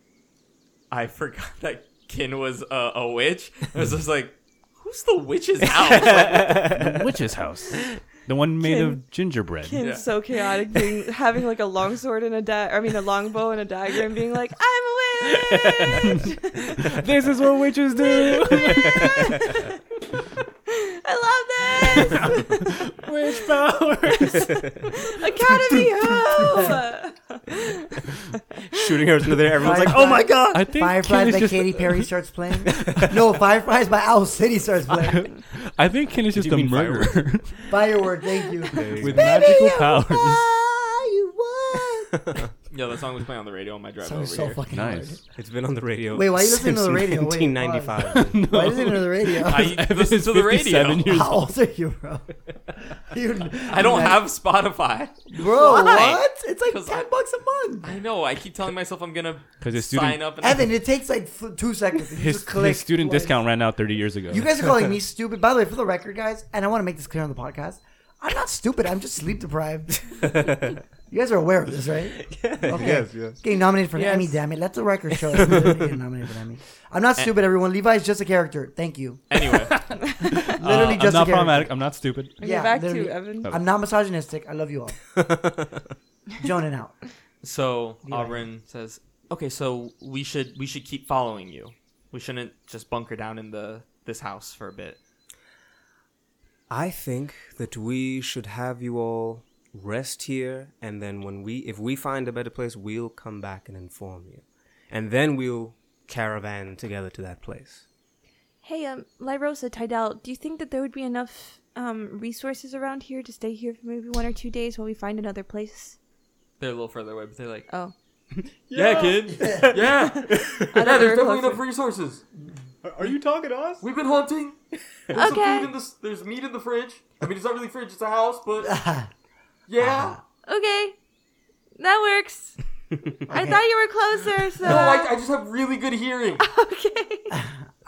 Speaker 2: I <laughs> forgot that Kin was a, a witch. I was just like, "Who's the witch's house?" Like,
Speaker 3: The witch's house. The one made
Speaker 4: Kin-
Speaker 3: of gingerbread.
Speaker 4: Kin's
Speaker 2: Yeah.
Speaker 4: so chaotic, being, having like a long sword and a da- I mean a longbow and a dagger, and being like, I'm a witch.
Speaker 3: <laughs>
Speaker 4: <laughs>
Speaker 3: this is what
Speaker 1: <laughs>
Speaker 3: witches do.
Speaker 4: I love this.
Speaker 3: Witch powers.
Speaker 4: Academy who?
Speaker 5: Shooting her into the air, everyone's <laughs> like,
Speaker 1: Firefly-
Speaker 5: "Oh my god!"
Speaker 3: I think Kin
Speaker 1: Fireflies
Speaker 3: is
Speaker 1: by
Speaker 3: just.
Speaker 1: Katy
Speaker 2: <laughs>
Speaker 1: Perry starts playing. no, Fireflies by Owl City starts playing.
Speaker 3: I think Kin is just
Speaker 5: you
Speaker 3: a
Speaker 5: mean
Speaker 3: murderer
Speaker 1: Fireword, thank you.
Speaker 3: <laughs> with magical powers.
Speaker 2: Yo, that song was playing on the radio on my drive over
Speaker 1: Sounds so
Speaker 2: here.
Speaker 1: fucking
Speaker 3: Nice.
Speaker 5: It's been on the radio.
Speaker 1: Wait, why are you listening to the
Speaker 5: since
Speaker 1: radio? Wait,
Speaker 3: <laughs>
Speaker 5: 1995.
Speaker 1: hard. Why is it on the radio?
Speaker 2: <laughs> I listen
Speaker 3: It's
Speaker 2: to the
Speaker 3: 57
Speaker 2: radio.
Speaker 3: years
Speaker 1: <laughs> How old are you,
Speaker 2: <laughs>
Speaker 1: bro? You,
Speaker 2: I don't have Spotify.
Speaker 1: Bro,
Speaker 2: Why?
Speaker 1: what? It's like
Speaker 2: 'Cause
Speaker 1: ten
Speaker 2: I-
Speaker 1: bucks a month.
Speaker 2: I know. I keep telling myself I'm gonna
Speaker 3: 'Cause his
Speaker 2: sign
Speaker 3: student-
Speaker 2: up. And
Speaker 1: Evan, it takes like f- two seconds. You
Speaker 3: His,
Speaker 1: just click
Speaker 3: his student
Speaker 1: play.
Speaker 3: discount ran out 30 years ago.
Speaker 1: You guys are calling
Speaker 3: <laughs>
Speaker 1: me stupid. By the way, for the record, guys, and I want to make this clear on the podcast, I'm not stupid. I'm just sleep
Speaker 3: <laughs>
Speaker 1: deprived. you guys are aware of this, right? Okay.
Speaker 5: Yes, yes.
Speaker 1: Getting nominated for an
Speaker 4: Yes.
Speaker 1: Emmy, damn it. Let the record
Speaker 4: <laughs>
Speaker 1: show. that we're Getting nominated for an Emmy. I'm not
Speaker 3: Eh.
Speaker 1: stupid, everyone. Levi's just a character. Thank you.
Speaker 2: anyway,
Speaker 1: Literally
Speaker 3: Uh,
Speaker 1: just
Speaker 3: I'm not
Speaker 1: a character.
Speaker 3: problematic. I'm not stupid.
Speaker 4: Okay,
Speaker 1: Yeah,
Speaker 4: back
Speaker 1: literally.
Speaker 4: to Evan.
Speaker 1: I'm not misogynistic. I love
Speaker 3: <laughs>
Speaker 1: you all. Jonan
Speaker 4: <laughs>
Speaker 1: out.
Speaker 2: so Auburn says, "Okay, so we should we should keep following you. We shouldn't just bunker down in the this house for a bit."
Speaker 5: I think that we should have you all rest here, and then when we, if we find a better place, we'll come back and inform you, and then we'll caravan together to that place.
Speaker 4: Hey, um, Lyrosa, Tidal, do you think that there would be enough um resources around here to stay here for maybe one or two days while we find another place?
Speaker 2: They're a little further away, but they're like,
Speaker 4: Oh,
Speaker 2: yeah, kid. Yeah. <laughs> yeah,
Speaker 4: very
Speaker 2: there's
Speaker 4: close
Speaker 2: definitely enough resources.
Speaker 3: Are you talking to us?
Speaker 2: We've been hunting. There's some
Speaker 4: Okay.
Speaker 2: food in the, there's meat in the fridge. I mean, it's not really fridge, it's a house, but yeah.
Speaker 4: okay, that works. I thought you were closer, so
Speaker 2: No, Oh, I, I just have really good hearing.
Speaker 4: <laughs> okay.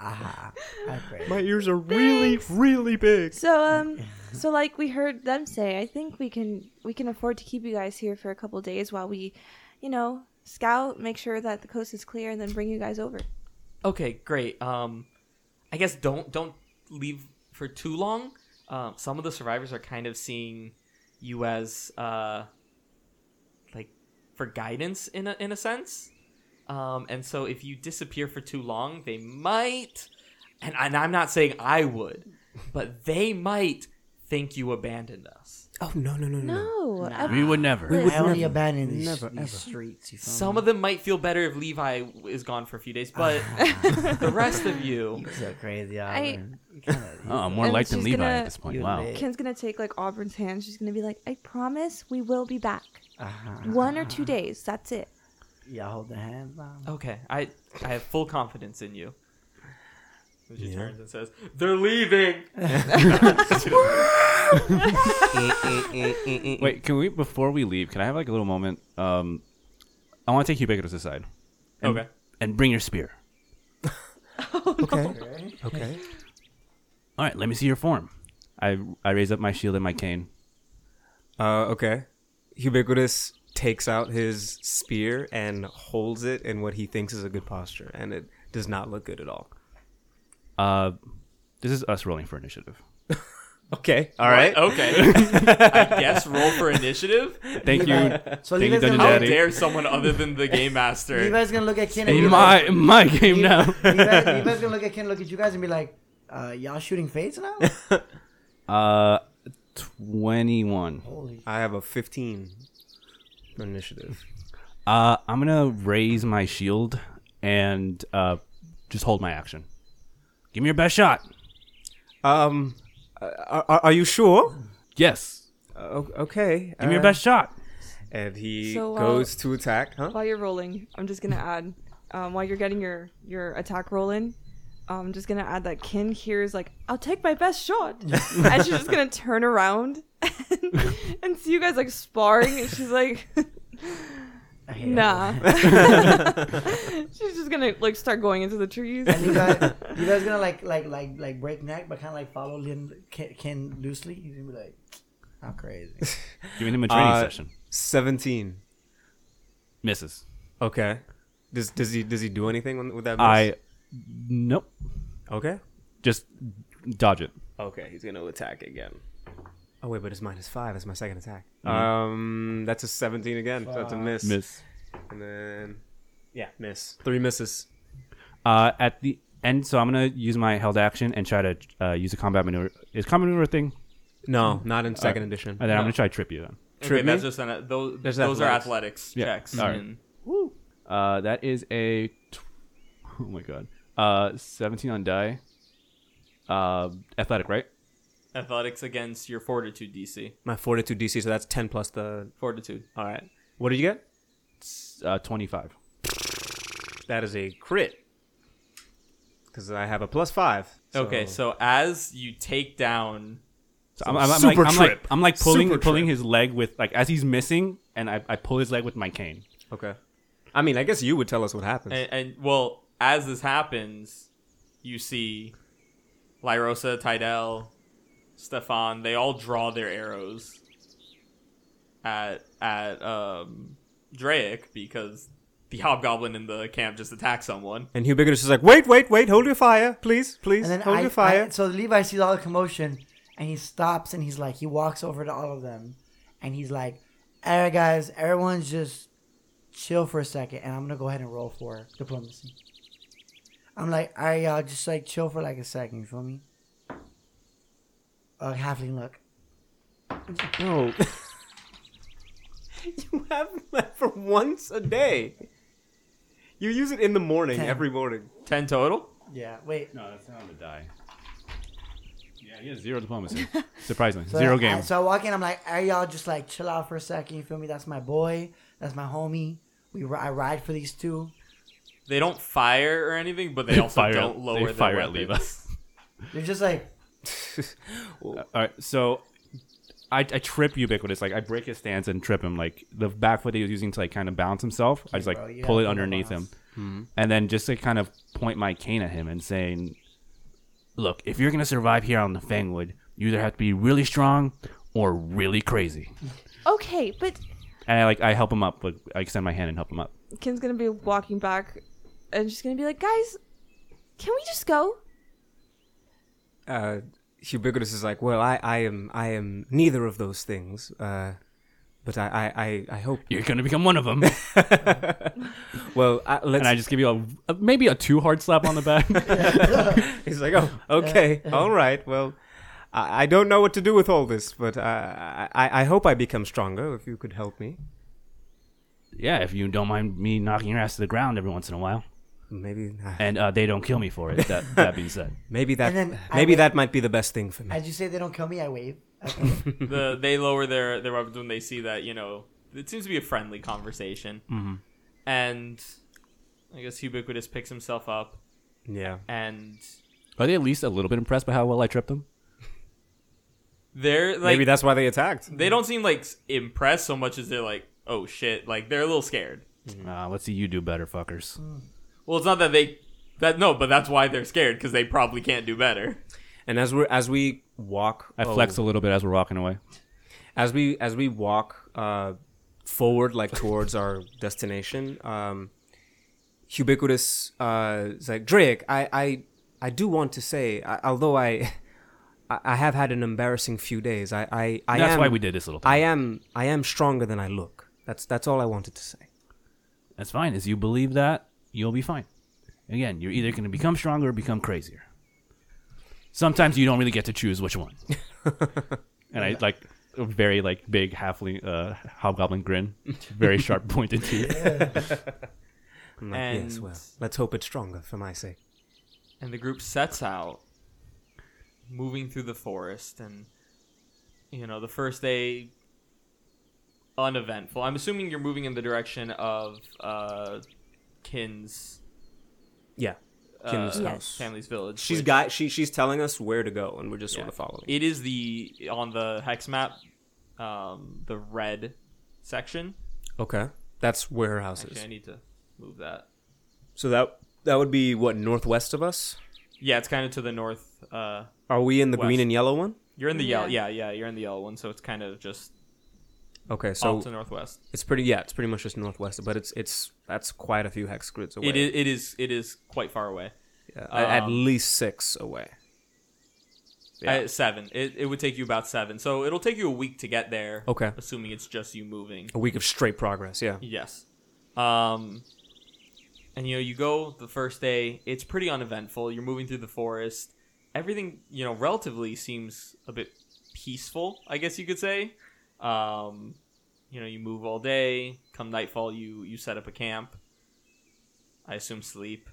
Speaker 1: Ah, I agree.
Speaker 3: My ears are really, really big.
Speaker 4: So um, so like we heard them say, I think we can we can afford to keep you guys here for a couple days while we, you know, scout, make sure that the coast is clear, and then bring you guys over.
Speaker 2: okay, great. Um, I guess don't don't leave for too long. Um, some of the survivors are kind of seeing you as uh, like for guidance in a in a sense. Um, and so if you disappear for too long, they might, and, and I'm not saying I would, but they might think you abandoned us.
Speaker 5: Oh no no no no. no.
Speaker 4: No,
Speaker 3: We would never.
Speaker 1: I only
Speaker 5: never,
Speaker 1: abandon these,
Speaker 5: never,
Speaker 1: these
Speaker 5: ever.
Speaker 1: streets. You feel
Speaker 2: Some
Speaker 1: me?
Speaker 2: of them might feel better if Levi is gone for a few days, but the rest of you,
Speaker 1: He's so crazy.
Speaker 4: I-
Speaker 3: Oh, more
Speaker 4: And
Speaker 3: like than
Speaker 4: she's
Speaker 3: Levi
Speaker 4: gonna-
Speaker 3: at this point.
Speaker 1: You
Speaker 3: Wow.
Speaker 1: may-
Speaker 4: Ken's gonna take like Auburn's hand. She's gonna be like, "I promise, we will be back.
Speaker 1: uh
Speaker 4: One or two days. That's it."
Speaker 1: Y'all hold the hands on.
Speaker 2: okay, I I have full confidence in you. And She turns and says, "They're leaving."
Speaker 5: Eh,
Speaker 3: Wait, can we before we leave? Can I have like a little moment? Um, I want to take Ubiquitous aside. And,
Speaker 2: Okay.
Speaker 3: And bring your spear.
Speaker 5: Okay. Okay.
Speaker 3: All right, let me see your form. I I raise up my shield and my cane.
Speaker 5: Uh, okay. Ubiquitous takes out his spear and holds it in what he thinks is a good posture, and it does not look good at all.
Speaker 3: Uh, this is us rolling for initiative.
Speaker 5: Okay. All right.
Speaker 2: Okay. I guess roll for initiative.
Speaker 3: Thank
Speaker 1: <laughs>
Speaker 3: you. <laughs>
Speaker 1: So
Speaker 3: Thank you,
Speaker 1: Levi's
Speaker 3: Dungeon
Speaker 1: gonna,
Speaker 2: How
Speaker 3: Daddy.
Speaker 2: dare someone other than the <laughs> game master?
Speaker 1: Levi's gonna look at Ken and be
Speaker 3: <laughs>
Speaker 1: like,
Speaker 3: my my game now.
Speaker 1: Levi, Levi's gonna look at Ken, look at you guys, and be like, uh, "Y'all shooting fades
Speaker 4: <laughs>
Speaker 1: now?"
Speaker 3: Uh, twenty one.
Speaker 1: Holy
Speaker 5: I have a 15 for initiative.
Speaker 3: Uh, I'm gonna raise my shield and uh, just hold my action. Give me your best shot.
Speaker 5: Um, are, are, are you sure?
Speaker 3: Yes.
Speaker 5: Uh, okay.
Speaker 3: Give me your best shot.
Speaker 5: And he
Speaker 4: So, uh,
Speaker 5: goes to attack, huh?
Speaker 4: While you're rolling, I'm just gonna add, um, while you're getting your your attack roll in, I'm just gonna add that Kin hears like, "I'll take my best shot," and she's just gonna turn around <laughs> and, and see you guys like sparring, and she's like, <laughs>
Speaker 1: I hate
Speaker 4: "Nah."
Speaker 1: everyone.
Speaker 4: she's just gonna like start going into the trees.
Speaker 1: And Levi, Levi's gonna like like like like break neck, but kind of like follow Lin, Ken, Ken loosely. He's gonna be like, "How
Speaker 5: <laughs>
Speaker 1: crazy."
Speaker 3: Giving him a training
Speaker 5: Uh,
Speaker 3: session.
Speaker 5: 17.
Speaker 3: Misses.
Speaker 5: Okay. Does does he does he do anything on- with that? miss?
Speaker 3: I. Nope.
Speaker 5: okay.
Speaker 3: Just dodge it.
Speaker 5: Okay, he's gonna attack again. Oh wait, but it's minus five. It's my second attack. Um, that's a seventeen again. So that's a miss.
Speaker 3: Miss.
Speaker 5: And then, yeah, miss. Three misses.
Speaker 3: Uh, at the end, so I'm gonna use my held action and try to uh, use a combat maneuver. Is combat maneuver a thing?
Speaker 5: No, not in second edition.
Speaker 3: And then I'm gonna try to trip you then.
Speaker 2: Okay,
Speaker 5: Trip
Speaker 2: that's
Speaker 5: me?
Speaker 2: just an, uh, those
Speaker 5: There's
Speaker 2: those are
Speaker 5: athletics.
Speaker 2: athletics
Speaker 3: Yeah.
Speaker 2: checks. Mm.
Speaker 3: All right.
Speaker 2: and-
Speaker 3: Uh, that is a. T- oh my god. Uh, 17 on die. Uh, athletic, right?
Speaker 2: athletics against your fortitude DC.
Speaker 5: My fortitude DC, so that's ten plus the.
Speaker 2: Fortitude.
Speaker 5: All right. What did you get?
Speaker 3: S- Uh, 25.
Speaker 5: That is a crit. Because I have a plus five.
Speaker 2: Okay, so as you take down
Speaker 3: So I'm, I'm, I'm
Speaker 5: Super
Speaker 3: like, I'm like-
Speaker 5: trip.
Speaker 3: I'm like pulling
Speaker 5: Super
Speaker 3: pulling his leg with like as he's missing, and I, I pull his leg with my cane.
Speaker 5: okay. I mean, I guess you would tell us what happens.
Speaker 2: And, and well, as this happens, you see Lyrosa, Tidal, Stefan, they all draw their arrows at at um Drake because the hobgoblin in the camp just attacked someone.
Speaker 5: And Hugh Biggers is like, wait, wait, wait, hold your fire, please, please,
Speaker 1: And then
Speaker 5: hold
Speaker 1: I,
Speaker 5: your fire.
Speaker 1: I- so Levi sees all the commotion and he stops and he's like, he walks over to all of them and he's like, all right, guys, everyone's just chill for a second and I'm going to go ahead and roll for diplomacy. I'm like, all right, y'all, just like chill for like a second, you feel me? Uh, halfling look.
Speaker 5: no. <laughs> you have that for once a day. You use it in the morning,
Speaker 1: Ten.
Speaker 5: every morning.
Speaker 2: Ten total.
Speaker 1: Yeah, wait.
Speaker 3: No, that's not on the die. Yeah, he has zero
Speaker 5: <laughs>
Speaker 3: diplomacy. Surprisingly,
Speaker 1: So
Speaker 3: zero
Speaker 1: I-
Speaker 3: game.
Speaker 1: so I walk in, I'm like, all right, y'all, just like chill out for a second, you feel me? That's my boy. That's my homie. We ri- I ride for these two.
Speaker 2: They don't fire or anything, but they also
Speaker 3: <laughs> fire-
Speaker 2: don't lower
Speaker 3: they
Speaker 2: their
Speaker 3: fire at
Speaker 2: weapons.
Speaker 3: Levi.
Speaker 1: They're just like
Speaker 3: <laughs> All right, so I, I trip ubiquitous. Like I break his stance and trip him. Like the back foot that he was using to like kind of bounce himself, I just like
Speaker 1: bro, you
Speaker 3: pull
Speaker 1: have
Speaker 3: it
Speaker 1: no
Speaker 3: underneath him,
Speaker 1: balance.
Speaker 3: and then just like kind of point my cane at him and saying, "Look, if you're gonna survive here on the Fangwood, you either have to be really strong or really crazy."
Speaker 4: Okay, but
Speaker 3: And I like I help him up, but I extend my hand and help him up.
Speaker 4: Kim's gonna be walking back, and she's gonna be like, "Guys, can we just go?"
Speaker 5: uh, ubiquitous is like, well, I, I am, I am neither of those things. Uh, but I, I, I, I hope.
Speaker 3: You're gonna become one
Speaker 1: <laughs>
Speaker 3: of them.
Speaker 5: <laughs> Well, I, let's.
Speaker 3: and I just give you a, a- maybe a too hard slap on the back.
Speaker 5: <laughs>
Speaker 3: <laughs>
Speaker 5: he's like, oh, okay, all right. Well, I, I don't know what to do with all this, but uh, I, I, I hope I become stronger. If you could help me,
Speaker 3: yeah, if you don't mind me knocking your ass to the ground every once in a while,
Speaker 5: maybe, uh,
Speaker 3: and uh, they don't kill me for it. That, that being said,
Speaker 5: maybe that,
Speaker 1: And then I
Speaker 5: maybe
Speaker 1: would-
Speaker 5: that might be the best thing for me.
Speaker 1: as you say, they don't kill me. I wave.
Speaker 3: <laughs>
Speaker 2: the they lower their their weapons when they see that you know it seems to be a friendly conversation
Speaker 3: Mm-hmm.
Speaker 2: and i guess ubiquitous picks himself up
Speaker 5: yeah.
Speaker 2: and
Speaker 3: <laughs> are they at least a little bit impressed by how well I tripped them?
Speaker 2: they're like
Speaker 5: maybe that's why they attacked.
Speaker 2: they don't seem like s- impressed so much as they're like oh shit like they're a little scared
Speaker 3: Uh, let's see you do better, fuckers.
Speaker 2: well it's not that they that no but that's why they're scared because they probably can't do better
Speaker 5: And as we as we walk, oh,
Speaker 3: I flex a little bit as we're walking away.
Speaker 5: as we as we walk uh, forward, like towards our destination. Um, ubiquitous uh, is like Drake. I, I I do want to say, I, although I I I have had an embarrassing few days. I I, I
Speaker 3: That's
Speaker 5: am,
Speaker 3: why we did this little thing.
Speaker 5: I am I am stronger than I look. That's that's all I wanted to say.
Speaker 3: That's fine. As you believe that, you'll be fine. Again, you're either going to become stronger or become crazier. Sometimes you don't really get to choose which one. and I like a very like big halfling uh, hobgoblin grin, very sharp pointed teeth.
Speaker 5: I'm like, yes,
Speaker 2: And-
Speaker 5: well, let's hope it's stronger for my sake.
Speaker 2: and the group sets out moving through the forest and you know the first day uneventful i'm assuming you're moving in the direction of uh kin's
Speaker 5: Yeah.
Speaker 2: uh,
Speaker 5: Kim's
Speaker 4: Yes.
Speaker 5: house.
Speaker 2: family's village
Speaker 5: She's
Speaker 2: which-
Speaker 5: got she she's telling us where to go, and we're just sort of following.
Speaker 2: it is the on the hex map um the red section
Speaker 5: Okay, that's where her house
Speaker 2: actually i need to move that
Speaker 5: So that that would be what northwest of us.
Speaker 2: yeah it's kind of to the north uh
Speaker 5: Are we in the green
Speaker 2: West.
Speaker 5: and yellow one?
Speaker 2: you're in the yellow
Speaker 4: Yeah.
Speaker 2: yeah yeah you're in the yellow one so it's kind of just
Speaker 5: Okay,
Speaker 2: off
Speaker 5: so
Speaker 2: to northwest
Speaker 5: it's pretty. Yeah, it's pretty much just northwest, but it's it's that's quite a few hex grids away.
Speaker 2: it is it is it is quite far away
Speaker 5: Yeah, a- at
Speaker 2: um,
Speaker 5: least six away. Yeah.
Speaker 2: Uh, seven. It, it would take you about seven. So it'll take you a week to get there.
Speaker 5: Okay.
Speaker 2: Assuming it's just you moving.
Speaker 5: A week of straight progress. Yeah.
Speaker 2: Yes. Um, and you know, you go the first day. It's pretty uneventful. You're moving through the forest. Everything, you know, relatively seems a bit peaceful, I guess you could say. Um, you know, you move all day. Come nightfall, you you set up a camp. I assume sleep.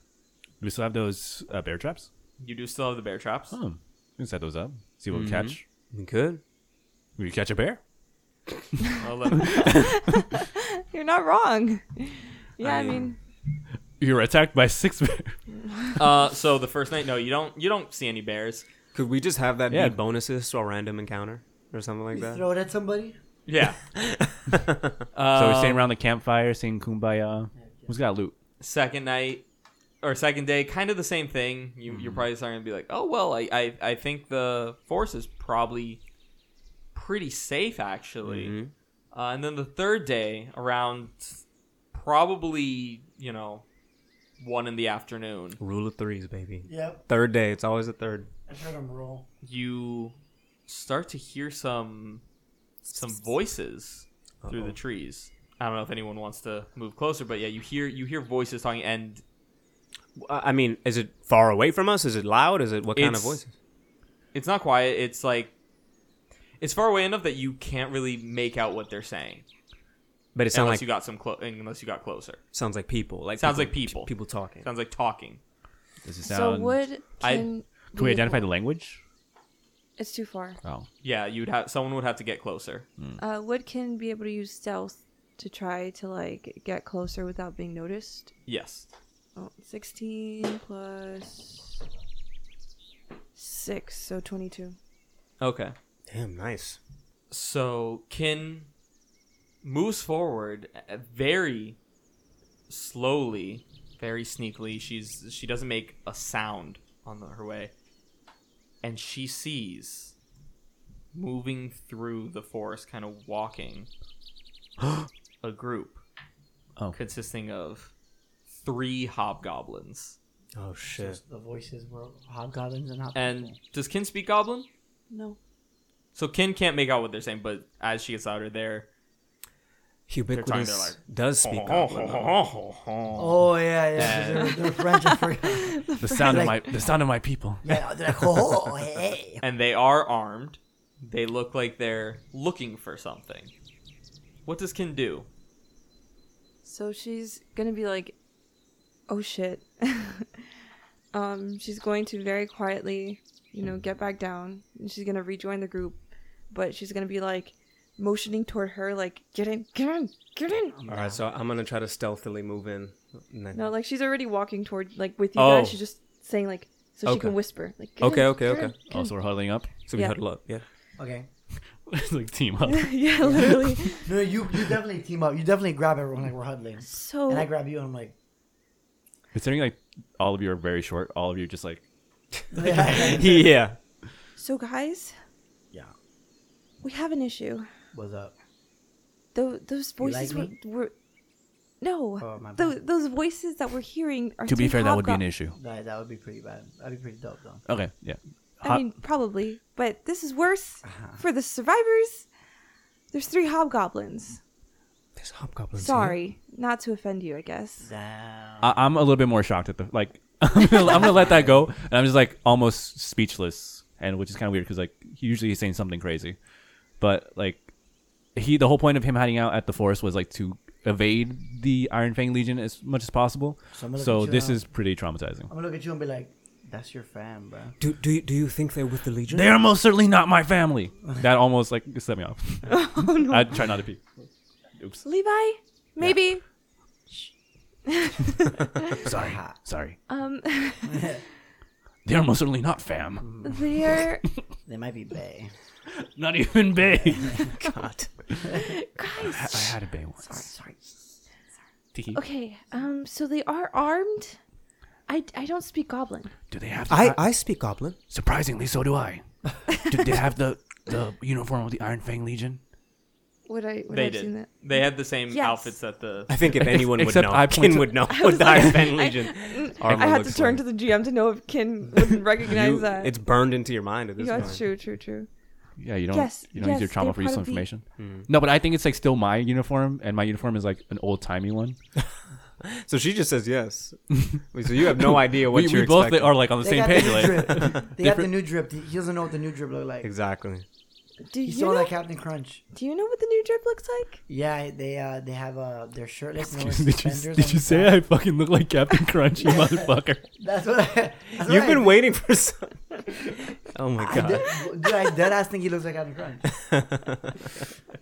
Speaker 3: Do we still have those uh, bear traps?
Speaker 2: You do still have the bear traps.
Speaker 3: Oh, we can set those up. See what we catch.
Speaker 5: Good.
Speaker 3: Will you catch a bear?
Speaker 2: I'll let- <laughs>
Speaker 4: You're not wrong. Yeah, I mean,
Speaker 3: You're attacked by six <laughs> bears.
Speaker 2: uh, so the first night, no, you don't you don't see any bears.
Speaker 5: Could we just have that
Speaker 3: Yeah.
Speaker 5: be bonuses to a random encounter or something like that?
Speaker 1: Throw it at somebody.
Speaker 2: Yeah.
Speaker 3: so we're
Speaker 2: <laughs> Um,
Speaker 3: sitting around the campfire, singing "Kumbaya." Who's got loot?
Speaker 2: second night or second day, kind of the same thing. You, You're probably starting to be like, oh well, I, I, I think the force is probably pretty safe actually. Uh, and then the third day, around probably you know one in the afternoon,
Speaker 5: <laughs> Rule of threes, baby.
Speaker 1: Yep.
Speaker 5: Third day. It's always a third.
Speaker 1: I heard him roll.
Speaker 2: you start to hear some some voices through the
Speaker 5: Uh-oh.
Speaker 2: trees. I don't know if anyone wants to move closer, but yeah, you hear you hear voices talking, and
Speaker 5: I I mean, is it far away from us? Is it loud? Is it what kind of
Speaker 2: It's-
Speaker 5: voices?
Speaker 2: it's not quiet. It's like it's far away enough that you can't really make out what they're saying
Speaker 5: But it sounds
Speaker 2: unless
Speaker 5: like
Speaker 2: you got some clo- unless you got closer.
Speaker 5: sounds like people. Like
Speaker 2: Sounds like people.
Speaker 5: People talking.
Speaker 2: Sounds like talking.
Speaker 3: Does it
Speaker 4: so would
Speaker 2: I-
Speaker 4: Kim
Speaker 3: Can we
Speaker 4: be-
Speaker 3: identify the language?
Speaker 4: It's too far.
Speaker 3: Oh,
Speaker 4: <laughs>
Speaker 2: Yeah, you'd have someone would have to get closer.
Speaker 4: Uh, would Kin be able to use stealth to try to like get closer without being noticed.
Speaker 2: Yes.
Speaker 4: Oh, 16 plus 6, so 22.
Speaker 2: Okay.
Speaker 5: Damn, nice.
Speaker 2: So Kin moves forward uh, very slowly, very sneakily. She's she doesn't make a sound on the, her way, and she sees moving through the forest, kind of walking, a group
Speaker 3: Oh.
Speaker 2: consisting of three hobgoblins.
Speaker 5: Oh shit.
Speaker 1: The voices were hobgoblins and hobgoblins.
Speaker 2: And does Kin speak goblin?
Speaker 4: No.
Speaker 2: So Kin can't make out what they're saying, but as she gets louder, there. trying to,
Speaker 5: Ubiquitous
Speaker 2: like-
Speaker 5: does <laughs> speak goblin. though.
Speaker 1: oh yeah, yeah.
Speaker 2: And-
Speaker 1: They're,
Speaker 4: <laughs>
Speaker 1: they're French. I forgot.
Speaker 3: The sound of my the sound of my people.
Speaker 1: Yeah, they're like, oh, <laughs> hey.
Speaker 2: and they are armed. They look like they're looking for something. What does Kin do?
Speaker 4: So she's gonna be like, oh shit. <laughs> um, she's going to very quietly, you know, get back down. And she's gonna rejoin the group, but she's gonna be like motioning toward her, like, get in, get in, get in.
Speaker 5: All right, so I'm gonna try to stealthily move in. Nah.
Speaker 4: No, like she's already walking toward, like, with you
Speaker 5: Oh.
Speaker 4: guys. She's just saying, like, so she
Speaker 5: Okay.
Speaker 4: can whisper. Like, "Get
Speaker 5: Okay,
Speaker 4: in, <laughs>
Speaker 5: okay,
Speaker 4: get
Speaker 5: okay.
Speaker 4: in, get
Speaker 3: Oh, so we're huddling
Speaker 4: <laughs>
Speaker 3: up.
Speaker 5: So we
Speaker 4: Yeah.
Speaker 5: huddle <laughs> up. Yeah.
Speaker 1: Okay.
Speaker 3: It's like team up.
Speaker 4: in." yeah,
Speaker 1: <laughs>
Speaker 4: literally.
Speaker 1: No, you you definitely team up. You definitely grab everyone like we're huddling,
Speaker 4: So
Speaker 1: and I grab you and I'm like,
Speaker 3: Considering like all of you are very short, all of you just like
Speaker 5: yeah.
Speaker 4: So, guys,
Speaker 1: yeah.
Speaker 4: we have an issue.
Speaker 1: What's up?
Speaker 4: Those, those
Speaker 1: You
Speaker 4: voices
Speaker 1: like
Speaker 4: were, were. No.
Speaker 1: Oh, my
Speaker 4: Tho-
Speaker 1: bad.
Speaker 4: those voices that we're hearing are.
Speaker 3: to be
Speaker 4: two
Speaker 3: fair, that would be an
Speaker 4: hobgob-
Speaker 3: issue.
Speaker 1: That, that would be pretty bad. That'd be pretty dope though.
Speaker 3: Okay, yeah.
Speaker 4: I mean, probably. But this is worse
Speaker 1: Uh-huh.
Speaker 4: for the survivors. There's three hobgoblins.
Speaker 5: There's hobgoblins. here.
Speaker 4: Sorry. Not to offend you, I guess.
Speaker 1: Damn.
Speaker 3: I, I'm a little bit more shocked at the like. <laughs> I'm gonna, I'm gonna let that go, and I'm just like almost speechless, and which is kind of weird because like usually he's saying something crazy, but like he the whole point of him hiding out at the forest was like to evade the Iron Fang Legion as much as possible.
Speaker 1: So I'm gonna
Speaker 3: So
Speaker 1: get you
Speaker 3: this
Speaker 1: out.
Speaker 3: is pretty traumatizing.
Speaker 1: I'm gonna look at you and be like, "That's your fam, bro."
Speaker 5: Do do you, do you think they're with the Legion?
Speaker 3: They are most certainly not my <laughs> family. That almost like set me off. <laughs> I try not to pee. Oops.
Speaker 4: Levi? Maybe.
Speaker 3: Sorry. Sorry.
Speaker 4: Um, <laughs>
Speaker 3: They are most certainly not fam.
Speaker 4: they're.
Speaker 1: They might be bay.
Speaker 3: Not even Bay.
Speaker 5: God.
Speaker 4: guys!
Speaker 3: <laughs> I had a Bay once.
Speaker 1: Sorry.
Speaker 3: Tiki,
Speaker 4: Okay, um, so they are armed. I, I don't speak goblin.
Speaker 3: Do they have?
Speaker 5: I I speak goblin.
Speaker 3: Surprisingly, so do I. Did they have the the uniform of the Iron Fang Legion?
Speaker 4: Would I? Would
Speaker 2: They
Speaker 4: I have seen
Speaker 2: did.
Speaker 5: <laughs>
Speaker 4: that?
Speaker 2: They had the same
Speaker 4: Yes.
Speaker 2: outfits that the.
Speaker 5: I think if anyone would
Speaker 3: Except
Speaker 5: know, <laughs>
Speaker 3: I point
Speaker 5: Kin
Speaker 3: to-
Speaker 5: would know with
Speaker 4: <laughs>
Speaker 5: the <laughs> Iron Fan Legion.
Speaker 4: I had to turn to the GM to know if Kin would recognize
Speaker 5: <laughs> You- uh,
Speaker 4: that.
Speaker 5: It's burned into your mind at this
Speaker 4: Yeah,
Speaker 5: point.
Speaker 4: that's true, true, true.
Speaker 3: Yeah, you don't.
Speaker 4: Yes,
Speaker 3: you don't
Speaker 4: yes,
Speaker 3: use your trauma
Speaker 4: they're
Speaker 3: for useful
Speaker 4: part of the-
Speaker 3: information. No, but I think it's like still my uniform, and my uniform is like an old timey one.
Speaker 5: So she just says <laughs> yes. Wait, so you have no idea what
Speaker 3: we
Speaker 5: you're
Speaker 3: we both
Speaker 5: expecting.
Speaker 3: are like on
Speaker 1: They
Speaker 3: the same
Speaker 1: got
Speaker 3: page.
Speaker 1: the new
Speaker 3: <laughs> Like,
Speaker 1: drip. They got the new drip. He doesn't know what the new drip look like.
Speaker 5: Exactly.
Speaker 4: Do
Speaker 1: He
Speaker 4: you
Speaker 1: saw
Speaker 4: know?
Speaker 1: that Captain Crunch.
Speaker 4: do you know what the new drip looks like?
Speaker 1: Yeah, they uh they have uh they're shirtless. And they wear
Speaker 3: <laughs> did you,
Speaker 1: suspenders on
Speaker 3: did you
Speaker 1: the
Speaker 3: say
Speaker 1: side.
Speaker 3: I fucking look like Captain Crunch, you motherfucker?
Speaker 1: That's what. I, that's
Speaker 5: You've
Speaker 1: what
Speaker 5: been
Speaker 1: I,
Speaker 5: waiting for <laughs> some. Oh my
Speaker 1: I
Speaker 5: god.
Speaker 1: de- dude, I dead ass think he looks like Captain
Speaker 3: <laughs>
Speaker 1: Crunch.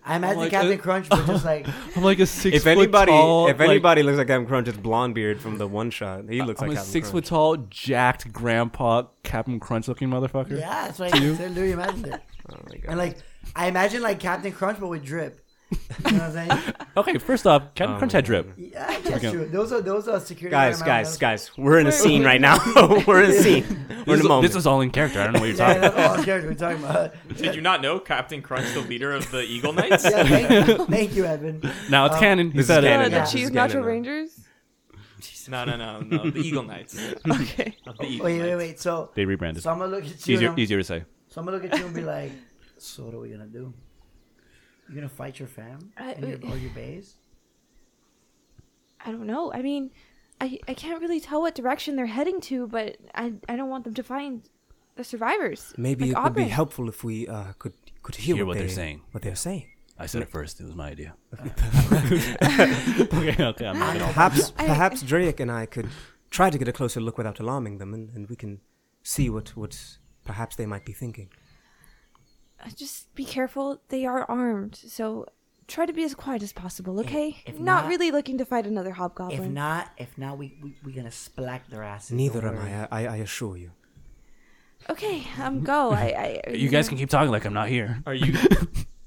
Speaker 1: I imagine
Speaker 3: like,
Speaker 1: Captain
Speaker 3: uh,
Speaker 1: Crunch, but just
Speaker 3: <laughs>
Speaker 1: like
Speaker 3: I'm like a six
Speaker 5: If
Speaker 3: foot
Speaker 5: anybody,
Speaker 3: tall.
Speaker 5: if
Speaker 3: like,
Speaker 5: anybody looks like Captain Crunch, it's blonde beard from the one shot. He looks
Speaker 3: I'm
Speaker 5: like
Speaker 3: a
Speaker 5: Captain
Speaker 3: six
Speaker 5: Crunch.
Speaker 3: foot tall, jacked grandpa Captain Crunch looking motherfucker.
Speaker 1: yeah, that's what I literally imagined it.
Speaker 5: Oh my god.
Speaker 1: And like I imagine like Captain Crunch, but with drip. You know what I'm saying?
Speaker 3: Okay, first off, Captain
Speaker 5: Oh
Speaker 3: Crunch
Speaker 5: my
Speaker 3: had drip.
Speaker 1: Yeah, that's
Speaker 3: Okay.
Speaker 1: true. Those are those are security.
Speaker 5: guys,
Speaker 1: guard
Speaker 5: guys,
Speaker 1: members.
Speaker 5: guys, we're in a scene right now.
Speaker 3: <laughs>
Speaker 5: <laughs> we're in a scene. We're in
Speaker 3: This
Speaker 5: a
Speaker 3: is-
Speaker 5: moment.
Speaker 3: This is all in character. I don't know what you're
Speaker 1: Yeah,
Speaker 3: talking.
Speaker 1: that's all the character we're talking about. <laughs>
Speaker 2: Did you not know Captain Crunch, the leader of the Eagle Knights?
Speaker 1: Yeah, thank you, thank you, Edwin.
Speaker 3: about. Now it's canon. He
Speaker 5: this is
Speaker 3: said it.
Speaker 4: Uh,
Speaker 5: canon. Yeah,
Speaker 4: the
Speaker 1: yeah.
Speaker 4: cheese
Speaker 5: This is canon
Speaker 4: nacho
Speaker 5: now.
Speaker 4: rangers.
Speaker 2: No, no, no, no. The Eagle Knights. The
Speaker 4: Okay.
Speaker 2: Eagle
Speaker 1: Wait, wait,
Speaker 2: Knights.
Speaker 1: wait. So,
Speaker 3: They rebranded.
Speaker 1: so I'm gonna look at you.
Speaker 3: easier,
Speaker 1: and I'm,
Speaker 3: easier to say.
Speaker 1: So I'm gonna look at you and be like, "So what are we gonna do? You gonna fight your fam
Speaker 4: I-
Speaker 1: and your, or your base?
Speaker 4: I don't know. I mean, I I can't really tell what direction they're heading to, but I I don't want them to find the survivors.
Speaker 5: Maybe
Speaker 4: Like
Speaker 5: it would be
Speaker 4: Aubrey.
Speaker 5: helpful if we uh, could could hear,
Speaker 3: Hear what
Speaker 5: they,
Speaker 3: they're saying.
Speaker 5: What they're saying.
Speaker 3: I said it first. It was my <laughs> idea. <laughs> okay, okay, I'm not gonna.
Speaker 5: Perhaps
Speaker 4: I-
Speaker 5: perhaps Drake and I could try to get a closer look without alarming them, and, and we can see what what perhaps they might be thinking.
Speaker 4: Uh, Just be careful. They are armed, so try to be as quiet as possible, okay?
Speaker 1: if
Speaker 4: not,
Speaker 1: not-
Speaker 4: really looking to fight another
Speaker 1: If
Speaker 4: hobgoblin.
Speaker 1: not, if not, we we we gonna splack their asses.
Speaker 5: Neither
Speaker 1: don't
Speaker 5: am
Speaker 1: worry.
Speaker 5: I, I. I assure you.
Speaker 4: okay, um, go. I, I
Speaker 3: You guys can keep talking like I'm not here.
Speaker 2: Are you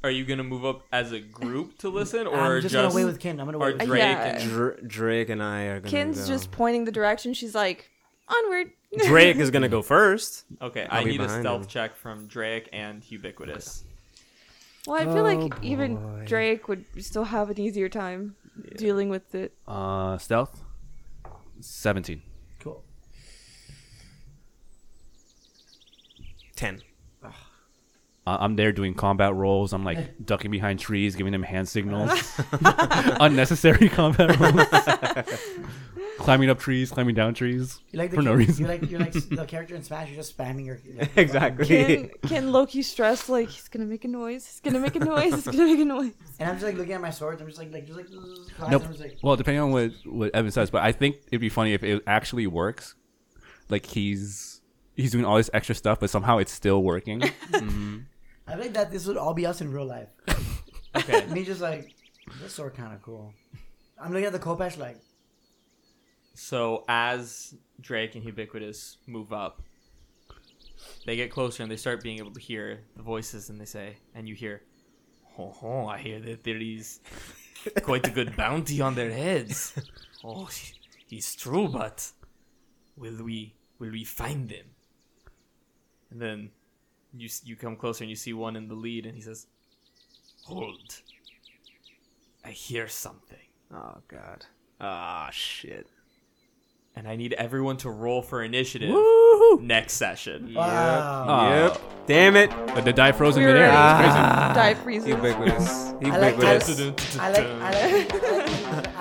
Speaker 2: are you gonna move up as a group to listen, or
Speaker 1: I'm just,
Speaker 2: just,
Speaker 1: gonna wait with Ken. I'm gonna
Speaker 2: or
Speaker 1: wait. With
Speaker 2: Drake?
Speaker 4: Yeah.
Speaker 2: And,
Speaker 5: Dr- Drake and I are gonna.
Speaker 4: Kin's
Speaker 5: go.
Speaker 4: just pointing the direction. She's like, onward. <laughs>
Speaker 5: Drake is gonna go first.
Speaker 2: okay,
Speaker 5: I'll
Speaker 2: I
Speaker 5: be
Speaker 2: need a
Speaker 5: behind
Speaker 2: stealth
Speaker 5: him.
Speaker 2: check from Drake and Ubiquitous.
Speaker 4: well, I feel like
Speaker 5: Oh,
Speaker 4: even
Speaker 5: boy.
Speaker 4: Drake would still have an easier time dealing with it.
Speaker 3: Uh, stealth. Seventeen.
Speaker 1: Cool.
Speaker 5: Ten.
Speaker 3: Uh, I'm there doing combat rolls. I'm <laughs> like ducking behind trees, giving them hand <laughs> signals. Unnecessary combat rolls. <laughs> climbing up trees, climbing down trees.
Speaker 1: You like the
Speaker 3: for no
Speaker 1: kid-
Speaker 3: reason.
Speaker 1: You like you're
Speaker 3: <laughs>
Speaker 1: like s- the character in Smash. You're just spamming your. your
Speaker 4: Kin, Kin Loki stressed, like, he's gonna make a noise, he's gonna make a noise, he's gonna make a noise.
Speaker 1: and I'm just like looking at my swords. I'm just like like just like.
Speaker 3: Nope.
Speaker 1: I'm just like
Speaker 3: Well, depending on what what Evan says, but I think it'd be funny if it actually works. Like he's he's doing all this extra stuff, but somehow it's still
Speaker 5: <laughs>
Speaker 3: working.
Speaker 1: I think that this would all be us in real life.
Speaker 2: Okay,
Speaker 1: <laughs> Me just like this sword kind of cool. I'm looking at the Kopesh like
Speaker 2: so as Drake and Ubiquitous move up, they get closer and they start being able to hear the voices, and they say, and you hear, "Oh, oh I hear that there is quite a good bounty on their
Speaker 5: <laughs>
Speaker 2: heads." Oh, it's true, but will we will we find them? And then you s- you come closer and you see one in the lead, and he says, "Hold, I hear something."
Speaker 5: Oh God. Ah shit.
Speaker 2: and I need everyone to roll for initiative next session.
Speaker 1: wow.
Speaker 3: Aw.
Speaker 5: Yep. Damn it.
Speaker 3: Uh, But the die frozen
Speaker 4: We were- uh,
Speaker 3: midair. It's crazy.
Speaker 4: Die freezes.
Speaker 5: Ubiquitous.
Speaker 1: I like
Speaker 5: Ubiquitous.
Speaker 1: I like I like. I like